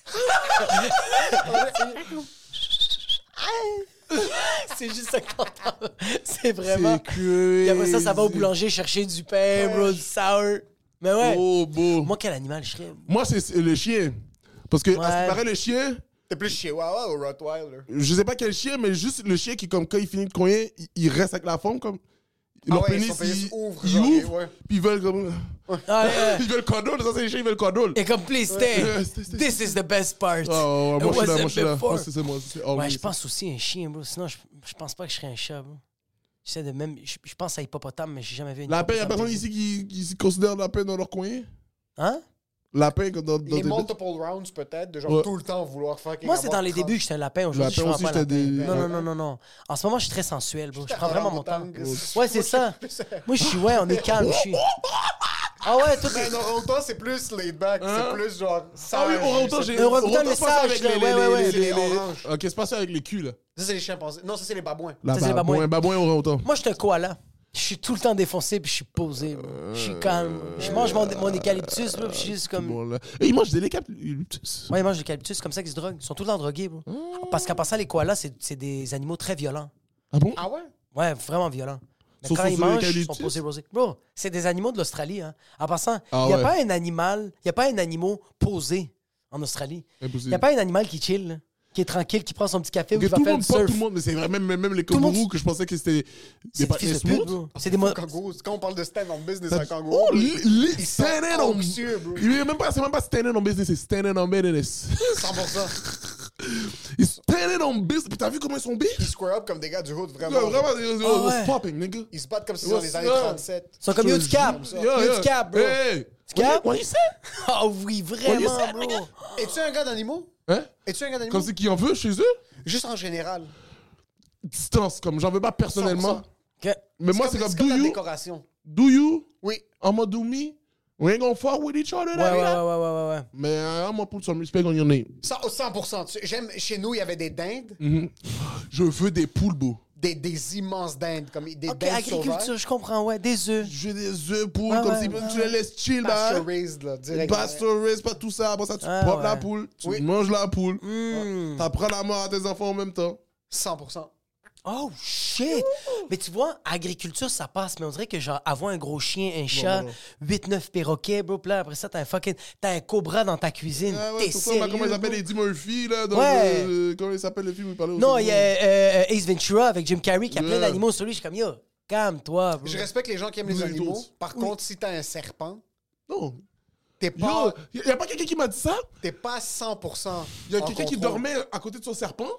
[SPEAKER 2] [LAUGHS] c'est juste ça que t'entends. C'est vraiment.
[SPEAKER 4] C'est crazy.
[SPEAKER 2] Puis après ça, ça va au boulanger chercher du pain, bro, du sour. Mais ouais.
[SPEAKER 4] Oh, beau.
[SPEAKER 2] Moi, quel animal je serais?
[SPEAKER 4] Moi, c'est c'est le chien. Parce que, à ce
[SPEAKER 2] Ouais.
[SPEAKER 4] qui paraît, le chien,
[SPEAKER 3] T'es plus chihuahua ou Rottweiler?
[SPEAKER 4] je sais pas quel chien, mais juste le chien qui, comme quand il finit de cogner, il, il reste avec la forme, comme. Leur
[SPEAKER 3] ouais,
[SPEAKER 4] pénis,
[SPEAKER 3] son pénis
[SPEAKER 4] il
[SPEAKER 3] ouvre,
[SPEAKER 4] il
[SPEAKER 3] genre, et
[SPEAKER 4] ouvre,
[SPEAKER 3] ouais.
[SPEAKER 4] puis ils veulent comme.
[SPEAKER 2] Ah, ouais, ouais.
[SPEAKER 4] [LAUGHS] Ils veulent condole, ça, c'est les chiens, ils veulent condole.
[SPEAKER 2] Et comme, please stay.
[SPEAKER 4] Ouais, stay, stay,
[SPEAKER 2] This is the best part.
[SPEAKER 4] Oh,
[SPEAKER 2] It
[SPEAKER 4] moi, je suis là,
[SPEAKER 2] wasn't
[SPEAKER 4] moi, je suis là.
[SPEAKER 2] before.
[SPEAKER 4] Moi, c'est c'est moi. c'est- oh,
[SPEAKER 2] Ouais, je
[SPEAKER 4] oui, c'est-
[SPEAKER 2] pense aussi à un chien, bro. Sinon, je, je pense pas que je serais un chat, bro. J'essaie de même. Je, je pense à hippopotame, mais j'ai jamais vu une.
[SPEAKER 4] La paix, il y a personne ici qui, qui se considère la paix dans leur coin.
[SPEAKER 2] Hein?
[SPEAKER 4] La paix comme dans, dans
[SPEAKER 3] Les
[SPEAKER 4] des-
[SPEAKER 3] multiple rounds, peut-être, de genre
[SPEAKER 4] Ouais.
[SPEAKER 3] tout le temps vouloir fucking.
[SPEAKER 2] Moi, c'est
[SPEAKER 3] avoir
[SPEAKER 2] dans les
[SPEAKER 3] 30.
[SPEAKER 2] débuts que j'étais un lapin. Aujourd'hui, je
[SPEAKER 4] Lapin
[SPEAKER 2] suis
[SPEAKER 4] aussi,
[SPEAKER 2] vraiment un
[SPEAKER 4] j'étais
[SPEAKER 2] lapin.
[SPEAKER 4] des-
[SPEAKER 2] Non, non, non, non, non. En ce moment, je suis très sensuel, bro. Je prends vraiment mon temps.
[SPEAKER 3] Orang-outang.
[SPEAKER 2] Ouais, c'est ça. Moi, je suis, ouais, on est calme. Je suis. Ah ouais, toi,
[SPEAKER 3] Mais
[SPEAKER 2] t'es.
[SPEAKER 3] un orang-outan, c'est plus laid back.
[SPEAKER 4] Hein?
[SPEAKER 3] C'est plus genre.
[SPEAKER 4] Ah oui,
[SPEAKER 3] sage,
[SPEAKER 4] orang-outan, j'ai.
[SPEAKER 2] Un orang-outan,
[SPEAKER 4] orang-outan,
[SPEAKER 2] le
[SPEAKER 4] c'est pas ça
[SPEAKER 2] sage,
[SPEAKER 4] avec
[SPEAKER 2] là,
[SPEAKER 4] les-
[SPEAKER 2] ouais, ouais, ouais.
[SPEAKER 4] les- les-
[SPEAKER 3] Les
[SPEAKER 4] les-
[SPEAKER 3] oranges.
[SPEAKER 4] les- Ok, c'est pas ça avec les culs, là.
[SPEAKER 3] Ça, c'est les chimpanzés. Non, ça, c'est les babouins.
[SPEAKER 4] Là,
[SPEAKER 2] c'est les babouins.
[SPEAKER 4] babouin, babouin, orang-outan.
[SPEAKER 2] Moi, je suis un koala. Je suis tout le temps défoncé, puis je suis posé, bro. Je suis calme. Je mange mon, mon eucalyptus, bro, puis je suis juste comme.
[SPEAKER 4] Bon, là. Et ils mangent des lécaps.
[SPEAKER 2] Moi, ils mangent l'eucalyptus, c'est comme ça qu'ils se droguent. Ils sont tout le temps drogués, bro.
[SPEAKER 4] Mmh.
[SPEAKER 2] Parce qu'en passant, les koalas, c'est c'est des animaux très violents.
[SPEAKER 4] Ah bon?
[SPEAKER 3] Ah ouais?
[SPEAKER 2] Ouais, vraiment violent. Mais
[SPEAKER 4] Sauf
[SPEAKER 2] quand
[SPEAKER 4] sur
[SPEAKER 2] ils
[SPEAKER 4] ceux
[SPEAKER 2] mangent,
[SPEAKER 4] lesquels
[SPEAKER 2] ils
[SPEAKER 4] ils
[SPEAKER 2] sont
[SPEAKER 4] tissent.
[SPEAKER 2] posés posés. Bro, c'est des animaux de l'Australie. Hein. En passant, il
[SPEAKER 4] Ah
[SPEAKER 2] n'y a
[SPEAKER 4] ouais.
[SPEAKER 2] pas un animal, il a pas un animal posé en Australie. Il n'y
[SPEAKER 4] Impossible.
[SPEAKER 2] a pas un animal qui chill, là, qui est tranquille, qui prend son petit café ou
[SPEAKER 4] Que
[SPEAKER 2] qui va
[SPEAKER 4] tout le
[SPEAKER 2] faire
[SPEAKER 4] monde
[SPEAKER 2] du
[SPEAKER 4] porte
[SPEAKER 2] surf.
[SPEAKER 4] tout le monde, mais c'est vrai, même, même, même les
[SPEAKER 2] le monde-
[SPEAKER 4] kangourous que je pensais que c'était
[SPEAKER 2] C'est des fils
[SPEAKER 4] des partenaires
[SPEAKER 2] de pute,
[SPEAKER 4] smooth.
[SPEAKER 2] bro. C'est des mo-
[SPEAKER 3] Kangourous. Quand on parle de stand en business,
[SPEAKER 4] Ça-
[SPEAKER 3] un kangourou.
[SPEAKER 4] Oh,
[SPEAKER 3] bro,
[SPEAKER 4] li- li-
[SPEAKER 3] ils sont
[SPEAKER 4] standing on
[SPEAKER 3] anxieux, bro.
[SPEAKER 4] Il est même pas, c'est même pas standing on business, c'est standing on business.
[SPEAKER 3] 100%.
[SPEAKER 4] Ils standing on business. Puis t'as vu comment ils sont big?
[SPEAKER 3] Ils square up comme des gars du hood, vraiment.
[SPEAKER 4] Ouais, Vraiment, ils ils-
[SPEAKER 2] Ah ouais.
[SPEAKER 4] what's popping, nigga?
[SPEAKER 3] Ils se battent comme si c'était dans les années
[SPEAKER 4] Ouais.
[SPEAKER 3] 37.
[SPEAKER 2] Ils sont comme yo du cap.
[SPEAKER 4] Yeah,
[SPEAKER 2] Yo
[SPEAKER 4] yeah.
[SPEAKER 2] du cap, bro.
[SPEAKER 4] Hey,
[SPEAKER 2] Du cap?
[SPEAKER 4] What you say?
[SPEAKER 2] Ah oui, vraiment, bro.
[SPEAKER 3] Es-tu un gars d'animaux?
[SPEAKER 4] Hein?
[SPEAKER 3] Es-tu un gars d'animaux?
[SPEAKER 4] Comme c'est qui en veut chez eux?
[SPEAKER 3] Juste en général.
[SPEAKER 4] Distance, comme j'en veux pas personnellement.
[SPEAKER 3] 100%.
[SPEAKER 2] Ok.
[SPEAKER 4] Mais moi, c'est comme,
[SPEAKER 3] la
[SPEAKER 4] do you,
[SPEAKER 3] décoration.
[SPEAKER 4] do you,
[SPEAKER 3] Oui.
[SPEAKER 4] I'm gonna do me, we ain't gonna fuck with each other.
[SPEAKER 2] Ouais, ouais,
[SPEAKER 4] nigga.
[SPEAKER 2] ouais, ouais, ouais, ouais, ouais.
[SPEAKER 4] Mais euh, I'm gonna put some respect on your name.
[SPEAKER 3] Ça, oh, au 100%. Tu- J'aime, chez nous, il y avait des dindes,
[SPEAKER 4] Mm. Je veux des poules, beau.
[SPEAKER 3] des, des immenses dindes, comme des
[SPEAKER 2] Ok,
[SPEAKER 3] dindes
[SPEAKER 2] agriculture,
[SPEAKER 3] sauvages.
[SPEAKER 2] je comprends, ouais, des œufs.
[SPEAKER 4] Je veux des œufs poules,
[SPEAKER 2] Ouais,
[SPEAKER 4] comme
[SPEAKER 2] ouais,
[SPEAKER 4] si
[SPEAKER 2] ouais,
[SPEAKER 4] tu les laisses chill, bah.
[SPEAKER 3] Pasture-raised, là, direct.
[SPEAKER 4] Pasteurise, pas tout ça. Après ça, tu
[SPEAKER 2] Ah,
[SPEAKER 4] popes
[SPEAKER 2] ouais.
[SPEAKER 4] la poule, tu
[SPEAKER 3] Oui.
[SPEAKER 4] manges la poule, t'apprends la mort à tes enfants en même temps.
[SPEAKER 3] 100%.
[SPEAKER 2] Oh shit! Mais tu vois, agriculture, ça passe, mais on dirait que genre avoir un gros chien, un chat, 8-9 perroquets, bro, puis là, après ça, t'as un fucking. T'as un cobra dans ta cuisine.
[SPEAKER 4] Ah
[SPEAKER 2] T'es
[SPEAKER 4] ouais, c'est pour ça, là,
[SPEAKER 2] sérieux,
[SPEAKER 4] comment il s'appelle
[SPEAKER 2] bro?
[SPEAKER 4] Eddie Murphy, là, dans
[SPEAKER 2] Ouais.
[SPEAKER 4] le- euh, comment il s'appelle le film où il parlait au
[SPEAKER 2] Non,
[SPEAKER 4] cerveau,
[SPEAKER 2] il y a
[SPEAKER 4] là?
[SPEAKER 2] euh, euh, Ace Ventura avec Jim Carrey qui a plein
[SPEAKER 4] Ouais.
[SPEAKER 2] d'animaux sur lui. Je suis comme, yo, calme-toi, bro.
[SPEAKER 3] Je respecte les gens qui aiment les
[SPEAKER 4] Nous, les
[SPEAKER 3] animaux.
[SPEAKER 4] autres.
[SPEAKER 3] Par contre, si t'as un serpent,
[SPEAKER 4] Non.
[SPEAKER 3] t'es
[SPEAKER 4] Yo,
[SPEAKER 3] pas,
[SPEAKER 4] y a pas quelqu'un qui m'a dit ça
[SPEAKER 3] t'es pas à 100%.
[SPEAKER 4] Il y a
[SPEAKER 3] en
[SPEAKER 4] quelqu'un qui
[SPEAKER 3] contrôle.
[SPEAKER 4] dormait à côté de son serpent.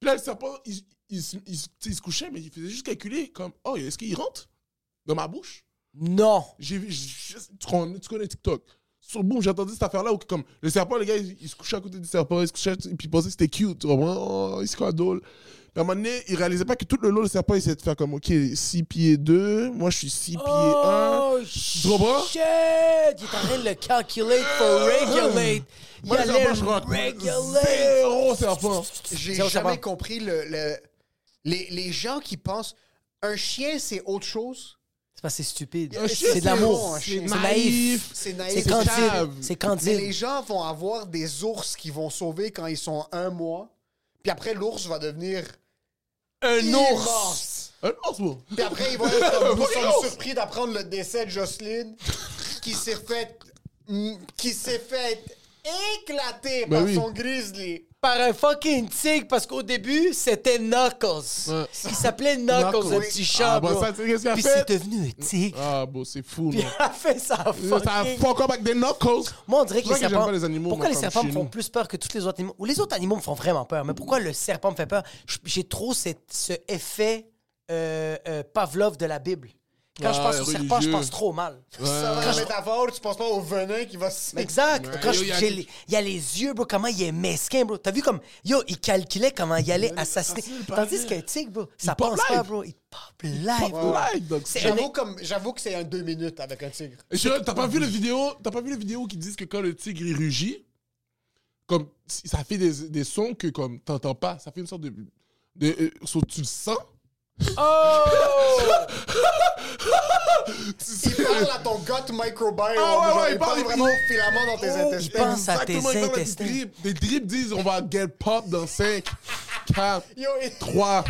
[SPEAKER 4] Puis là, le serpent, il, il se- il se- tu sais, il se couchait, mais il faisait juste calculer comme Oh, est-ce qu'il rentre dans ma bouche
[SPEAKER 2] Non!
[SPEAKER 4] J'ai vu, je- je- tu connais, tu connais TikTok. Sur boum, j'ai entendu cette affaire-là où, comme, le serpent, les gars, ils, ils se couchaient à côté du serpent, ils se couchaient, puis ils pensaient que c'était cute, tu comprends? Oh, ils se croient drôle. Puis à un moment donné, ils réalisaient pas que tout le long, le serpent, il essayait de faire comme, OK, 6 pieds 2, moi je suis 6
[SPEAKER 2] Oh
[SPEAKER 4] pieds 1. hein, Tu comprends?
[SPEAKER 2] shit! Il est en train de le calculate for regulate. Il
[SPEAKER 4] Moi, le
[SPEAKER 2] allait
[SPEAKER 4] serpent, je rock.
[SPEAKER 2] regulate.
[SPEAKER 4] Zéro serpent.
[SPEAKER 3] J'ai
[SPEAKER 2] Zéro
[SPEAKER 3] jamais
[SPEAKER 2] serpent.
[SPEAKER 3] compris le, le- les, les gens qui pensent un chien, c'est autre chose.
[SPEAKER 2] C'est pas c'est stupide.
[SPEAKER 4] Un chien,
[SPEAKER 2] C'est de
[SPEAKER 4] c'est bon,
[SPEAKER 2] l'amour.
[SPEAKER 3] un
[SPEAKER 2] C'est
[SPEAKER 3] chien.
[SPEAKER 2] naïf.
[SPEAKER 3] C'est naïf.
[SPEAKER 2] C'est candide.
[SPEAKER 4] cave.
[SPEAKER 2] C'est
[SPEAKER 3] Mais les
[SPEAKER 2] candide.
[SPEAKER 3] gens vont avoir des ours qui vont sauver quand ils sont un mois. Puis après, l'ours va devenir
[SPEAKER 4] Un ours.
[SPEAKER 3] immense.
[SPEAKER 4] Un ours, moi.
[SPEAKER 3] Puis après, ils vont être
[SPEAKER 4] [LAUGHS]
[SPEAKER 3] comme, nous
[SPEAKER 4] Fucking
[SPEAKER 3] sommes
[SPEAKER 4] ours.
[SPEAKER 3] surpris d'apprendre le décès de Jocelyne qui s'est fait qui s'est fait éclater
[SPEAKER 4] Ben
[SPEAKER 3] par
[SPEAKER 4] oui.
[SPEAKER 3] son grizzly.
[SPEAKER 2] Par un fucking tigre, parce qu'au début, c'était Knuckles.
[SPEAKER 4] Ouais.
[SPEAKER 2] Il s'appelait Knuckles, le
[SPEAKER 3] Knuckles.
[SPEAKER 2] petit chat.
[SPEAKER 4] Ah, bah,
[SPEAKER 2] bro.
[SPEAKER 4] ça, tu sais qu'est-ce qu'il a
[SPEAKER 2] Puis
[SPEAKER 4] fait?
[SPEAKER 2] c'est devenu un [LAUGHS] tigre.
[SPEAKER 4] Ah, bon, c'est fou,
[SPEAKER 2] Puis
[SPEAKER 4] non?
[SPEAKER 2] il a fait ça
[SPEAKER 4] Ça
[SPEAKER 2] fucking...
[SPEAKER 4] fuck up avec des knuckles.
[SPEAKER 2] Moi, on dirait que les
[SPEAKER 4] C'est vrai que j'aime
[SPEAKER 2] serpents.
[SPEAKER 4] pas les animaux,
[SPEAKER 2] pourquoi les
[SPEAKER 4] moi, comme
[SPEAKER 2] serpents
[SPEAKER 4] chez
[SPEAKER 2] me font
[SPEAKER 4] nous.
[SPEAKER 2] plus peur que tous les autres animaux Ou les autres animaux me font vraiment peur, mais pourquoi le serpent me fait peur J- J'ai trop cette- ce effet euh, euh, Pavlov de la Bible. Quand je
[SPEAKER 4] Ah,
[SPEAKER 2] pense au
[SPEAKER 4] religieux.
[SPEAKER 2] serpent, je pense trop mal.
[SPEAKER 3] Ça va la Euh, métaphore, tu penses pas au venin qui va se...
[SPEAKER 2] Exact. Quand je-
[SPEAKER 4] yo, il y a
[SPEAKER 2] j'ai
[SPEAKER 4] quelque-
[SPEAKER 2] les- il y a les yeux, bro, comment il est mesquin, bro. T'as vu comme, yo, il calculait comment il allait assassiner.
[SPEAKER 4] assassiner le
[SPEAKER 2] Tandis
[SPEAKER 4] palais.
[SPEAKER 2] qu'un tigre, bro, ça
[SPEAKER 4] pop
[SPEAKER 2] pense pas,
[SPEAKER 4] live.
[SPEAKER 2] bro. Il pop live, bro.
[SPEAKER 4] Like, donc.
[SPEAKER 2] C'est un-
[SPEAKER 3] J'avoue comme- J'avoue que c'est un deux minutes avec un tigre.
[SPEAKER 4] Et Cyril, T'as pas vu les vidéos T'as pas vu les vidéos qui disent que quand le tigre il rugit, comme ça fait des, des sons que comme t'entends pas, ça fait une sorte de, de euh, so- tu le sens. [LAUGHS]
[SPEAKER 3] Il parle à ton gut microbiome.
[SPEAKER 4] Ah ouais, ouais,
[SPEAKER 3] genre,
[SPEAKER 4] il
[SPEAKER 3] il
[SPEAKER 4] parle-
[SPEAKER 3] parle vraiment au filament
[SPEAKER 4] Oh,
[SPEAKER 3] dans tes
[SPEAKER 2] il
[SPEAKER 3] intestins.
[SPEAKER 2] pense à tes
[SPEAKER 4] Exactement, il parle des
[SPEAKER 2] intestins.
[SPEAKER 4] dribs. Des dribs disent on va get pop dans 5, 4,
[SPEAKER 3] Yo, il-
[SPEAKER 4] 3,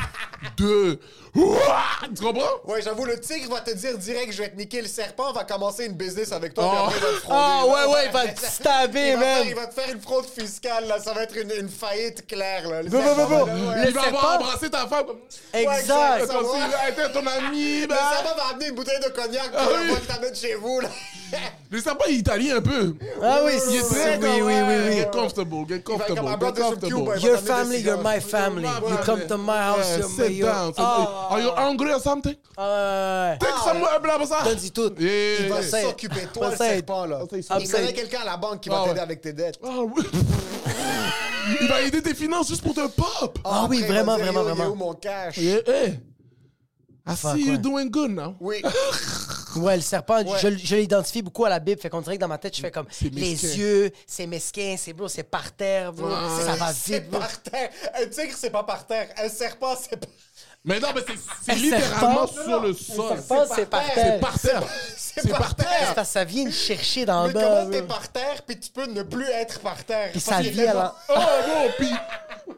[SPEAKER 4] 2. Ouah Tu comprends
[SPEAKER 3] Ouais, j'avoue, le tigre va te dire direct, je vais te niquer le serpent, va commencer une business avec toi.
[SPEAKER 4] Oh.
[SPEAKER 3] puis après, il va te fronder.
[SPEAKER 2] Ah, ouais, ouais, il va
[SPEAKER 3] [LAUGHS]
[SPEAKER 2] te
[SPEAKER 3] faire-
[SPEAKER 2] stabber,
[SPEAKER 3] il va faire-
[SPEAKER 2] man.
[SPEAKER 3] Il va te faire une fraude fiscale, là. Ça va être une, une faillite claire, là. Le
[SPEAKER 2] Bro, bro, bro, bro.
[SPEAKER 3] serpent va-
[SPEAKER 2] Le
[SPEAKER 3] ouais.
[SPEAKER 4] Il va
[SPEAKER 2] serpent-
[SPEAKER 4] avoir embrassé ta femme comme.
[SPEAKER 2] Exact.
[SPEAKER 3] Ça
[SPEAKER 4] Comme
[SPEAKER 3] va.
[SPEAKER 4] s'il a été ton ami,
[SPEAKER 3] Le
[SPEAKER 4] bah.
[SPEAKER 3] serpent va amener une bouteille de cognac pour
[SPEAKER 4] Ah oui.
[SPEAKER 3] la fois que t'amènes chez
[SPEAKER 2] [LAUGHS]
[SPEAKER 3] vous, là.
[SPEAKER 4] Le serpent est italien un peu.
[SPEAKER 2] Ah oui,
[SPEAKER 4] Il
[SPEAKER 2] c'est
[SPEAKER 4] est
[SPEAKER 2] ça. Oui,
[SPEAKER 4] très
[SPEAKER 2] oui,
[SPEAKER 4] comme,
[SPEAKER 2] oui,
[SPEAKER 4] ouais,
[SPEAKER 2] oui.
[SPEAKER 4] Get comfortable, get
[SPEAKER 3] va
[SPEAKER 4] comfortable,
[SPEAKER 3] comme, I brought this
[SPEAKER 4] get
[SPEAKER 3] from Cuba. You're
[SPEAKER 4] comfortable.
[SPEAKER 2] Your
[SPEAKER 3] Attendez,
[SPEAKER 2] family,
[SPEAKER 3] les
[SPEAKER 2] you're
[SPEAKER 3] gars.
[SPEAKER 2] my family. You come to my house,
[SPEAKER 4] Yeah,
[SPEAKER 2] you're my
[SPEAKER 4] sit down. sit down.
[SPEAKER 2] Ah,
[SPEAKER 4] Are you hungry or something?
[SPEAKER 2] ah, ouais.
[SPEAKER 4] Take some more blah, blah, blah.
[SPEAKER 2] Donne-y tout.
[SPEAKER 4] Yeah.
[SPEAKER 3] Il va
[SPEAKER 2] Upside.
[SPEAKER 3] s'occuper de toi, le
[SPEAKER 2] Upside.
[SPEAKER 3] serpent, là.
[SPEAKER 4] Upside.
[SPEAKER 3] Il connaît quelqu'un à la banque qui va
[SPEAKER 4] Ah,
[SPEAKER 3] t'aider
[SPEAKER 4] ouais.
[SPEAKER 3] avec tes dettes.
[SPEAKER 4] Ah, oui. Il va aider tes finances juste pour te pop.
[SPEAKER 2] Ah oui,
[SPEAKER 3] Après, il va
[SPEAKER 2] vraiment,
[SPEAKER 3] dire,
[SPEAKER 2] vraiment,
[SPEAKER 3] Yo, il est
[SPEAKER 2] vraiment.
[SPEAKER 3] où mon cash?
[SPEAKER 4] Yeah, hey. I
[SPEAKER 2] Fuck,
[SPEAKER 4] see you
[SPEAKER 2] ouais.
[SPEAKER 4] doing good now.
[SPEAKER 3] Oui.
[SPEAKER 2] Ouais, le serpent, je, je l'identifie beaucoup à la Bible. Fait qu'on dirait que dans ma tête, je fais comme les
[SPEAKER 4] mesquin.
[SPEAKER 2] yeux, c'est mesquin, c'est bro, c'est par terre, bro. Ça
[SPEAKER 3] [LAUGHS]
[SPEAKER 2] va
[SPEAKER 3] C'est
[SPEAKER 2] vite, Ah, bro.
[SPEAKER 3] par terre. Un tigre, c'est pas par terre. Un serpent, c'est pas...
[SPEAKER 4] Mais non, mais c'est- c'est
[SPEAKER 2] Un
[SPEAKER 4] littéralement
[SPEAKER 2] serpent.
[SPEAKER 4] sur le
[SPEAKER 2] Le
[SPEAKER 4] sol.
[SPEAKER 2] serpent, c'est par terre.
[SPEAKER 4] C'est par terre.
[SPEAKER 3] [LAUGHS] C'est par terre.
[SPEAKER 2] C'est parce que ça vient me chercher dans
[SPEAKER 3] Mais
[SPEAKER 2] le bas.
[SPEAKER 3] comment t'es
[SPEAKER 2] bro.
[SPEAKER 3] par terre, puis tu peux ne plus être par terre?
[SPEAKER 2] Ah, ben Puis
[SPEAKER 3] Parce
[SPEAKER 2] ça
[SPEAKER 3] qu'il
[SPEAKER 2] vient
[SPEAKER 3] était
[SPEAKER 2] alors.
[SPEAKER 4] Oh non, pis.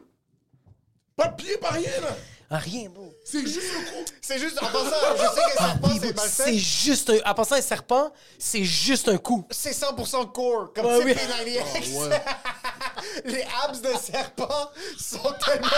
[SPEAKER 4] Pas de pied, pas rien, là.
[SPEAKER 2] Ah, rien, bro.
[SPEAKER 4] C'est juste le coup.
[SPEAKER 3] C'est juste, en passant, je sais que ça
[SPEAKER 2] Oui,
[SPEAKER 3] passe,
[SPEAKER 2] bro,
[SPEAKER 3] c'est mal
[SPEAKER 2] Ah, C'est
[SPEAKER 3] fait.
[SPEAKER 2] juste un. En passant, un serpent, c'est juste un coup.
[SPEAKER 3] C'est 100% core, comme
[SPEAKER 2] Ouais,
[SPEAKER 3] c'est
[SPEAKER 2] oui.
[SPEAKER 4] Ah,
[SPEAKER 3] P90X. [LAUGHS] Les abs de serpent sont tellement...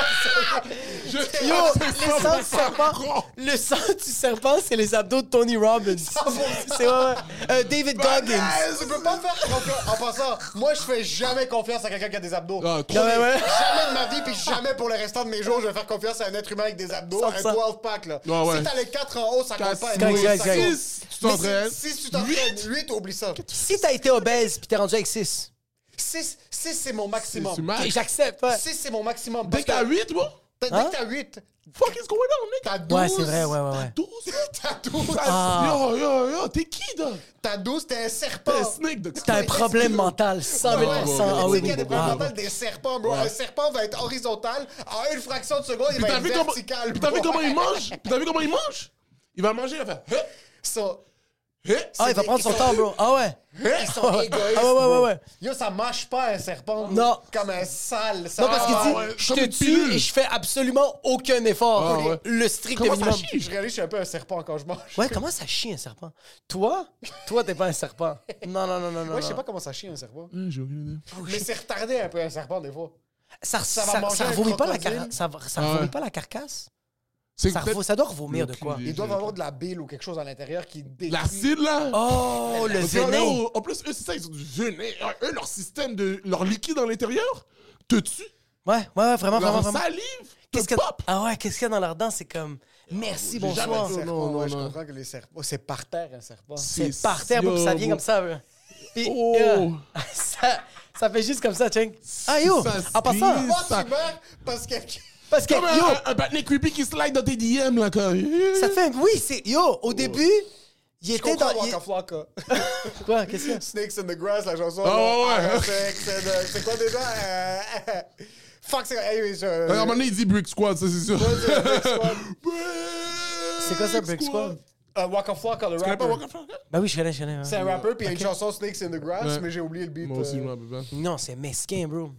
[SPEAKER 4] Je...
[SPEAKER 2] Yo, le sang du serpent,
[SPEAKER 4] gros.
[SPEAKER 2] le sang du serpent, c'est les abdos de Tony Robbins. C'est ouais, ouais. Euh, David Goggins.
[SPEAKER 3] Ah, Tu peux pas faire confiance. En passant, moi, je fais jamais confiance à quelqu'un qui a des abdos.
[SPEAKER 4] Ah, trop
[SPEAKER 2] Non, mais ouais.
[SPEAKER 3] Jamais de ma vie, puis jamais pour le restant de mes jours, je vais faire confiance à un être humain avec des abdos,
[SPEAKER 2] Ça,
[SPEAKER 3] un
[SPEAKER 2] ça.
[SPEAKER 3] 12-pack, là.
[SPEAKER 4] Ouais, ouais.
[SPEAKER 3] Si t'as les 4 en haut, ça compte pas.
[SPEAKER 2] Correct,
[SPEAKER 3] Anyway,
[SPEAKER 2] correct,
[SPEAKER 3] ça
[SPEAKER 2] correct.
[SPEAKER 3] compte.
[SPEAKER 4] Six, tu
[SPEAKER 3] Mais
[SPEAKER 4] t'entraînes.
[SPEAKER 3] si- Si tu t'entraînes 8, oublie ça.
[SPEAKER 2] Si t'as été obèse puis t'es rendu avec 6,
[SPEAKER 3] 6, c'est mon
[SPEAKER 4] Tu
[SPEAKER 3] maximum.
[SPEAKER 4] marches.
[SPEAKER 2] j'accepte. ouais.
[SPEAKER 3] 6, c'est mon maximum.
[SPEAKER 4] Dès que t'as 8, bro.
[SPEAKER 3] Dès
[SPEAKER 2] Hein?
[SPEAKER 3] que t'as 8,
[SPEAKER 4] Fuck is going on, nigga?
[SPEAKER 3] t'as 12.
[SPEAKER 2] Ouais, c'est vrai, ouais, ouais, ouais. Ah.
[SPEAKER 4] 12?
[SPEAKER 3] T'as
[SPEAKER 4] [LAUGHS]
[SPEAKER 3] 12.
[SPEAKER 4] Yo, yo, yo, t'es qui, dog?
[SPEAKER 3] T'as 12, t'es un serpent.
[SPEAKER 4] T'es un snake, dog.
[SPEAKER 2] T'as un problème mental, 100 000
[SPEAKER 4] Ouais, ouais, ouais.
[SPEAKER 2] Ah oui,
[SPEAKER 3] Tu sais qu'il y a des
[SPEAKER 2] oui,
[SPEAKER 3] problèmes
[SPEAKER 2] oui,
[SPEAKER 3] mentaux
[SPEAKER 2] oui.
[SPEAKER 3] des serpents, bro. Un serpent va être horizontal. En une fraction de seconde, il
[SPEAKER 4] Puis
[SPEAKER 3] va
[SPEAKER 4] t'as
[SPEAKER 3] être
[SPEAKER 4] vu comment,
[SPEAKER 3] vertical.
[SPEAKER 4] puis t'as vu
[SPEAKER 3] bro.
[SPEAKER 4] hein, comment il mange? Puis t'as vu comment il mange? Il va manger, il va faire.
[SPEAKER 3] [LAUGHS] So,
[SPEAKER 2] Ah, il va prendre son temps, bro. Ah ouais.
[SPEAKER 4] Hein?
[SPEAKER 3] Ils sont égoïstes.
[SPEAKER 2] Ah ouais, ouais, ouais,
[SPEAKER 3] bro.
[SPEAKER 2] ouais.
[SPEAKER 3] Yo, ça mâche pas un serpent. bro.
[SPEAKER 2] Non.
[SPEAKER 3] Comme un sale.
[SPEAKER 2] Non, parce qu'il dit,
[SPEAKER 4] Ah ouais,
[SPEAKER 2] je
[SPEAKER 4] comme
[SPEAKER 2] te
[SPEAKER 4] une
[SPEAKER 2] tue
[SPEAKER 4] pilule.
[SPEAKER 2] et je fais absolument aucun effort.
[SPEAKER 4] Ah, ouais.
[SPEAKER 2] Le strict
[SPEAKER 4] Comment ça
[SPEAKER 2] minimum.
[SPEAKER 4] chie?
[SPEAKER 3] Je réalise, je suis un peu un serpent quand je mange.
[SPEAKER 2] Ouais, comment ça chie un serpent? Toi? Toi, t'es pas un serpent. Non, non, non, non, non.
[SPEAKER 3] Ouais, je sais
[SPEAKER 2] non.
[SPEAKER 3] pas comment ça chie un serpent.
[SPEAKER 4] Ah, J'ai aucune idée.
[SPEAKER 3] Mais c'est retardé un peu un serpent des fois.
[SPEAKER 2] Ça,
[SPEAKER 3] va
[SPEAKER 2] ça,
[SPEAKER 3] manger
[SPEAKER 2] ça
[SPEAKER 3] un
[SPEAKER 2] revomit pas la
[SPEAKER 3] crocodile.
[SPEAKER 2] car- ça, va- ça
[SPEAKER 4] Ah,
[SPEAKER 2] revomit
[SPEAKER 4] ouais.
[SPEAKER 2] pas la carcasse?
[SPEAKER 4] C'est
[SPEAKER 2] Ça,
[SPEAKER 4] peut-être
[SPEAKER 2] revo- ça doit revomir de
[SPEAKER 4] Aucune
[SPEAKER 2] quoi?
[SPEAKER 4] idée.
[SPEAKER 3] Ils doivent avoir de la bile ou quelque chose à l'intérieur qui détruit.
[SPEAKER 4] l'acide, là.
[SPEAKER 2] Oh, le
[SPEAKER 4] Parce que là,
[SPEAKER 2] venin!
[SPEAKER 4] au- En plus, eux, c'est ça, ils ont du venin. Eux, leur système de. leur liquide à l'intérieur te tue.
[SPEAKER 2] Ouais, ouais, ouais, vraiment, Ah, vraiment,
[SPEAKER 4] Leur
[SPEAKER 2] vraiment.
[SPEAKER 4] salive
[SPEAKER 2] Qu'est-ce
[SPEAKER 4] te
[SPEAKER 2] que...
[SPEAKER 4] pop.
[SPEAKER 2] Ah ouais, qu'est-ce qu'il y a dans leurs dents? C'est comme, merci,
[SPEAKER 4] j'ai jamais
[SPEAKER 2] bonsoir.
[SPEAKER 4] vu
[SPEAKER 3] Serpent,
[SPEAKER 4] Oh, Non, non,
[SPEAKER 3] ouais, je
[SPEAKER 4] non.
[SPEAKER 3] comprends que les serpents. Oh, c'est par terre un serpent.
[SPEAKER 2] C'est par terre, puis ça vient comme ça. là. Puis,
[SPEAKER 4] Oh.
[SPEAKER 2] euh, [LAUGHS] ça, ça fait juste comme ça, Cheng. Ah yo,
[SPEAKER 4] Ça se
[SPEAKER 2] en passant,
[SPEAKER 4] glisse. hein?
[SPEAKER 3] Moi, tu meurs Ah, parce que.
[SPEAKER 2] parce que
[SPEAKER 4] Comme un,
[SPEAKER 2] yo,
[SPEAKER 4] un, un Batman creepy qui slide dans tes DM, là, quand.
[SPEAKER 2] ça te fait un... Oui, c'est... Yo, au début, il
[SPEAKER 3] Je
[SPEAKER 2] était dans...
[SPEAKER 3] comprends
[SPEAKER 2] il-
[SPEAKER 3] Waka
[SPEAKER 4] [LAUGHS]
[SPEAKER 3] Flocka.
[SPEAKER 2] Quoi, qu'est-ce qu'il y a?
[SPEAKER 3] Snakes in the Grass, la chanson.
[SPEAKER 4] Ah,
[SPEAKER 3] là.
[SPEAKER 4] ouais, ouais.
[SPEAKER 3] Sex and, euh, C'est quoi déjà Euh, [LAUGHS] Fuck, c'est. Hey, je-
[SPEAKER 4] Euh, À un moment donné, il dit Brick Squad, ça, c'est sûr.
[SPEAKER 3] c'est Brick Squad.
[SPEAKER 4] [LAUGHS]
[SPEAKER 2] C'est quoi ça, Brick Squad?
[SPEAKER 3] Euh, Waka Flocka, le
[SPEAKER 4] Tu connais pas
[SPEAKER 3] rapper.
[SPEAKER 4] Waka Flocka?
[SPEAKER 2] Ben oui, je connais, je connais. ouais.
[SPEAKER 3] C'est un rappeur, puis il y a une chanson Snakes in the Grass,
[SPEAKER 4] Ouais.
[SPEAKER 3] mais j'ai oublié le beat.
[SPEAKER 4] Moi aussi,
[SPEAKER 3] euh.
[SPEAKER 4] je m'en rappelle pas.
[SPEAKER 2] Non, c'est mesquin, bro.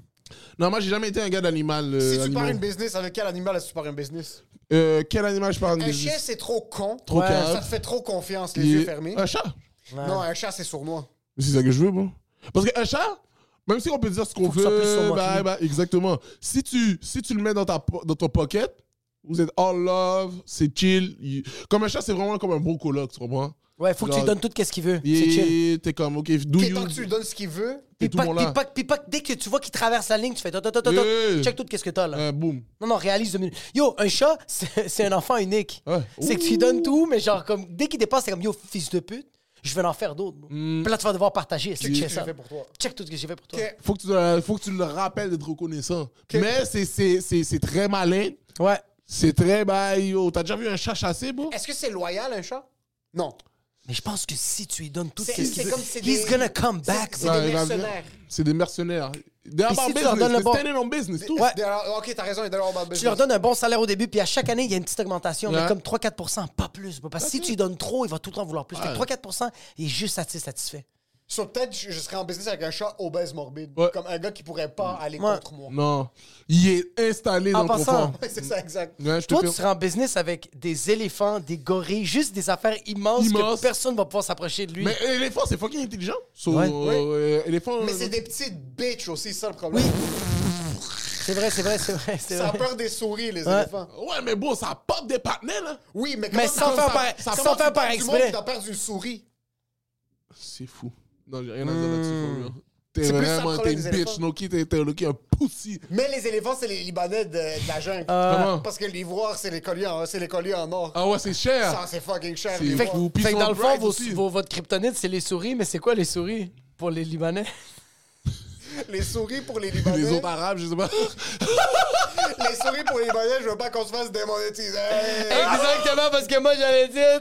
[SPEAKER 4] Non, moi, j'ai jamais été un gars d'animal. euh,
[SPEAKER 3] Si tu pars
[SPEAKER 4] animaux.
[SPEAKER 3] une business, avec quel animal est-ce que tu pars une business?
[SPEAKER 4] Euh, Quel animal je parle
[SPEAKER 3] Un chien, c'est trop con.
[SPEAKER 4] Trop
[SPEAKER 3] Ouais.
[SPEAKER 4] cave.
[SPEAKER 3] Ça te fait trop confiance, les
[SPEAKER 4] Il-
[SPEAKER 3] yeux fermés.
[SPEAKER 4] Un chat.
[SPEAKER 3] Non, un chat, c'est sournois.
[SPEAKER 4] Mais C'est ça que je veux, bon. Parce qu'un chat, même si on peut dire ce qu'on
[SPEAKER 2] Faut que ça puisse
[SPEAKER 4] veut,
[SPEAKER 2] surmonter.
[SPEAKER 4] bah, bah, exactement. Si tu, si tu le mets dans, ta, po- dans ton pocket, vous êtes all love, c'est chill. Il- Comme un chat, c'est vraiment comme un bon coloc, tu comprends?
[SPEAKER 2] Ouais, faut que tu lui
[SPEAKER 4] Genre-
[SPEAKER 2] donnes tout qu'est-ce qu'il veut. C'est chill.
[SPEAKER 4] Yeah, t'es comme, ok, do
[SPEAKER 3] Puis
[SPEAKER 4] you.
[SPEAKER 3] tant que tu lui donnes ce qu'il veut,
[SPEAKER 4] t'es
[SPEAKER 2] Puis
[SPEAKER 4] tout le
[SPEAKER 2] pas,
[SPEAKER 4] monde
[SPEAKER 2] puis
[SPEAKER 4] là.
[SPEAKER 2] pas, puis pas- dès que tu vois qu'il traverse la ligne, tu fais tot, tot, tot, tot,
[SPEAKER 4] Yeah.
[SPEAKER 2] check tout qu'est-ce que t'as là.
[SPEAKER 4] Euh, boum.
[SPEAKER 2] Non, non, réalise deux minutes. Yo, un chat, c'est c'est un enfant unique.
[SPEAKER 4] Ouais.
[SPEAKER 2] C'est que tu lui donnes tout, mais genre, comme, dès qu'il dépasse, c'est comme, yo, fils de pute, je vais en faire d'autres. bro. Puis là, tu vas devoir partager. C'est
[SPEAKER 3] que
[SPEAKER 2] check
[SPEAKER 3] j'ai
[SPEAKER 2] ça.
[SPEAKER 3] fait pour toi.
[SPEAKER 2] Check tout ce que j'ai fait pour toi.
[SPEAKER 3] Ok.
[SPEAKER 4] Faut que tu, euh, faut que tu le rappelles d'être reconnaissant. Mais c'est- c'est c'est- c'est très malin.
[SPEAKER 2] Ouais.
[SPEAKER 4] C'est très, bah, yo, t'as déjà vu un chat chasser, bon?
[SPEAKER 3] est-ce que c'est loyal un chat? Euh, Non.
[SPEAKER 2] Mais je pense que si tu lui donnes tout,
[SPEAKER 3] C'est-
[SPEAKER 2] c'est
[SPEAKER 3] c'est comme c'est
[SPEAKER 2] He's
[SPEAKER 3] des-
[SPEAKER 2] gonna come back,
[SPEAKER 3] c'est
[SPEAKER 2] bro.
[SPEAKER 3] des
[SPEAKER 4] Ouais, il va venir.
[SPEAKER 3] mercenaires.
[SPEAKER 4] C'est des mercenaires. They're
[SPEAKER 2] Puis si
[SPEAKER 4] about
[SPEAKER 2] tu leur
[SPEAKER 4] business.
[SPEAKER 2] donnes le
[SPEAKER 4] They're
[SPEAKER 2] bon-
[SPEAKER 4] standing on business, too.
[SPEAKER 2] Ouais.
[SPEAKER 3] They're all- Ok, t'as raison, il est all about business.
[SPEAKER 2] Tu leur donnes un bon salaire au début, puis à chaque année, il y a une petite augmentation, mais
[SPEAKER 4] Ouais.
[SPEAKER 2] comme 3-4 pas plus. bro. Parce que si tu lui donnes trop, il va tout le temps vouloir plus. Fait que
[SPEAKER 4] Ouais.
[SPEAKER 2] 3-4 il est juste satis- satisfait.
[SPEAKER 3] So, peut-être je, je serais en business avec un chat obèse morbide.
[SPEAKER 4] Ouais.
[SPEAKER 3] Comme un gars qui pourrait pas aller
[SPEAKER 2] Ouais.
[SPEAKER 3] contre moi. [LAUGHS]
[SPEAKER 4] Non. Il est installé
[SPEAKER 2] En
[SPEAKER 4] dans le
[SPEAKER 2] passant,
[SPEAKER 4] confort.
[SPEAKER 3] Ouais, c'est ça, exact.
[SPEAKER 4] Ouais, je te
[SPEAKER 2] Toi, tu
[SPEAKER 4] fais-
[SPEAKER 2] seras en business avec des éléphants, des gorilles, juste des affaires immenses que
[SPEAKER 4] Immenses.
[SPEAKER 2] personne va pouvoir s'approcher de lui.
[SPEAKER 4] Mais éléphant, c'est fucking intelligent. So,
[SPEAKER 2] Ouais.
[SPEAKER 4] euh, éléphant.
[SPEAKER 3] Mais c'est des petites bitches aussi, c'est ça le problème.
[SPEAKER 2] C'est vrai, c'est vrai, c'est vrai. c'est
[SPEAKER 3] Ça a
[SPEAKER 2] vrai.
[SPEAKER 3] peur des souris, les
[SPEAKER 2] Ouais.
[SPEAKER 3] éléphants.
[SPEAKER 4] Ouais, mais bon, ça pop des partenaires, là.
[SPEAKER 3] Oui, mais,
[SPEAKER 2] Mais
[SPEAKER 3] comment-
[SPEAKER 2] sans
[SPEAKER 3] comment
[SPEAKER 2] faire
[SPEAKER 3] ça-
[SPEAKER 2] par-
[SPEAKER 3] ça-
[SPEAKER 2] sans
[SPEAKER 3] comment
[SPEAKER 2] faire par
[SPEAKER 3] tu perds du
[SPEAKER 2] exprès.
[SPEAKER 3] monde, T'as perdu une souris.
[SPEAKER 4] C'est fou. Non, j'ai rien à dire là-dessus. for real. T'es
[SPEAKER 3] Hmm. C'est plus ça le
[SPEAKER 4] vraiment,
[SPEAKER 3] problème
[SPEAKER 4] t'es
[SPEAKER 3] des
[SPEAKER 4] une
[SPEAKER 3] éléphants.
[SPEAKER 4] bitch, Noki, t'es t'es un Noki, un pussy.
[SPEAKER 3] Mais les éléphants, c'est les Libanais de, de la jungle.
[SPEAKER 4] Comment?
[SPEAKER 3] Parce que l'ivoire, c'est les colliers en, c'est les colliers en or.
[SPEAKER 4] Ah ouais, c'est
[SPEAKER 3] Ça,
[SPEAKER 4] cher.
[SPEAKER 3] c'est fucking cher.
[SPEAKER 4] C'est
[SPEAKER 3] l'ivoire.
[SPEAKER 4] fou. Puis
[SPEAKER 2] Fait que
[SPEAKER 4] ils
[SPEAKER 2] dans
[SPEAKER 4] sont
[SPEAKER 2] le fond,
[SPEAKER 4] bright
[SPEAKER 2] vos,
[SPEAKER 4] aussi.
[SPEAKER 2] vos- votre kryptonite, c'est les souris, mais c'est quoi les souris pour les Libanais?
[SPEAKER 3] [LAUGHS] Les souris pour les Libanais.
[SPEAKER 4] Les
[SPEAKER 3] les,
[SPEAKER 4] autres ah. arabes, je
[SPEAKER 3] [LAUGHS]
[SPEAKER 4] sais pas.
[SPEAKER 3] souris pour les Libanais, je veux pas qu'on se fasse démonétiser.
[SPEAKER 2] Exactement, parce que moi, j'allais dire...